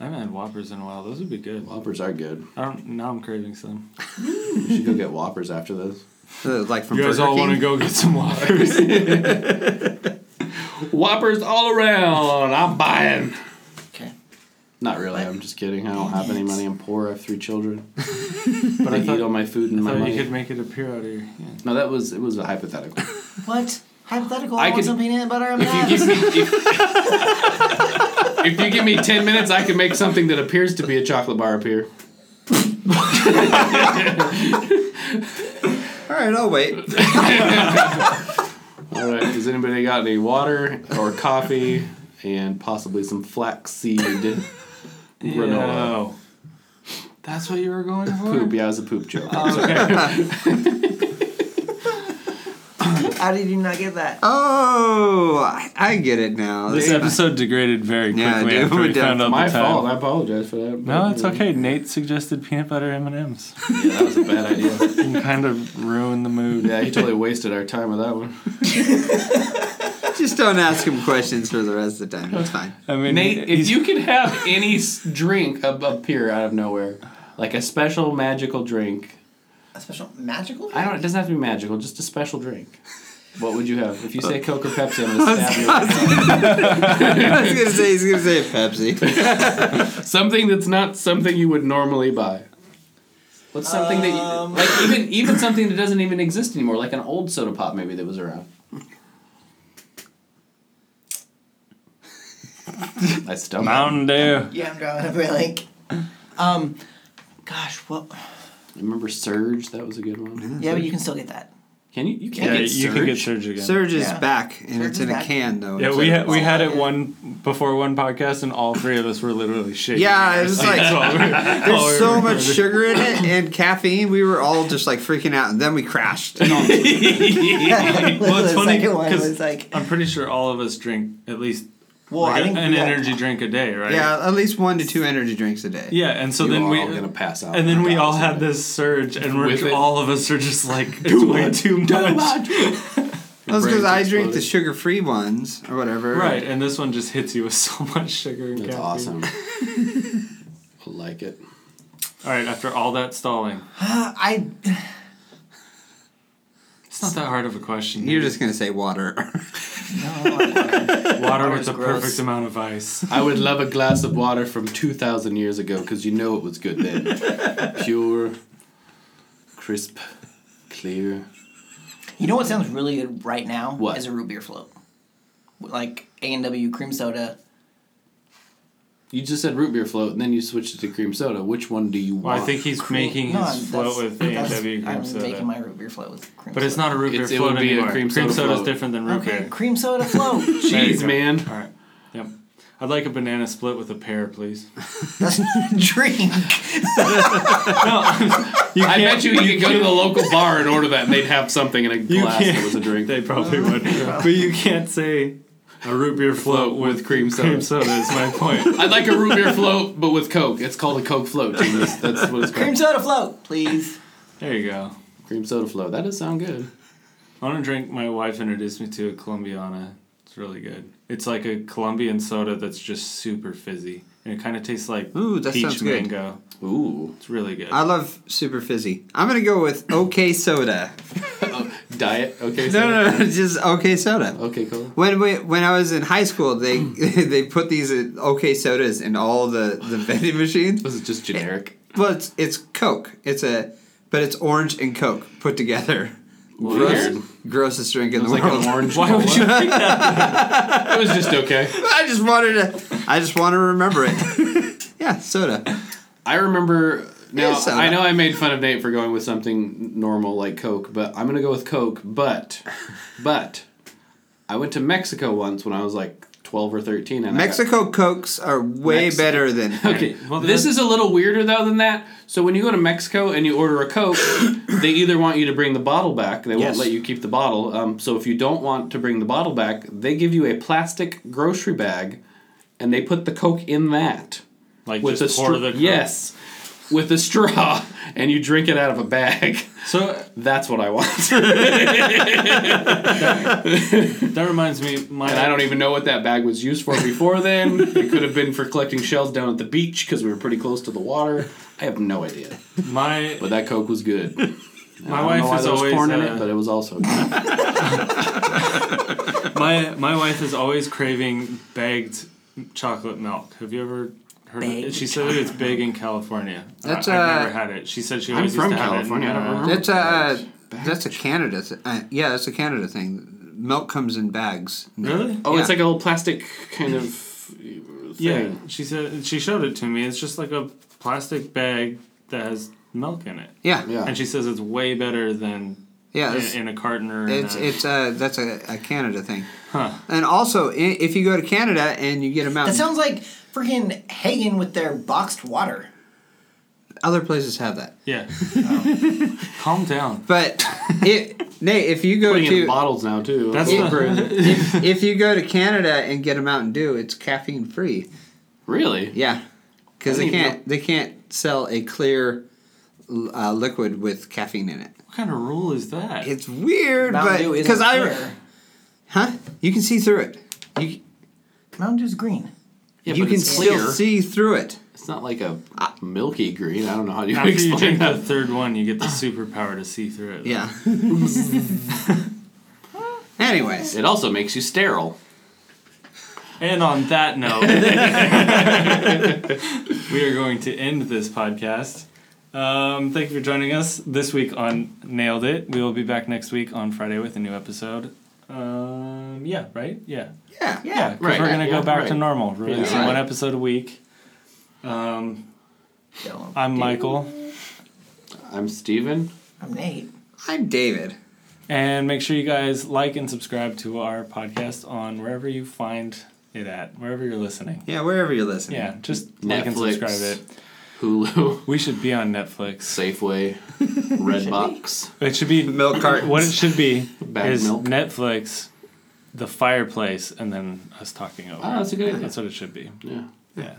[SPEAKER 2] I haven't had Whoppers in a while. Those would be good.
[SPEAKER 5] Whoppers are good.
[SPEAKER 2] I don't. Now I'm craving some.
[SPEAKER 5] You should go get Whoppers after this.
[SPEAKER 3] Uh, like from
[SPEAKER 2] You guys
[SPEAKER 3] Burger
[SPEAKER 2] all want to
[SPEAKER 3] King.
[SPEAKER 2] go get some Whoppers?
[SPEAKER 5] Whoppers all around. I'm buying.
[SPEAKER 4] Okay.
[SPEAKER 5] Not really. I'm just kidding. I don't have any money. I'm poor. I have three children. but I,
[SPEAKER 2] thought-
[SPEAKER 5] eat all my food and my
[SPEAKER 2] so
[SPEAKER 5] money.
[SPEAKER 2] you could make it appear out of your. Yeah.
[SPEAKER 5] No, that was it was a hypothetical.
[SPEAKER 4] What? Hypothetical.
[SPEAKER 5] I
[SPEAKER 4] I, want
[SPEAKER 5] could-
[SPEAKER 4] some peanut butter and
[SPEAKER 5] if you give me if, if you give me ten minutes, I can make something that appears to be a chocolate bar appear.
[SPEAKER 3] All right, I'll wait.
[SPEAKER 5] All right. Has anybody got any water or coffee and possibly some flaxseed granola?
[SPEAKER 2] Ew. That's what you were going for.
[SPEAKER 5] Poop. Yeah, it was a poop joke.
[SPEAKER 2] Okay.
[SPEAKER 4] How did you not get that?
[SPEAKER 3] Oh, I, I get it now.
[SPEAKER 2] this
[SPEAKER 3] There-
[SPEAKER 2] episode degraded very quickly
[SPEAKER 3] Yeah, dude,
[SPEAKER 2] after
[SPEAKER 3] we're
[SPEAKER 2] we
[SPEAKER 3] done.
[SPEAKER 2] found out
[SPEAKER 5] My
[SPEAKER 2] the time.
[SPEAKER 5] fault. I apologize for that.
[SPEAKER 2] No, it's okay. Nate suggested peanut butter M and M's.
[SPEAKER 5] Yeah, that was a bad idea.
[SPEAKER 2] You can kind of ruin the mood.
[SPEAKER 5] Yeah, you totally wasted our time with that one.
[SPEAKER 3] Just don't ask him questions for the rest of the time. That's fine.
[SPEAKER 2] I mean,
[SPEAKER 5] Nate,
[SPEAKER 2] he's-
[SPEAKER 5] if you could have any s- drink up- appear out of nowhere, like a special magical drink,
[SPEAKER 4] A special magical?
[SPEAKER 5] I don't. It doesn't have to be magical. Just a special drink. What would you have if you say Coke or Pepsi? I'm gonna stab you.
[SPEAKER 3] I was gonna say he's gonna say Pepsi.
[SPEAKER 5] Something that's not something you would normally buy. What's something that you, like even even something that doesn't even exist anymore, like an old soda pop maybe that was around. I stumbled.
[SPEAKER 2] Mountain Dew.
[SPEAKER 4] Yeah, I'm drawing a blank. Um, gosh, what?
[SPEAKER 5] Remember Surge? That was a good one.
[SPEAKER 4] Yeah, but you can still get that.
[SPEAKER 5] Can you? You can't
[SPEAKER 2] Yeah,
[SPEAKER 5] get Surge.
[SPEAKER 2] you can get Surge again.
[SPEAKER 3] Surge is
[SPEAKER 4] Yeah.
[SPEAKER 3] back and
[SPEAKER 4] Surge
[SPEAKER 3] it's
[SPEAKER 4] is
[SPEAKER 3] in a
[SPEAKER 4] back.
[SPEAKER 3] can though.
[SPEAKER 2] Yeah, we had, we
[SPEAKER 4] Oh,
[SPEAKER 2] had it
[SPEAKER 4] yeah.
[SPEAKER 2] one before one podcast, and all three of us were literally shaking.
[SPEAKER 3] Yeah, it was like there's so much sugar in it and caffeine. We were all just like freaking out, and then we crashed.
[SPEAKER 2] Well, it's
[SPEAKER 4] the
[SPEAKER 2] funny
[SPEAKER 4] second one
[SPEAKER 2] 'cause-
[SPEAKER 4] was like,
[SPEAKER 2] I'm pretty sure all of us drink at least
[SPEAKER 4] well, I
[SPEAKER 2] like,
[SPEAKER 4] think
[SPEAKER 2] an
[SPEAKER 4] we got-
[SPEAKER 2] energy drink a day, right?
[SPEAKER 3] yeah, at least one to two energy drinks a day.
[SPEAKER 2] Yeah, and so
[SPEAKER 5] You
[SPEAKER 2] then
[SPEAKER 5] are
[SPEAKER 2] we
[SPEAKER 5] all gonna pass out.
[SPEAKER 2] and then we all had
[SPEAKER 5] this.
[SPEAKER 2] this surge, and we're,
[SPEAKER 5] With it.
[SPEAKER 2] all of us are just like, it's way too much.
[SPEAKER 3] that's because
[SPEAKER 5] brains
[SPEAKER 3] I drink the
[SPEAKER 5] exploded.
[SPEAKER 3] sugar-free ones or whatever.
[SPEAKER 2] Right, and this one just hits you with so much sugar and
[SPEAKER 5] That's
[SPEAKER 2] caffeine.
[SPEAKER 5] awesome. I like it.
[SPEAKER 2] All right, after all that stalling,
[SPEAKER 4] I
[SPEAKER 2] it's not that hard of a question.
[SPEAKER 3] You're just gonna say water.
[SPEAKER 2] water with the
[SPEAKER 4] gross.
[SPEAKER 2] perfect amount of ice.
[SPEAKER 5] I would love a glass of water from 2,000 years ago because you know it was good then. Pure, crisp, clear.
[SPEAKER 4] You know what sounds really good right now?
[SPEAKER 5] What?
[SPEAKER 4] Is a root beer float. Like A&W cream soda.
[SPEAKER 5] You just said root beer float and then you switched it to cream soda. Which one do you
[SPEAKER 2] Well,
[SPEAKER 5] want?
[SPEAKER 2] I think he's making
[SPEAKER 4] No,
[SPEAKER 2] his float
[SPEAKER 4] that's-
[SPEAKER 2] with A and
[SPEAKER 4] that's-
[SPEAKER 2] W cream
[SPEAKER 4] I'm making
[SPEAKER 2] soda.
[SPEAKER 4] my root beer float with cream
[SPEAKER 2] But
[SPEAKER 4] soda.
[SPEAKER 2] it's not a root beer
[SPEAKER 5] It's- it
[SPEAKER 2] float
[SPEAKER 5] would be a
[SPEAKER 2] anymore.
[SPEAKER 5] cream
[SPEAKER 2] Cream,
[SPEAKER 5] soda
[SPEAKER 2] soda is
[SPEAKER 5] float.
[SPEAKER 2] different than root
[SPEAKER 4] Okay,
[SPEAKER 2] beer.
[SPEAKER 4] cream soda float.
[SPEAKER 2] There you
[SPEAKER 5] Jeez,
[SPEAKER 2] go.
[SPEAKER 5] man.
[SPEAKER 2] All right. Yep. I'd like a banana split with a pear, please.
[SPEAKER 4] That's not a drink.
[SPEAKER 5] I bet you you could go to the local bar and order that and they'd have something in a
[SPEAKER 2] You
[SPEAKER 5] glass that
[SPEAKER 2] can't-
[SPEAKER 5] was a drink.
[SPEAKER 2] They probably would. but you can't say a root beer float with cream soda. Cream soda is my point.
[SPEAKER 5] I'd like a root beer float but with Coke. It's called a Coke float. That's, that's what it's
[SPEAKER 4] cream
[SPEAKER 5] called.
[SPEAKER 4] soda float, please.
[SPEAKER 2] There you go.
[SPEAKER 5] Cream soda float. That does sound good.
[SPEAKER 2] I want to drink. My wife introduced me to a Colombiana. It's really good. It's like a Colombian soda that's just super fizzy, and it kind of tastes like
[SPEAKER 3] Ooh, that
[SPEAKER 2] peach
[SPEAKER 3] sounds good.
[SPEAKER 2] mango.
[SPEAKER 5] Ooh. Uh,
[SPEAKER 2] It's really good.
[SPEAKER 3] I love super fizzy. I'm gonna go with OK soda.
[SPEAKER 5] diet. Okay.
[SPEAKER 3] No,
[SPEAKER 5] so-
[SPEAKER 3] no, no, just okay soda.
[SPEAKER 5] Okay, cool.
[SPEAKER 3] When we, when I was in high school, they they put these uh, okay sodas in all the the vending machines.
[SPEAKER 5] This is just generic.
[SPEAKER 3] Well, it's it's Coke. It's a but it's orange and Coke put together.
[SPEAKER 5] Weird.
[SPEAKER 3] Gross, grossest drink in the
[SPEAKER 5] Like
[SPEAKER 3] world.
[SPEAKER 5] an orange.
[SPEAKER 2] Why would you pick that?
[SPEAKER 5] It was just okay.
[SPEAKER 3] I just wanted to. I just want to remember it. yeah, soda.
[SPEAKER 5] I remember now.
[SPEAKER 3] It's soda.
[SPEAKER 5] I know I made fun of Nate for going with something normal like Coke, but I'm gonna go with Coke. But, but, I went to Mexico once when I was like 12 or 13, and I got-
[SPEAKER 3] Mexico cokes are way
[SPEAKER 5] Mexico.
[SPEAKER 3] better than
[SPEAKER 5] Okay,
[SPEAKER 2] well,
[SPEAKER 5] this
[SPEAKER 2] then-
[SPEAKER 5] is a little weirder though than that. So when you go to Mexico and you order a Coke, they either want you to bring the bottle back, they
[SPEAKER 4] Yes.
[SPEAKER 5] won't let you keep the bottle. Um, so if you don't want to bring the bottle back, they give you a plastic grocery bag, and they put the Coke in that
[SPEAKER 2] Like
[SPEAKER 5] with
[SPEAKER 2] just
[SPEAKER 5] a
[SPEAKER 2] pour
[SPEAKER 5] straw.
[SPEAKER 2] the Coke.
[SPEAKER 5] Yes, with a straw, and you drink it out of a bag.
[SPEAKER 2] So
[SPEAKER 5] That's what I want, and
[SPEAKER 2] that reminds me, my
[SPEAKER 5] I don't even know what that bag was used for before then. It could have been for collecting shells down at the beach because we were pretty close to the water. I have no idea.
[SPEAKER 2] my
[SPEAKER 5] But that Coke was good.
[SPEAKER 2] my
[SPEAKER 5] I don't know
[SPEAKER 2] wife
[SPEAKER 5] why
[SPEAKER 2] is
[SPEAKER 5] there was
[SPEAKER 2] always
[SPEAKER 5] corn in
[SPEAKER 2] uh,
[SPEAKER 5] it, but it was also good.
[SPEAKER 2] my my wife is always craving bagged chocolate milk. Have you ever heard? of it?
[SPEAKER 4] Bagged
[SPEAKER 2] She said that it's big in California.
[SPEAKER 3] That's,
[SPEAKER 2] I,
[SPEAKER 3] uh,
[SPEAKER 2] have never had it. She said she
[SPEAKER 5] I'm
[SPEAKER 2] always
[SPEAKER 5] from
[SPEAKER 2] used to
[SPEAKER 5] California, I
[SPEAKER 2] Have it
[SPEAKER 5] don't
[SPEAKER 2] in, uh,
[SPEAKER 5] remember.
[SPEAKER 3] That's a that's a Canada. Th- uh, yeah, that's a Canada thing. Milk comes in bags.
[SPEAKER 2] Really?
[SPEAKER 5] Oh,
[SPEAKER 3] Yeah.
[SPEAKER 5] it's like a little plastic kind of thing.
[SPEAKER 2] Yeah. She said she showed it to me. It's just like a plastic bag that has milk in it,
[SPEAKER 3] Yeah,
[SPEAKER 5] Yeah.
[SPEAKER 2] and she says it's way better than
[SPEAKER 3] yeah.
[SPEAKER 2] in,
[SPEAKER 3] It's
[SPEAKER 2] in a carton or. in
[SPEAKER 3] it's,
[SPEAKER 2] a-
[SPEAKER 3] it's uh that's a, a Canada thing.
[SPEAKER 2] Huh.
[SPEAKER 3] And also, i- if you go to Canada and you get a
[SPEAKER 4] That
[SPEAKER 3] mountain,
[SPEAKER 4] sounds like freaking Hagen with their boxed water.
[SPEAKER 3] other places have that.
[SPEAKER 2] yeah. Calm down.
[SPEAKER 3] But it, Nate, if you go
[SPEAKER 5] Putting it in
[SPEAKER 3] to
[SPEAKER 5] bottles now too.
[SPEAKER 2] That's
[SPEAKER 5] Oh,
[SPEAKER 2] the-
[SPEAKER 5] for-
[SPEAKER 3] if, if you go to Canada and get a Mountain Dew, it's caffeine free.
[SPEAKER 5] really.
[SPEAKER 3] Yeah, because
[SPEAKER 5] I
[SPEAKER 3] they
[SPEAKER 5] didn't even
[SPEAKER 3] can't they can't sell a clear l- uh, liquid with caffeine in it.
[SPEAKER 2] What kind of rule is that?
[SPEAKER 3] It's weird,
[SPEAKER 4] Mountain
[SPEAKER 3] but
[SPEAKER 4] Dew
[SPEAKER 3] because
[SPEAKER 4] isn't
[SPEAKER 3] I
[SPEAKER 4] clear.
[SPEAKER 3] huh you can see through it. You
[SPEAKER 4] Mountain Dew's green.
[SPEAKER 5] Yeah,
[SPEAKER 3] you
[SPEAKER 5] but
[SPEAKER 3] can
[SPEAKER 5] it's
[SPEAKER 3] still
[SPEAKER 5] clear.
[SPEAKER 3] see through it.
[SPEAKER 5] It's not like a milky green. I don't know how you
[SPEAKER 2] After you
[SPEAKER 5] explain
[SPEAKER 2] drink the
[SPEAKER 5] that.
[SPEAKER 2] third one, you get the superpower to see through it.
[SPEAKER 3] Yeah. Anyways,
[SPEAKER 5] It also makes you sterile.
[SPEAKER 2] And on that note, we are going to end this podcast. Um, thank you for joining us this week on Nailed It. We will be back next week on Friday with a new episode. Um, yeah, right? Yeah.
[SPEAKER 3] yeah,
[SPEAKER 2] Yeah, 'cause
[SPEAKER 5] right,
[SPEAKER 2] we're going to
[SPEAKER 5] yeah,
[SPEAKER 2] go back to
[SPEAKER 5] right.
[SPEAKER 2] normal, releasing
[SPEAKER 3] right.
[SPEAKER 2] one episode a week. Um,
[SPEAKER 4] Dylan.
[SPEAKER 2] I'm Michael.
[SPEAKER 5] I'm Steven.
[SPEAKER 4] I'm Nate.
[SPEAKER 3] I'm David.
[SPEAKER 2] And make sure you guys like and subscribe to our podcast on wherever you find it at, wherever you're listening.
[SPEAKER 3] Yeah, wherever you're listening.
[SPEAKER 2] Yeah, just like and
[SPEAKER 5] Netflix.
[SPEAKER 2] subscribe it.
[SPEAKER 5] Hulu,
[SPEAKER 2] We should be on Netflix.
[SPEAKER 5] Safeway, Redbox.
[SPEAKER 2] It should be
[SPEAKER 3] Milk cartons.
[SPEAKER 2] what it should be
[SPEAKER 5] Bag
[SPEAKER 2] is
[SPEAKER 5] milk.
[SPEAKER 2] Netflix, the fireplace, and then us talking over.
[SPEAKER 5] Oh, that's a good idea.
[SPEAKER 2] That's what it should be.
[SPEAKER 5] Yeah.
[SPEAKER 2] Yeah,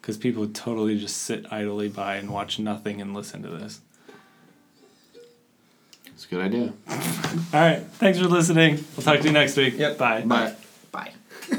[SPEAKER 2] because people would totally just sit idly by and watch nothing and listen to this.
[SPEAKER 5] It's a good idea.
[SPEAKER 2] All right, thanks for listening. We'll talk to you next week.
[SPEAKER 3] Yep.
[SPEAKER 2] Bye.
[SPEAKER 3] Bye.
[SPEAKER 4] Bye.